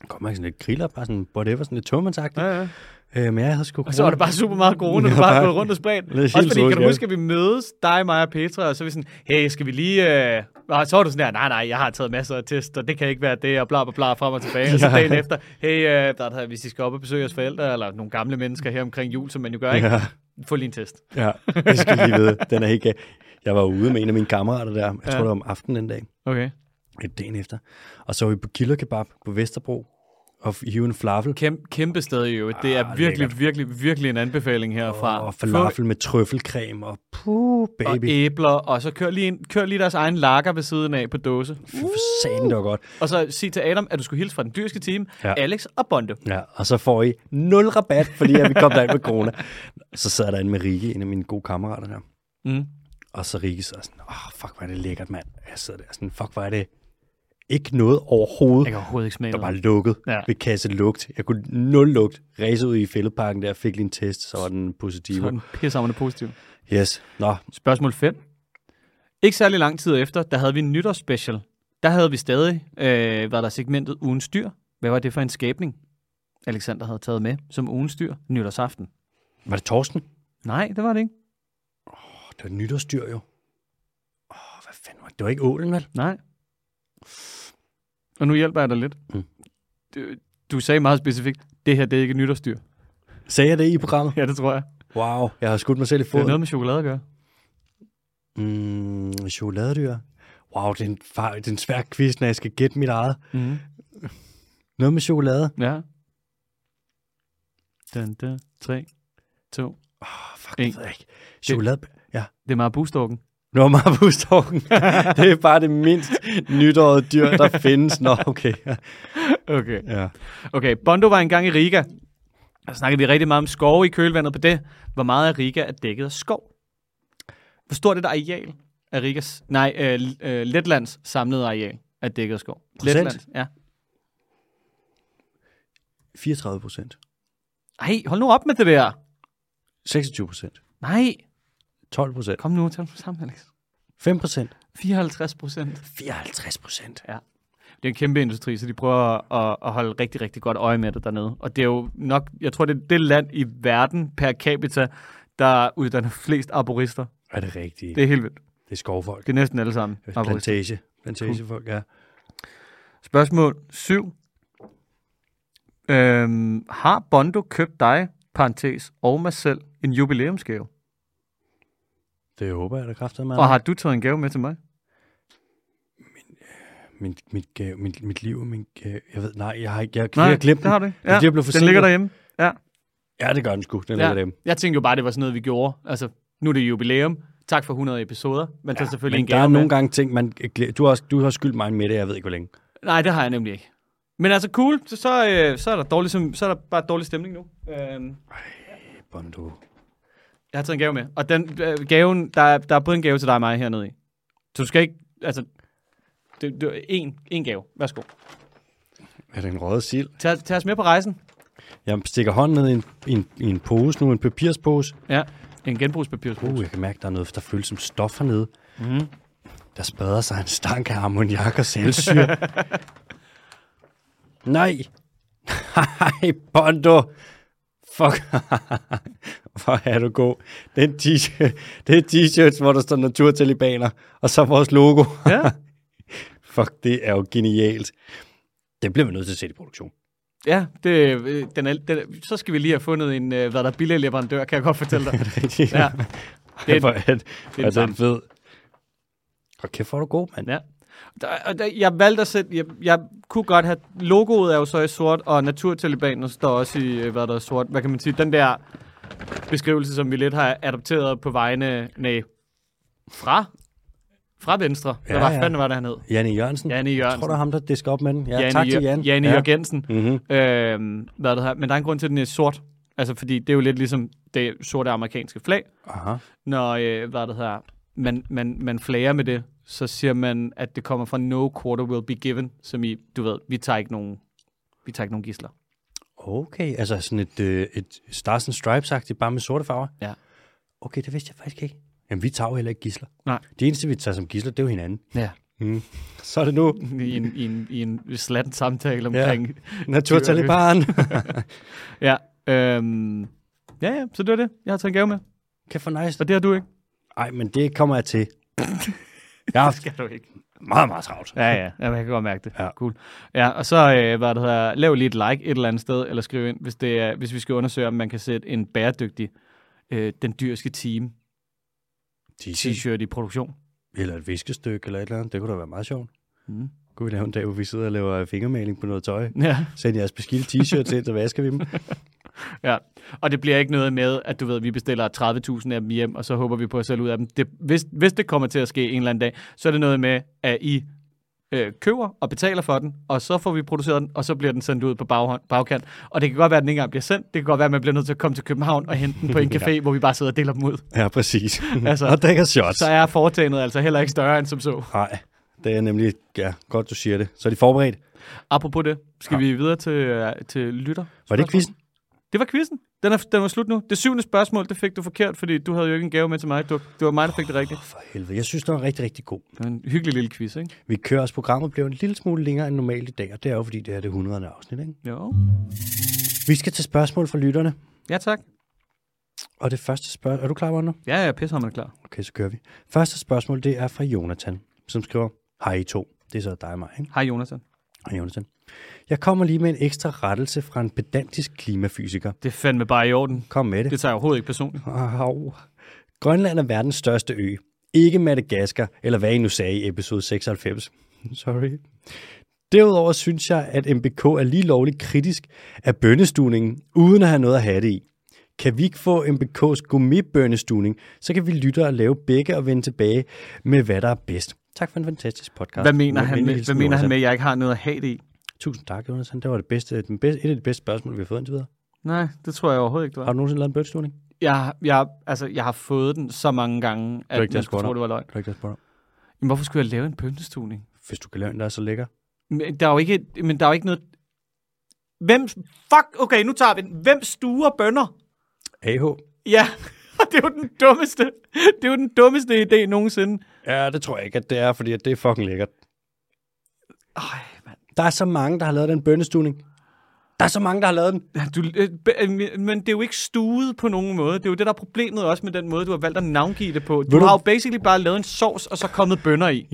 Speaker 1: kommer ikke sådan lidt kriller, bare sådan, whatever, sådan lidt tømmermandsagtigt.
Speaker 2: Ja, ja.
Speaker 1: Øh, men jeg havde sgu
Speaker 2: Og så var det bare super meget corona,
Speaker 1: Ja,
Speaker 2: ja, bare
Speaker 1: bare-
Speaker 2: gået rundt og spredt.
Speaker 1: Det er helt
Speaker 2: Også fordi, kan
Speaker 1: sort,
Speaker 2: du
Speaker 1: ja.
Speaker 2: huske, at vi mødes, dig, mig og Petra, og så er vi sådan, hey, skal vi lige... Øh... Og så var du sådan der, nej, nej, jeg har taget masser af test, og det kan ikke være det, og bla, bla, bla, frem og tilbage. Og så
Speaker 1: Ja.
Speaker 2: dagen efter, hey, øh, der, der, hvis I skal op og besøge jeres forældre, eller nogle gamle mennesker her omkring jul, som man jo gør, ikke?
Speaker 1: Ja.
Speaker 2: Få lige en test.
Speaker 1: Ja, det skal I lige vide. Den er helt gal. Jeg var ude med en af mine kammerater der, jeg tror det var om aftenen den dag,
Speaker 2: Okay.
Speaker 1: et dagen efter. Og så var vi på Killer Kebab på Vesterbro og f- hive en flaffel
Speaker 2: Kæmpe, kæmpe sted jo. Det er
Speaker 1: Ah,
Speaker 2: virkelig,
Speaker 1: lækkert.
Speaker 2: virkelig, virkelig en anbefaling herfra.
Speaker 1: og
Speaker 2: Få-
Speaker 1: falafel med trøffelcreme og puh,
Speaker 2: og
Speaker 1: baby.
Speaker 2: æbler, og så kør lige, en, kør lige deres egen lakker ved siden af på dåse.
Speaker 1: For satan, det var godt.
Speaker 2: Og så sig til Adam, at du skulle hilse fra den dyrske team, ja.
Speaker 1: Ja.
Speaker 2: Alex og Bondo.
Speaker 1: Ja, og så får I nul rabat, fordi at vi kom derind med corona. Så sad jeg derinde med Rikke, en af mine gode kammerater der.
Speaker 2: Mm.
Speaker 1: Og så Rikke så sådan, åh, oh, fuck, hvor er det lækkert, mand. Jeg sidder der sådan, fuck, hvor er det ikke noget overhovedet.
Speaker 2: Jeg kan overhovedet ikke smage
Speaker 1: der var
Speaker 2: noget.
Speaker 1: lukket
Speaker 2: Ja.
Speaker 1: ja. ved kasse lugt. Jeg kunne nul lugt. Ræse ud i fældeparken der, fik lige en test, så var den positiv.
Speaker 2: Sådan pissehammerende positiv.
Speaker 1: Yes. Nå,
Speaker 2: Spørgsmål 5. Ikke særlig lang tid efter, der havde vi en nytårsspecial. Der havde vi stadig, øh, var der segmentet ugens dyr. Hvad var det for en skæbning, Alexander havde taget med som ugens dyr nytårsaften?
Speaker 1: var det Torsten?
Speaker 2: Nej, det var det ikke.
Speaker 1: Oh, det var et nytårsdyr jo. Åh, oh, hvad fanden var det? Det var ikke ålen, vel?
Speaker 2: Nej. Og nu hjælper jeg dig lidt.
Speaker 1: Mm.
Speaker 2: Du, du sagde meget specifikt, det her det er ikke et nytårsdyr.
Speaker 1: Sagde jeg det i programmet?
Speaker 2: Ja, det tror jeg.
Speaker 1: Wow, jeg har skudt mig selv i
Speaker 2: Det er
Speaker 1: foden.
Speaker 2: noget med chokolade at gøre.
Speaker 1: Mm, chokoladedyr. Wow, det er, en, far, det er en svær quiz, når jeg skal gætte mit eget.
Speaker 2: Mm.
Speaker 1: Noget med chokolade.
Speaker 2: Ja. Den der, 3, 2.
Speaker 1: Åh, oh, fuck,
Speaker 2: En.
Speaker 1: det ved jeg ikke. Chokolade... Ja.
Speaker 2: Det er Marabustorken.
Speaker 1: Nå, Marabustorken. det er bare det mindst nytårede dyr, der findes. Nå, okay.
Speaker 2: Okay.
Speaker 1: Ja.
Speaker 2: Okay, Bondo var engang i Riga. Der snakkede vi rigtig meget om skove i kølvandet på det. Hvor meget af Riga er dækket af skov? Hvor stort er det areal af Rigas, nej, øh, L- øh, Letlands samlede areal er dækket af skov?
Speaker 1: Procent?
Speaker 2: ja.
Speaker 1: 34 procent.
Speaker 2: Ej, hold nu op med det der.
Speaker 1: 26 procent.
Speaker 2: Nej,
Speaker 1: 12 procent.
Speaker 2: kom nu, tag dem sammen, Alex.
Speaker 1: 5 procent.
Speaker 2: 54 procent.
Speaker 1: 54 procent.
Speaker 2: Det er en kæmpe industri, så de prøver at, at holde rigtig, rigtig godt øje med det dernede. Og det er jo nok, jeg tror, det er det land i verden per capita, der uddanner flest arborister.
Speaker 1: Er det rigtigt?
Speaker 2: Det
Speaker 1: Det,
Speaker 2: er helt vildt.
Speaker 1: det er skovfolk.
Speaker 2: Det er næsten alle sammen arborister.
Speaker 1: Plantage. Plantagefolk, ja.
Speaker 2: Spørgsmål 7. Øhm, har Bondo købt dig, parentes, og mig selv, en jubilæumsgave?
Speaker 1: Det håber jeg, der kræfter mig.
Speaker 2: Og har du taget en gave med til mig?
Speaker 1: Min, mit, gave, mit, mit liv, min gave. Jeg ved, nej, jeg har ikke. Jeg,
Speaker 2: Nej,
Speaker 1: jeg har glemt
Speaker 2: det har du ikke. Ja,
Speaker 1: Fordi jeg blev
Speaker 2: den
Speaker 1: forsinket.
Speaker 2: ligger derhjemme. Ja.
Speaker 1: Ja, det gør den sgu. Den
Speaker 2: Ja.
Speaker 1: ja. dem.
Speaker 2: Jeg tænkte jo bare, det var sådan noget, vi gjorde. Altså, nu er det jubilæum. Tak for 100 episoder. Man tager selvfølgelig en
Speaker 1: Men der
Speaker 2: gave
Speaker 1: er
Speaker 2: med.
Speaker 1: nogle gange ting, man glemmer. Du har, også- du har skyldt mig en middag, jeg ved ikke, hvor længe.
Speaker 2: Nej, det har jeg nemlig ikke. Men altså cool, så, så, øh, så, er, der dårlig, som- så er der bare dårlig stemning nu. Øhm,
Speaker 1: Bondo.
Speaker 2: jeg har taget en gave med. Og den øh, gaven, der, er- der er både en gave til dig og mig hernede i. Så du skal ikke, altså, det, det er en, en gave. Værsgo.
Speaker 1: Er det en rød sild?
Speaker 2: Tag, tag os med på rejsen.
Speaker 1: Jeg stikker hånden ned i en, i en, i en pose nu, en papirspose.
Speaker 2: Ja, en genbrugspapirspose.
Speaker 1: Uh, jeg kan mærke, der er noget, der føles som stof hernede. Mm. Der spreder sig en stank af ammoniak og salsyre. Nej. Nej, Bondo. Fuck. Hvor er du god. Det er, t-shirt, det er t-shirts, hvor der står naturtalibaner, og så vores logo.
Speaker 2: Ja,
Speaker 1: Fuck, det er jo genialt. Det bliver vi nødt til at sætte i produktion.
Speaker 2: ja det, øh, den er, den, er- så skal vi lige have fundet en, øh, hvad der er billig leverandør, kan jeg godt fortælle dig. Ja. Det er-
Speaker 1: Det, hvor er, det,
Speaker 2: den
Speaker 1: er
Speaker 2: samme.
Speaker 1: den fed. Og kæft, hvor er du god, mand.
Speaker 2: Ja. Der, og der, jeg valgte at sætte, jeg, jeg kunne godt have, logoet er jo så i sort, og naturtalibanen står også i, øh, hvad der er sort, hvad kan man sige, den der beskrivelse, som vi lidt har adopteret på vegne, nej, fra fra Venstre. Ja,
Speaker 1: Ja,
Speaker 2: Hvad
Speaker 1: ja.
Speaker 2: fanden var det, han hed?
Speaker 1: Janne Jørgensen.
Speaker 2: Janne
Speaker 1: Jeg
Speaker 2: Jørgensen.
Speaker 1: tror, det er ham, der disker op med den. Ja,
Speaker 2: Janne,
Speaker 1: tak til
Speaker 2: Jør-
Speaker 1: Jan.
Speaker 2: Janne
Speaker 1: ja.
Speaker 2: Jørgensen.
Speaker 1: Mm-hmm.
Speaker 2: Øhm, hvad er det her? Men der er en grund til, at den er sort. Altså, fordi det er jo lidt ligesom det sorte amerikanske flag.
Speaker 1: Aha.
Speaker 2: Når, øh, hvad er det her? Man, man, man flager med det, så siger man, at det kommer fra no quarter will be given, som i, du ved, vi tager ikke nogen, vi tager ikke nogen gisler.
Speaker 1: Okay, altså sådan et, øh, et Stars and Stripes-agtigt, bare med sorte farver?
Speaker 2: Ja.
Speaker 1: Okay, det vidste jeg faktisk ikke. Jamen, vi tager jo heller ikke gisler.
Speaker 2: Nej.
Speaker 1: Det eneste, vi tager som gisler, det er jo hinanden.
Speaker 2: Ja.
Speaker 1: Mm. Så er det nu
Speaker 2: I en, i en, i en slatten samtale omkring,
Speaker 1: naturtaliban.
Speaker 2: ja. ja øhm, ja, ja, så det er det. Jeg har taget en gave med,
Speaker 1: kan fornøjes.
Speaker 2: og det har du ikke.
Speaker 1: Nej, men det kommer jeg til. Jeg har haft
Speaker 2: skal du ikke.
Speaker 1: meget, meget travlt.
Speaker 2: Ja, ja, Jamen, jeg kan godt mærke det.
Speaker 1: Ja.
Speaker 2: Cool. Ja, og så, øh, hvad det hedder, lav lige et like et eller andet sted, eller skriv ind, hvis, det er, hvis vi skal undersøge, om man kan sætte en bæredygtig, øh, den dyrske team
Speaker 1: T-shirt.
Speaker 2: t-shirt i produktion.
Speaker 1: Eller et viskestykke eller et eller andet. Det kunne da være meget sjovt.
Speaker 2: Mm.
Speaker 1: Kunne vi lave en dag, hvor vi sidder og laver fingermaling på noget tøj?
Speaker 2: Ja,
Speaker 1: Send jeres beskidte t-shirts ind, så vasker vi dem.
Speaker 2: ja. Og det bliver ikke noget med, at du ved, vi bestiller 30.000 af dem hjem, og så håber vi på at sælge ud af dem. Det, hvis, hvis det kommer til at ske en eller anden dag, så er det noget med, at I øh, køber og betaler for den, og så får vi produceret den, og så bliver den sendt ud på baghånd, bagkant. Og det kan godt være, at den ikke engang bliver sendt. Det kan godt være, at man bliver nødt til at komme til København og hente den på en café, ja. hvor vi bare sidder og deler dem ud.
Speaker 1: Ja, præcis.
Speaker 2: Altså,
Speaker 1: Altså, og drikker shots.
Speaker 2: så er foretagendet altså heller ikke større end som så.
Speaker 1: Nej, det er nemlig, ja, godt du siger det. Så er de forberedt.
Speaker 2: Apropos det, skal ja. vi videre til, øh, til lytter?
Speaker 1: Var det quizzen?
Speaker 2: Det var quizzen. Den er, den var slut nu. Det syvende spørgsmål, det fik du forkert, fordi du havde jo ikke en gave med til mig. Du, det var mig, der fik det rigtigt.
Speaker 1: Åh, for helvede. Jeg synes, det var rigtig, rigtig god.
Speaker 2: Det var en hyggelig lille quiz, ikke?
Speaker 1: Vi kører også programmet blev en lille smule længere end normalt i dag, og det er jo fordi, det er det 100. afsnit. Ikke?
Speaker 2: Jo.
Speaker 1: Vi skal tage spørgsmål fra lytterne,
Speaker 2: Ja, tak.
Speaker 1: og det første spørgsmål... Er du klar, Wanda?
Speaker 2: Ja, ja, pisse ham er klar.
Speaker 1: Okay, så kører vi. Første spørgsmål, det er fra Jonathan, som skriver, Hej I to. Det er så dig og mig, ikke?
Speaker 2: Hej, Jonathan.
Speaker 1: Hej Jonathan. Jeg kommer lige med en ekstra rettelse fra en pedantisk klimafysiker.
Speaker 2: Det er fandme bare i orden.
Speaker 1: Kom med det.
Speaker 2: Det tager jeg overhovedet ikke personligt.
Speaker 1: Au. Grønland er verdens største ø. Ikke Madagaskar, eller hvad I nu sagde i episode 96. Sorry. Derudover synes jeg, at MBK er lige lovligt kritisk af bønnestuningen, uden at have noget at have det i. Kan vi ikke få MBK's gummibønnestuning, så kan vi lytte og lave begge og vende tilbage med, hvad der er bedst. Tak for en fantastisk podcast.
Speaker 2: Hvad mener han med,
Speaker 1: hilsen,
Speaker 2: hvad mener han
Speaker 1: Jonathan.
Speaker 2: med at jeg ikke har noget at have det i?
Speaker 1: Tusind tak, Jonathan. Det var det bedste, den bedste, et af de bedste spørgsmål, vi har fået indtil videre.
Speaker 2: Nej, det tror jeg overhovedet ikke, det
Speaker 1: Har
Speaker 2: var.
Speaker 1: du nogensinde lavet en bønnestuning? Det
Speaker 2: Jeg, jeg, altså, jeg har fået den så mange gange, at
Speaker 1: var ikke det,
Speaker 2: man
Speaker 1: jeg
Speaker 2: skulle
Speaker 1: spurgte
Speaker 2: tro,
Speaker 1: om.
Speaker 2: det var løgn.
Speaker 1: er ikke, jeg spurgte om.
Speaker 2: Men hvorfor skulle jeg lave en pyntestuning?
Speaker 1: Hvis du kan lave en, der er så lækker.
Speaker 2: Men der er jo ikke, men der er jo ikke noget... Hvem... Fuck, okay, nu tager vi den. Hvem stuer bønder?
Speaker 1: AH.
Speaker 2: Ja, og det er jo den dummeste, det er jo den dummeste idé nogensinde.
Speaker 1: Ja, det tror jeg ikke, at det er, fordi at det er fucking lækkert.
Speaker 2: Ej, mand.
Speaker 1: Der er så mange, der har lavet den bønnestuning. Der er så mange, der har lavet den.
Speaker 2: Ja, Du, øh, b- øh, men det er jo ikke stuet på nogen måde. Det er jo det, der er problemet også med den måde, du har valgt at navngive det på. Du
Speaker 1: Ved du-
Speaker 2: har jo basically bare lavet en sovs, og så kommet bønder i.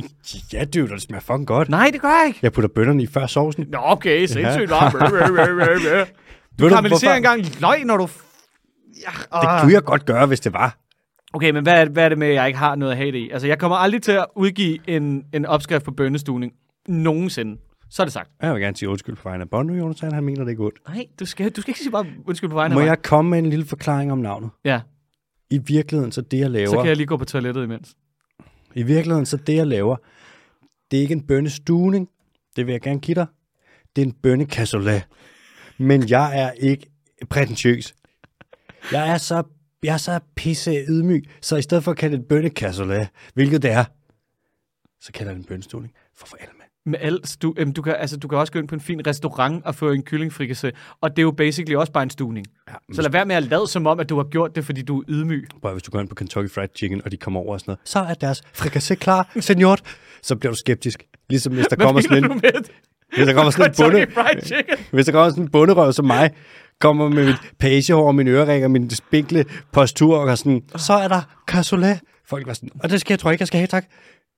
Speaker 1: Ja, dude, det smager fucking godt.
Speaker 2: Nej, det gør jeg ikke.
Speaker 1: Jeg putter bønnerne i før sovsen.
Speaker 2: Nå, okay, sindssygt. Ja.
Speaker 1: Ved
Speaker 2: Du
Speaker 1: du,
Speaker 2: karamelliserer
Speaker 1: hvorfor-
Speaker 2: engang løg, når du... Ja,
Speaker 1: Det
Speaker 2: ah.
Speaker 1: kunne jeg godt gøre, hvis det var.
Speaker 2: Okay, men hvad er, hvad er det med, at jeg ikke har noget at have det i? Altså, jeg kommer aldrig til at udgive en, en opskrift på bønnestuning. Nogensinde. Så er det sagt.
Speaker 1: Jeg vil gerne sige undskyld på vegne af Bondo, Jonathan. Han mener det ikke ondt.
Speaker 2: Nej, du skal, du skal ikke sige bare undskyld på vegne
Speaker 1: Må
Speaker 2: af mig.
Speaker 1: jeg komme med en lille forklaring om navnet?
Speaker 2: Ja,
Speaker 1: I virkeligheden, så det jeg laver...
Speaker 2: så kan jeg lige gå på toilettet imens.
Speaker 1: I virkeligheden, så det jeg laver, det er ikke en bønnestuning. Det vil jeg gerne give dig. Det er en bønnekassolet. Men jeg er ikke prætentiøs. Jeg er så, jeg er så pisse ydmyg, så i stedet for at kalde det en bønnekassolet, hvilket det er, så kalder jeg det en bønnestuning. For for alme.
Speaker 2: Med alt, du, øhm, du, kan, altså, du kan også gå ind på en fin restaurant og få en kyllingfrikassé, og det er jo basically også bare en stuning.
Speaker 1: Ja,
Speaker 2: Så lad være med at lade som om, at du har gjort det, fordi du er ydmyg.
Speaker 1: Prøv, at hvis du går ind på Kentucky Fried Chicken, og de kommer over og sådan noget, så er deres frikassé klar, senior. Så bliver du skeptisk. Ligesom hvis der kommer
Speaker 2: Hvad mener
Speaker 1: sådan
Speaker 2: du
Speaker 1: en,
Speaker 2: med det?
Speaker 1: hvis der kommer sådan en bunde,
Speaker 2: Kentucky Fried Chicken.
Speaker 1: Hvis der kommer sådan en bunderøv som mig, kommer med mit pagehår og mine øreringer, min spinkle postur og er sådan, så er der cassoulet. Folk var sådan, og det skal jeg, tror jeg ikke, jeg skal have, tak.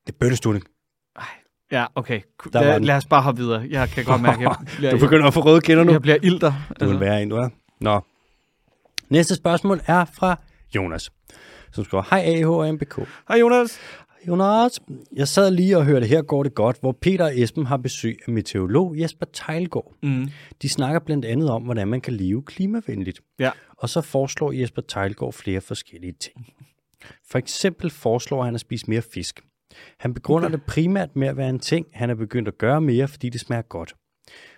Speaker 1: Det er bønnestuning.
Speaker 2: Ja, okay. Ku-
Speaker 1: Der var
Speaker 2: Lad,
Speaker 1: den.
Speaker 2: lad os bare hoppe videre. Jeg kan godt mærke, at jeg bliver,
Speaker 1: Du begynder at få røde kinder nu.
Speaker 2: jeg bliver ilter.
Speaker 1: Du vil være en, du er. Nå. Næste spørgsmål er fra Jonas, som skriver, hej AH og MBK.
Speaker 2: Hej Jonas.
Speaker 1: Jonas, jeg sad lige og hørte Her går det godt, hvor Peter og Esben har besøg af meteorolog Jesper Tejlgaard.
Speaker 2: Mm.
Speaker 1: De snakker blandt andet om, hvordan man kan leve klimavenligt.
Speaker 2: Ja.
Speaker 1: Og så foreslår Jesper Tejlgaard flere forskellige ting. For eksempel foreslår han at spise mere fisk. Han begrunder det primært med at være en ting, han er begyndt at gøre mere, fordi det smager godt.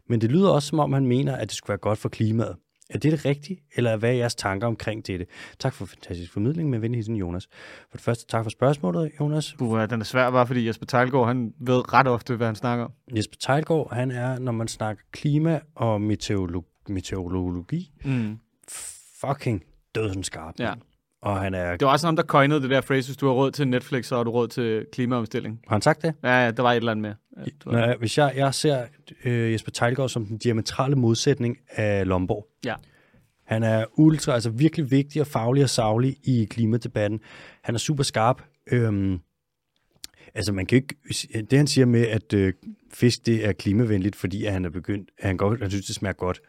Speaker 1: Men det lyder også, som om han mener, at det skulle være godt for klimaet. Er det rigtigt, eller hvad er jeres tanker omkring dette? Tak for fantastisk formidling med venligheden, Jonas. For det første, tak for spørgsmålet, Jonas.
Speaker 2: Buh, den er svær bare, fordi Jesper Tejlgaard, han ved ret ofte, hvad han snakker om.
Speaker 1: Jesper Tejlgaard, han er, når man snakker klima og meteorolo- meteorologi,
Speaker 2: Mm.
Speaker 1: fucking dødenskarp.
Speaker 2: Ja.
Speaker 1: Og han er...
Speaker 2: Det var også ham, der coinede det der phrase, hvis du har råd til Netflix, så har du råd til klimaomstilling.
Speaker 1: Har han sagt det?
Speaker 2: Ja, ja, der var et eller andet med. Ja, det var-
Speaker 1: Nej, hvis jeg, jeg ser øh, Jesper Tejlgaard som den diametrale modsætning af Lomborg.
Speaker 2: Ja.
Speaker 1: Han er ultra, altså virkelig vigtig og faglig og savlig i klimadebatten. Han er super skarp. Øhm, altså man kan jo ikke, det han siger med, at øh, fisk det er klimavenligt, fordi at han er begyndt, at han, godt, han synes, det smager godt.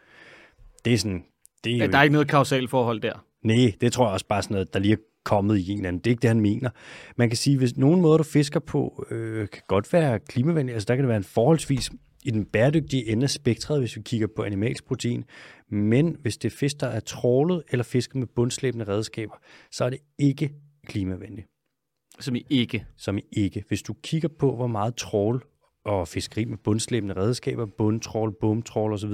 Speaker 1: Det er sådan, det er jo
Speaker 2: Ja,
Speaker 1: ikke-
Speaker 2: der er ikke noget kausalt forhold der.
Speaker 1: Nej, det tror jeg også bare sådan noget, der lige er kommet i en eller anden. Det er ikke det, han mener. Man kan sige, hvis nogen måder, du fisker på, øh, kan godt være klimavenlig. Altså der kan det være en forholdsvis i den bæredygtige ende af spektret, hvis vi kigger på animalsk protein. Men hvis det er fisk, der er trålet eller fisket med bundslæbende redskaber, så er det ikke klimavenligt.
Speaker 2: Som I ikke.
Speaker 1: Som i ikke. Hvis du kigger på, hvor meget trål og fiskeri med bundslæbende redskaber, bundtrål, bumtrål osv.,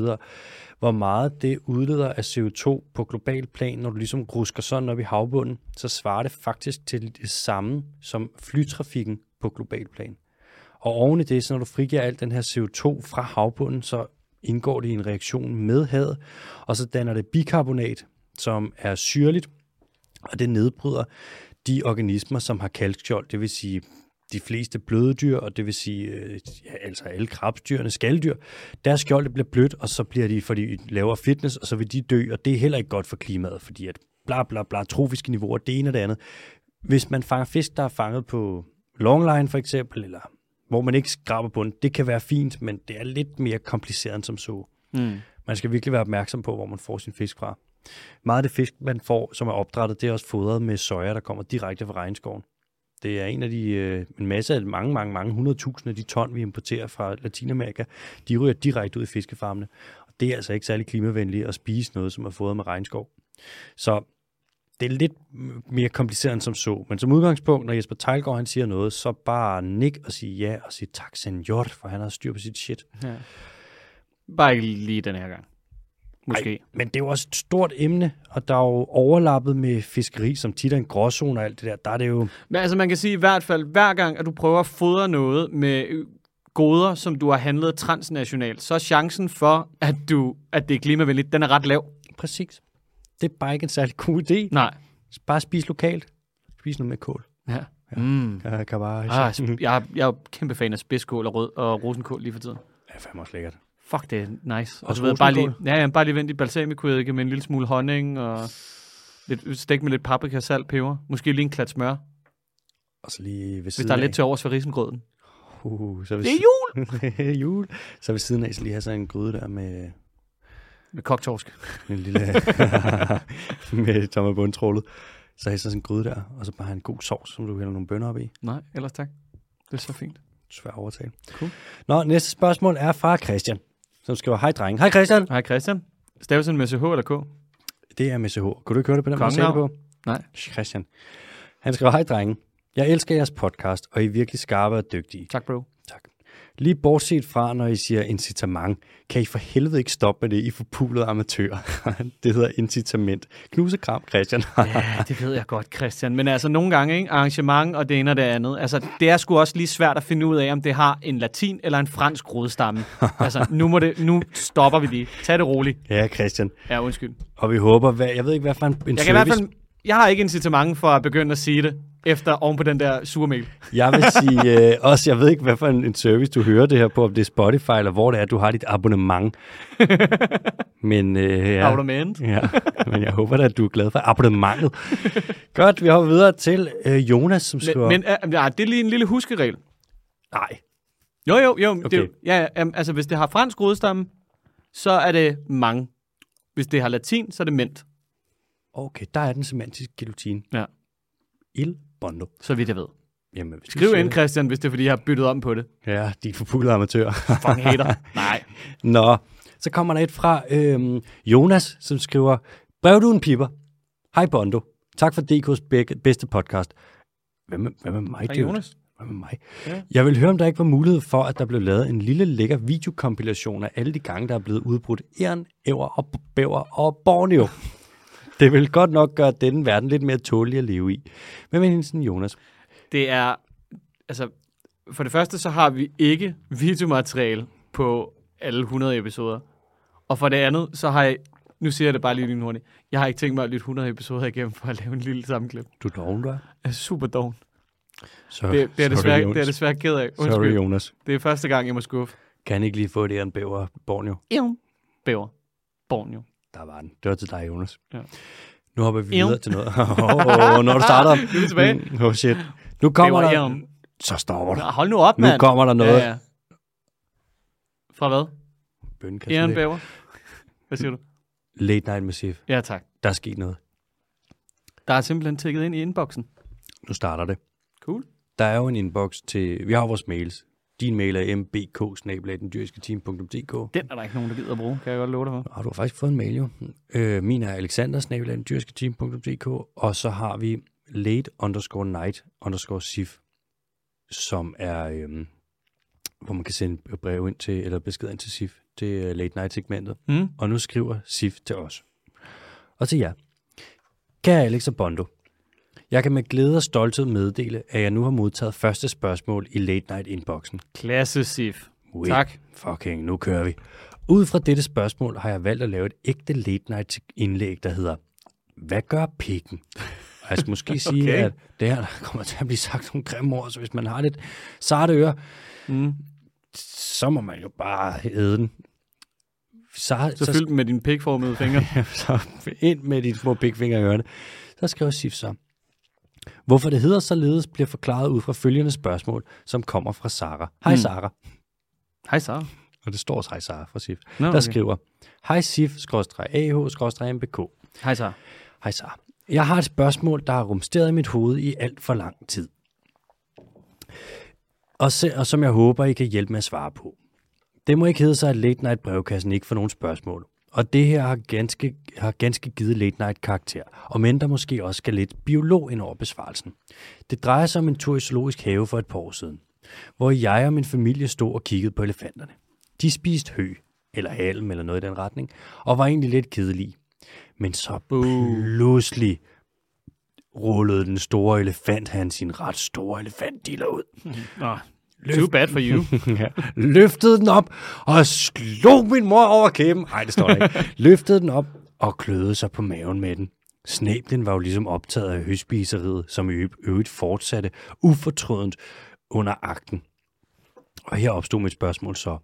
Speaker 1: hvor meget det udleder af CO2 på global plan, når du ligesom rusker sådan op i havbunden, så svarer det faktisk til det samme som flytrafikken på global plan. Og oven i det, så når du frigiver alt den her CO2 fra havbunden, så indgår det i en reaktion med havet, og så danner det bikarbonat, som er syrligt, og det nedbryder de organismer, som har kalkskjold, det vil sige de fleste bløde dyr, og det vil sige øh, ja, altså alle krabstyrene, skalddyr, deres skjold det bliver blødt, og så bliver de, fordi de laver fitness, og så vil de dø, og det er heller ikke godt for klimaet, fordi at bla bla bla, trofiske niveauer, det ene og det andet. Hvis man fanger fisk, der er fanget på longline for eksempel, eller hvor man ikke skraber bunden, det kan være fint, men det er lidt mere kompliceret end som så.
Speaker 2: Mm.
Speaker 1: Man skal virkelig være opmærksom på, hvor man får sin fisk fra. Meget af det fisk, man får, som er opdrættet, det er også fodret med soja, der kommer direkte fra regnskoven. Det er en af de, øh, en masse af mange, mange, mange hundredtusinde af de ton, vi importerer fra Latinamerika, de ryger direkte ud i fiskefarmene. Og det er altså ikke særlig klimavenligt at spise noget, som er fodret med regnskov. Så det er lidt m- mere kompliceret end som så. Men som udgangspunkt, når Jesper Tejlgaard han siger noget, så bare nik og sige ja og sige tak, senor, for han har styr på sit shit.
Speaker 2: Ja. Bare ikke lige den her gang. Måske.
Speaker 1: Ej, men det er jo også et stort emne, og der er jo overlappet med fiskeri, som tit er en gråzone og alt det der. Der er det jo...
Speaker 2: Men altså, man kan sige i hvert fald, hver gang, at du prøver at fodre noget med øh, goder, som du har handlet transnationalt, så er chancen for, at, du, at det er klimavenligt, den er ret lav.
Speaker 1: Præcis. Det er bare ikke en særlig god idé.
Speaker 2: Nej.
Speaker 1: Bare spis lokalt. Spis noget med kål.
Speaker 2: Ja. Mm.
Speaker 1: Jeg kan bare...
Speaker 2: Ah, sp- jeg, er- jeg er jo kæmpe fan af spidskål og, rød, og rosenkål lige for tiden.
Speaker 1: Det er fandme også lækkert.
Speaker 2: Fuck, det er nice. Og
Speaker 1: Også
Speaker 2: du ved, bare lige,
Speaker 1: rosenkål?
Speaker 2: ja, ja, bare lige vent i balsamicoeddike med en lille smule honning og lidt stik med lidt paprika, salt, peber. Måske lige en klat smør,
Speaker 1: Og så lige ved
Speaker 2: hvis
Speaker 1: siden
Speaker 2: der er
Speaker 1: af.
Speaker 2: lidt til overs for risengrøden.
Speaker 1: Uh, så ved
Speaker 2: Det er jul!
Speaker 1: jul. jul. Så ved siden af, så lige have sådan en gryde der med
Speaker 2: Med koktorsk.
Speaker 1: en lille... med Thomas Bundtrålet. Så have sådan en gryde der, og så bare have en god sovs, som du hælder nogle bønner op i.
Speaker 2: Nej, ellers tak. Det er så fint.
Speaker 1: Svær overtale.
Speaker 2: Cool.
Speaker 1: Nå, næste spørgsmål er fra Christian, som skriver, hej drenge. Hej Christian.
Speaker 2: Hej Christian. Stavelsen med CH eller K?
Speaker 1: Det er med CH. Kunne du ikke høre det på den måde, jeg sagde det
Speaker 2: Kongenavn?
Speaker 1: på?
Speaker 2: Nej.
Speaker 1: Christian. Han skriver, hej drenge. Jeg elsker jeres podcast, og I er virkelig skarpe og dygtige.
Speaker 2: Tak, bro.
Speaker 1: Tak. Lige bortset fra, når I siger incitament, kan I for helvede ikke stoppe med det, I forpulede amatører. det hedder incitament. Knuse kram, Christian.
Speaker 2: Ja, det ved jeg godt, Christian. Men altså nogle gange, ikke? arrangement og det ene og det andet. Altså, det er sgu også lige svært at finde ud af, om det har en latin eller en fransk rodstamme. Altså, nu, må det, nu stopper vi lige. Tag det roligt.
Speaker 1: ja, Christian.
Speaker 2: Ja, undskyld.
Speaker 1: Og vi håber, hvad, jeg ved ikke, hvad for en, en
Speaker 2: Jeg
Speaker 1: service...
Speaker 2: kan i hvert fald... Jeg har ikke incitament for at begynde at sige det, efter oven på den der surmail.
Speaker 1: Jeg vil sige øh, også, jeg ved ikke, hvad for en, en service du hører det her på, om det er Spotify eller hvor det er, du har dit abonnement. Men, øh,
Speaker 2: Ja.
Speaker 1: ja,
Speaker 2: Abonnement.
Speaker 1: ja, men jeg håber da, at du er glad for abonnementet. Godt, vi hopper videre til øh, Jonas, som skriver...
Speaker 2: Men, men øh, nej, det er lige en lille huskeregel.
Speaker 1: nej,
Speaker 2: Jo, jo, jo. Okay. Det, er
Speaker 1: Okay.
Speaker 2: jo- ja, ja, jamen, altså, hvis det har fransk rodstamme, så er det mange. Hvis det har latin, så er det ment,
Speaker 1: okay, der er den semantiske guillotine.
Speaker 2: Ja.
Speaker 1: Il bondo.
Speaker 2: så vidt jeg ved.
Speaker 1: Jamen, hvis du
Speaker 2: Skriv
Speaker 1: siger
Speaker 2: ind, Christian, hvis det er, fordi jeg har byttet om på det.
Speaker 1: det- Ja, de forpulede amatører.
Speaker 2: Fucking hater. Nej.
Speaker 1: Nå, så kommer der et fra øhm, Jonas, som skriver, Brev du en piper? Hej Bondo. Tak for DK's beg- bedste podcast. Hvad med, hvad med mig,
Speaker 2: Hej,
Speaker 1: dude?
Speaker 2: Jonas.
Speaker 1: Hvad med mig?
Speaker 2: Ja.
Speaker 1: Ja. Jeg vil høre, om der ikke var mulighed for, at der blev lavet en lille lækker videokompilation af alle de gange, der er blevet udbrudt æren, æver og bæver og Borneo. Det vil godt nok gøre denne verden lidt mere tålig at leve i. Men med hilsen, Jonas.
Speaker 2: Det er, altså, for det første så har vi ikke videomateriale på alle 100 episoder. Og for det andet, så har jeg, nu siger jeg det bare lige lynhurtigt, jeg har ikke tænkt mig at lytte 100 episoder igennem for at lave en lille sammenklip.
Speaker 1: Du doven, du er.
Speaker 2: Jeg er super doven.
Speaker 1: Så,
Speaker 2: Det, det, er desværre,
Speaker 1: Øh, Jonas.
Speaker 2: det er jeg desværre ked af.
Speaker 1: Sorry,
Speaker 2: Undskyld.
Speaker 1: Jonas.
Speaker 2: Det er første gang, jeg må skuffe.
Speaker 1: Kan ikke lige få det æren, bæver og Borneo?
Speaker 2: Ev. Bæver. Borneo.
Speaker 1: Der var den. Det var til dig, Jonas.
Speaker 2: Ja.
Speaker 1: Nu hopper vi
Speaker 2: Ew.
Speaker 1: videre til noget. oh, når du starter.
Speaker 2: Nu er vi tilbage.
Speaker 1: Mm, Oh shit. Nu kommer
Speaker 2: Bæver,
Speaker 1: der...
Speaker 2: ev.
Speaker 1: Så stopper du.
Speaker 2: Nå, Hold nu op,
Speaker 1: Nu
Speaker 2: mand.
Speaker 1: kommer der noget.
Speaker 2: Ja, ja. Fra hvad?
Speaker 1: Bønnekast.
Speaker 2: Æren bæver. Hvad siger du?
Speaker 1: Late Night med Sif.
Speaker 2: Ja, tak.
Speaker 1: Der er sket noget.
Speaker 2: Der er simpelthen tækket ind i inboxen.
Speaker 1: Nu starter det.
Speaker 2: Cool.
Speaker 1: Der er jo en inbox til... Vi har jo vores mails. Din mail er mbk
Speaker 2: Den er der ikke nogen, der gider at bruge, kan jeg godt love dig for.
Speaker 1: Og du har faktisk fået en mail, jo. Øh, min er alexander og så har vi late underscore night underscore sif, som er, øhm, hvor man kan sende brev ind til, eller besked ind til sif, til øh, late night segmentet.
Speaker 2: Mm.
Speaker 1: Og nu skriver Sif til os. Og til jer. Kære Alex og Bondo, jeg kan med glæde og stolthed meddele, at jeg nu har modtaget første spørgsmål i Late Night Inboxen.
Speaker 2: Klasse, Sif.
Speaker 1: Wait,
Speaker 2: Tak.
Speaker 1: Fucking, nu kører vi. Ud fra dette spørgsmål har jeg valgt at lave et ægte late night indlæg, der hedder, hvad gør pikken? Og jeg skal måske sige,
Speaker 2: Okay.
Speaker 1: at det her der kommer til at blive sagt nogle grimme ord, så hvis man har lidt sarte ører,
Speaker 2: Mm.
Speaker 1: så må man jo bare æde den. Så,
Speaker 2: Så, så fyld den med dine pikformede fingre.
Speaker 1: så ind med de små pikfinger i ørerne. Så skriver Sif så. Hvorfor det hedder således, bliver forklaret ud fra følgende spørgsmål, som kommer fra Sara. Hej
Speaker 2: Mm.
Speaker 1: mm. Sara.
Speaker 2: Hej, Sara.
Speaker 1: Og det står også hej Sara fra Sif.
Speaker 2: Nå,
Speaker 1: Okay. Der skriver, hej Sif-ah-mbk.
Speaker 2: Hej, Sara.
Speaker 1: Hej Sara. Jeg har et spørgsmål, der har rumsteret i mit hoved i alt for lang tid. Og, se, og som jeg håber, I kan hjælpe med at svare på. Det må ikke hedde sig, at Late Night brevkassen ikke får nogen spørgsmål. Og det her har ganske, har ganske givet Late Night karakter, og men der måske også skal lidt biolog ind over besvarelsen. Det drejer sig om en tur i zoologisk have for et par år siden, hvor jeg og min familie stod og kiggede på elefanterne. De spiste hø, eller halm, eller noget i den retning, og var egentlig lidt kedelige. Men så pludselig rullede den store elefant, han sin ret store elefantdiller ud.
Speaker 2: Nå, too bad for you.
Speaker 1: ja. løftede den op og slog min mor over kæben. Nej, det står der ikke. løftede den op og kløede sig på maven med den. Snæblen var jo ligesom optaget af høspiseriet, som i ø- øvrigt fortsatte ufortrødent under akten. Og her opstod mit spørgsmål så.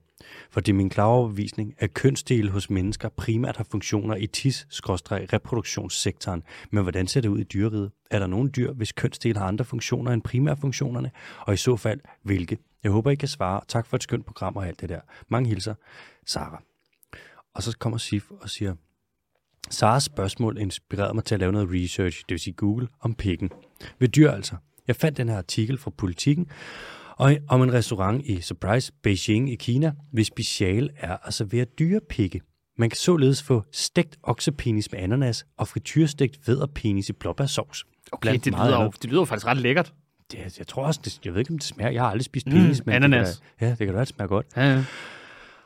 Speaker 1: For det er min klare overbevisning, at kønsdele hos mennesker primært har funktioner i tis-reproduktionssektoren. Men hvordan ser det ud i dyreriget? Er der nogle dyr, hvis kønsdele har andre funktioner end primærfunktionerne? Og i så fald, hvilke? Jeg håber, I kan svare. Tak for et skønt program og alt det der. Mange hilser. Sara. Og så kommer Sif og siger, Saras spørgsmål inspirerede mig til at lave noget research, det vil sige Google, om pikken. Ved dyr altså. Jeg fandt den her artikel fra Politiken, og om en restaurant i Surprise, Beijing i Kina, hvis special er at servere dyrepikke. Man kan således få stegt oksepenis med ananas og frityrestegt væderpenis i blåbærsovs.
Speaker 2: Okay, det, lyder, jo- det lyder jo faktisk ret lækkert.
Speaker 1: det, jeg tror også, det, jeg ved ikke, om det smager. Jeg har aldrig spist penis, men
Speaker 2: ananas.
Speaker 1: Det kan, da- ja, det kan da være, det smager godt.
Speaker 2: Ja, ja.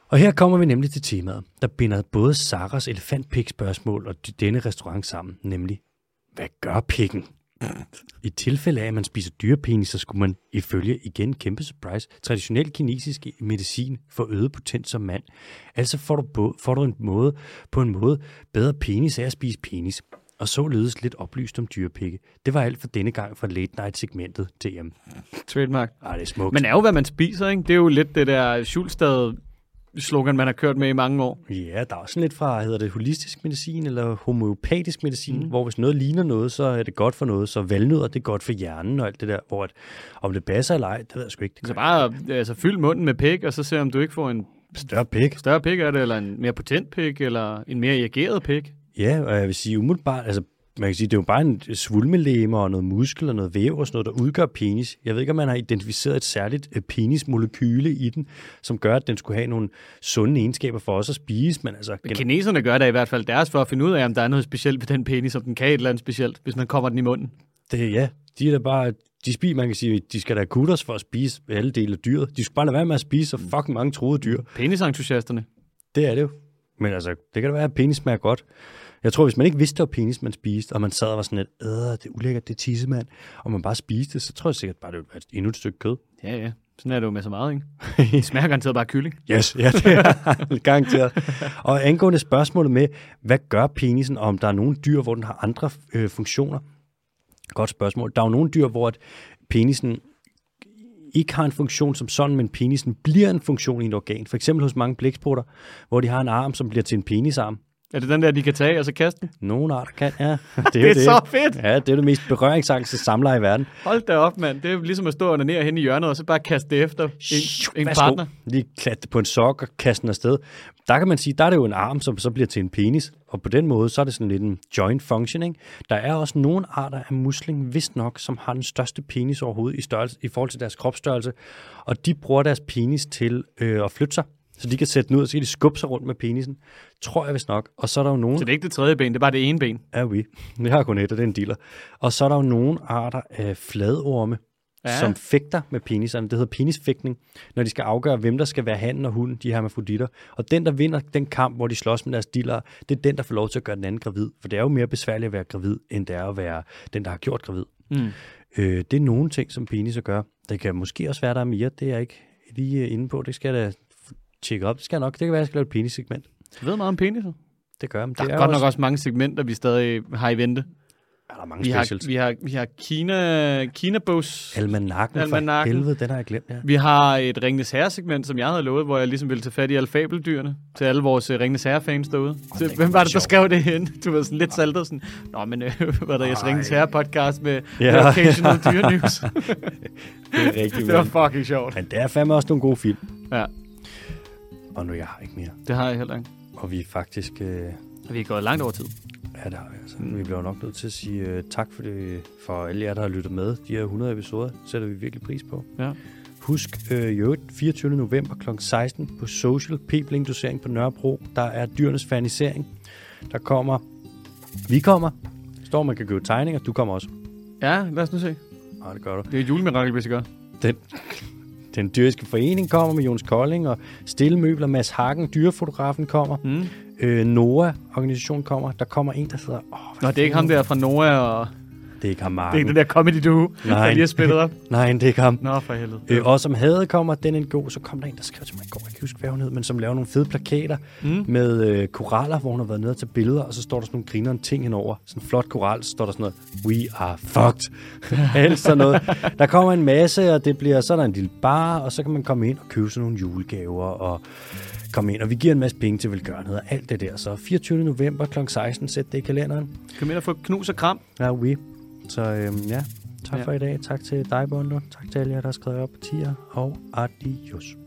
Speaker 1: Og her kommer vi nemlig til temaet, der binder både Saras elefantpik-spørgsmål og d- denne restaurant sammen, nemlig, hvad gør pikken? I tilfælde af, at man spiser dyrepenis, så skulle man ifølge igen kæmpe surprise, traditionel kinesisk medicin for øget potens som mand. Altså får du, bo, får du en måde, på en måde bedre penis af at spise penis. Og således lidt oplyst om dyrepikke. Det var alt for denne gang fra late night segmentet DM.
Speaker 2: Trademark.
Speaker 1: Ej, det er smukt.
Speaker 2: Men er jo, hvad man spiser, ikke? Det er jo lidt det der Schulstad slogan, man har kørt med i mange år.
Speaker 1: Ja, der er også sådan lidt fra, hedder det holistisk medicin eller homeopatisk medicin, mm. hvor hvis noget ligner noget, så er det godt for noget, så valnødder, det er godt for hjernen og alt det der, hvor at, om det passer eller ej, det ved jeg sgu ikke. Det
Speaker 2: Så
Speaker 1: er
Speaker 2: bare altså, fyld munden med pik, og så se, om du ikke får en
Speaker 1: større pik.
Speaker 2: større pik af det, eller en mere potent pik, eller en mere reageret pik.
Speaker 1: Ja, og jeg vil sige umiddelbart, altså man kan sige, det er jo bare en svulmelæme og noget muskel og noget væv og sådan noget, der udgør penis. Jeg ved ikke, om man har identificeret et særligt øh, penismolekyle i den, som gør, at den skulle have nogle sunde egenskaber for os at spise, men altså... gen-
Speaker 2: Kineserne gør da i hvert fald deres for at finde ud af, om der er noget specielt ved den penis, om den kan et eller andet specielt, hvis man kommer den i munden.
Speaker 1: Det, ja, de er da bare de spiser, man kan sige, de skal da have kutters for at spise alle dele af dyret. De skulle bare lade være med at spise så fucking mange troede dyr.
Speaker 2: Penisentusiasterne.
Speaker 1: Det er det jo. Men altså, det kan da være, at penis smager godt. Jeg tror, hvis man ikke vidste, at penis man spiste, og man sad og var sådan lidt, øh, det er ulækkert, det er tissemand, og man bare spiste det, så tror jeg sikkert bare, det ville være et- endnu et stykke kød.
Speaker 2: Ja, ja. Sådan er det jo med så meget, ikke? Det smager garanteret bare af kylling.
Speaker 1: Yes, ja, det er garanteret. Og angående spørgsmålet med, hvad gør penisen, og om der er nogle dyr, hvor den har andre øh, funktioner? Godt spørgsmål. Der er jo nogle dyr, hvor at penisen ikke har en funktion som sådan, men penisen bliver en funktion i et organ. For eksempel hos mange blæksprutter, hvor de har en arm, som bliver til en penisarm.
Speaker 2: Er det den der, de kan tage og så kaste den?
Speaker 1: Nogle arter kan, ja. Det er,
Speaker 2: Det er så fedt!
Speaker 1: Ja, det er det mest berøringsangste samleje i verden.
Speaker 2: Hold da op, mand. Det er ligesom at stå og ned hen i hjørnet, og så bare kaste det efter en, en
Speaker 1: Værsgo.
Speaker 2: partner.
Speaker 1: Lige klatte på en sok og kaste den afsted. Der kan man sige, der er det jo en arm, som så bliver til en penis, og på den måde, så er det sådan lidt en joint functioning. Der er også nogle arter af musling, vist nok, som har den største penis overhovedet i, størrelse, i forhold til deres kropsstørrelse, og de bruger deres penis til øh, at flytte sig. Så de kan sætte den ud, og så kan de skubbe sig rundt med penisen. Tror jeg vist nok. Og så er der jo nogen...
Speaker 2: Så det er ikke det tredje ben, det er bare det ene ben.
Speaker 1: Ja, vi. Vi har kun et, og det er en dealer. Og så er der jo nogle arter af fladorme,
Speaker 2: Ja.
Speaker 1: ja. som fægter med peniserne. Det hedder penisfægtning, når de skal afgøre, hvem der skal være hannen og hunden, de her med fuditter. Og den, der vinder den kamp, hvor de slås med deres diller, det er den, der får lov til at gøre den anden gravid. For det er jo mere besværligt at være gravid, end det er at være den, der har gjort gravid.
Speaker 2: Mm.
Speaker 1: Øh, det er nogle ting, som penis at gøre. Det kan måske også være, der er mere. Det er jeg ikke lige øh, inde på. Det skal jeg da tjekke op. Det skal jeg nok. Det kan være, jeg skal lave et penissegment.
Speaker 2: Du ved meget om peniser.
Speaker 1: Det gør jeg. men
Speaker 2: Der
Speaker 1: det
Speaker 2: er, er godt nok også mange segmenter, vi stadig har i vente.
Speaker 1: Er der mange
Speaker 2: Vi
Speaker 1: specials?
Speaker 2: har, vi har, vi har Kina, Kina Bows.
Speaker 1: Almanakken, Almanakken.
Speaker 2: Almanakken.
Speaker 1: for helvede, den har jeg glemt, ja.
Speaker 2: Vi har et Ringnes Herre-segment, som jeg havde lovet, hvor jeg ligesom ville tage fat i alle fabeldyrene til alle vores uh, Ringnes Herre-fans derude.
Speaker 1: den
Speaker 2: Så,
Speaker 1: kunne
Speaker 2: hvem var
Speaker 1: være
Speaker 2: det,
Speaker 1: sjov.
Speaker 2: der skrev det hen? Du var sådan lidt saltet sådan, Nå, men øh, var der jeres
Speaker 1: Ej.
Speaker 2: Ringnes Herre-podcast med,
Speaker 1: Ja.
Speaker 2: ja. med occasional dyre news?
Speaker 1: Det er rigtig
Speaker 2: det var fucking sjovt.
Speaker 1: Men det er fandme også nogle gode film.
Speaker 2: Ja,
Speaker 1: Og nu, jeg har ikke mere.
Speaker 2: det har jeg heller ikke.
Speaker 1: Og vi er faktisk... Øh,
Speaker 2: Vi er gået langt over tid.
Speaker 1: ja, det har vi altså. Vi bliver nok nødt til at sige øh, tak for, det, for alle jer, der har lyttet med. De her 100 episoder sætter vi virkelig pris på.
Speaker 2: Ja.
Speaker 1: Husk øh, i øvrigt 24. november kl. 16 på Social Pebling Dosering på Nørrebro. Der er dyrenes fanisering. Der kommer... Vi kommer. Står, man kan købe tegninger. Du kommer også.
Speaker 2: Ja, lad os nu se.
Speaker 1: Nej, det gør du.
Speaker 2: Det er et julemirakel, hvis jeg gør.
Speaker 1: Den, den dyriske forening kommer med Jons Kolding, og Stille Møbler, Mads Hagen, dyrefotografen kommer.
Speaker 2: Mm.
Speaker 1: Øh, Noah, organisationen kommer. Der kommer en, der hedder... Åh, hvad
Speaker 2: Nå, det er ikke ham der fra Noah, og
Speaker 1: Det er ikke ham,
Speaker 2: det er
Speaker 1: Marken.
Speaker 2: ikke den der comedy duo,
Speaker 1: Nej.
Speaker 2: der lige er splittet op.
Speaker 1: Nej, det er ikke ham.
Speaker 2: Nå, for helvede.
Speaker 1: Øh, og som havde kommer, den er en god, så kom der en, der skrev til mig i går, jeg kan ikke huske, hvad hun hed, men som laver nogle fede plakater mm. med øh, koraller, hvor hun har været nede og tage billeder, og så står der sådan nogle grinerende ting henover. Sådan en flot koral, så står der sådan noget, we are fucked. Alt sådan noget. Der kommer en masse, og det bliver, så er der en lille bar, og så kan man komme ind og købe sådan nogle julegaver, og komme ind, og vi giver en masse penge til velgørenhed og alt det der. Så 24. november kl. 16, sæt det i kalenderen.
Speaker 2: Kom ind og få knus og kram.
Speaker 1: Ja, we. Så øhm, ja, tak
Speaker 2: Ja.
Speaker 1: ja. for i dag. Tak til dig, Bondo. Tak til alle jer, der har skrevet op på tier. Og adios.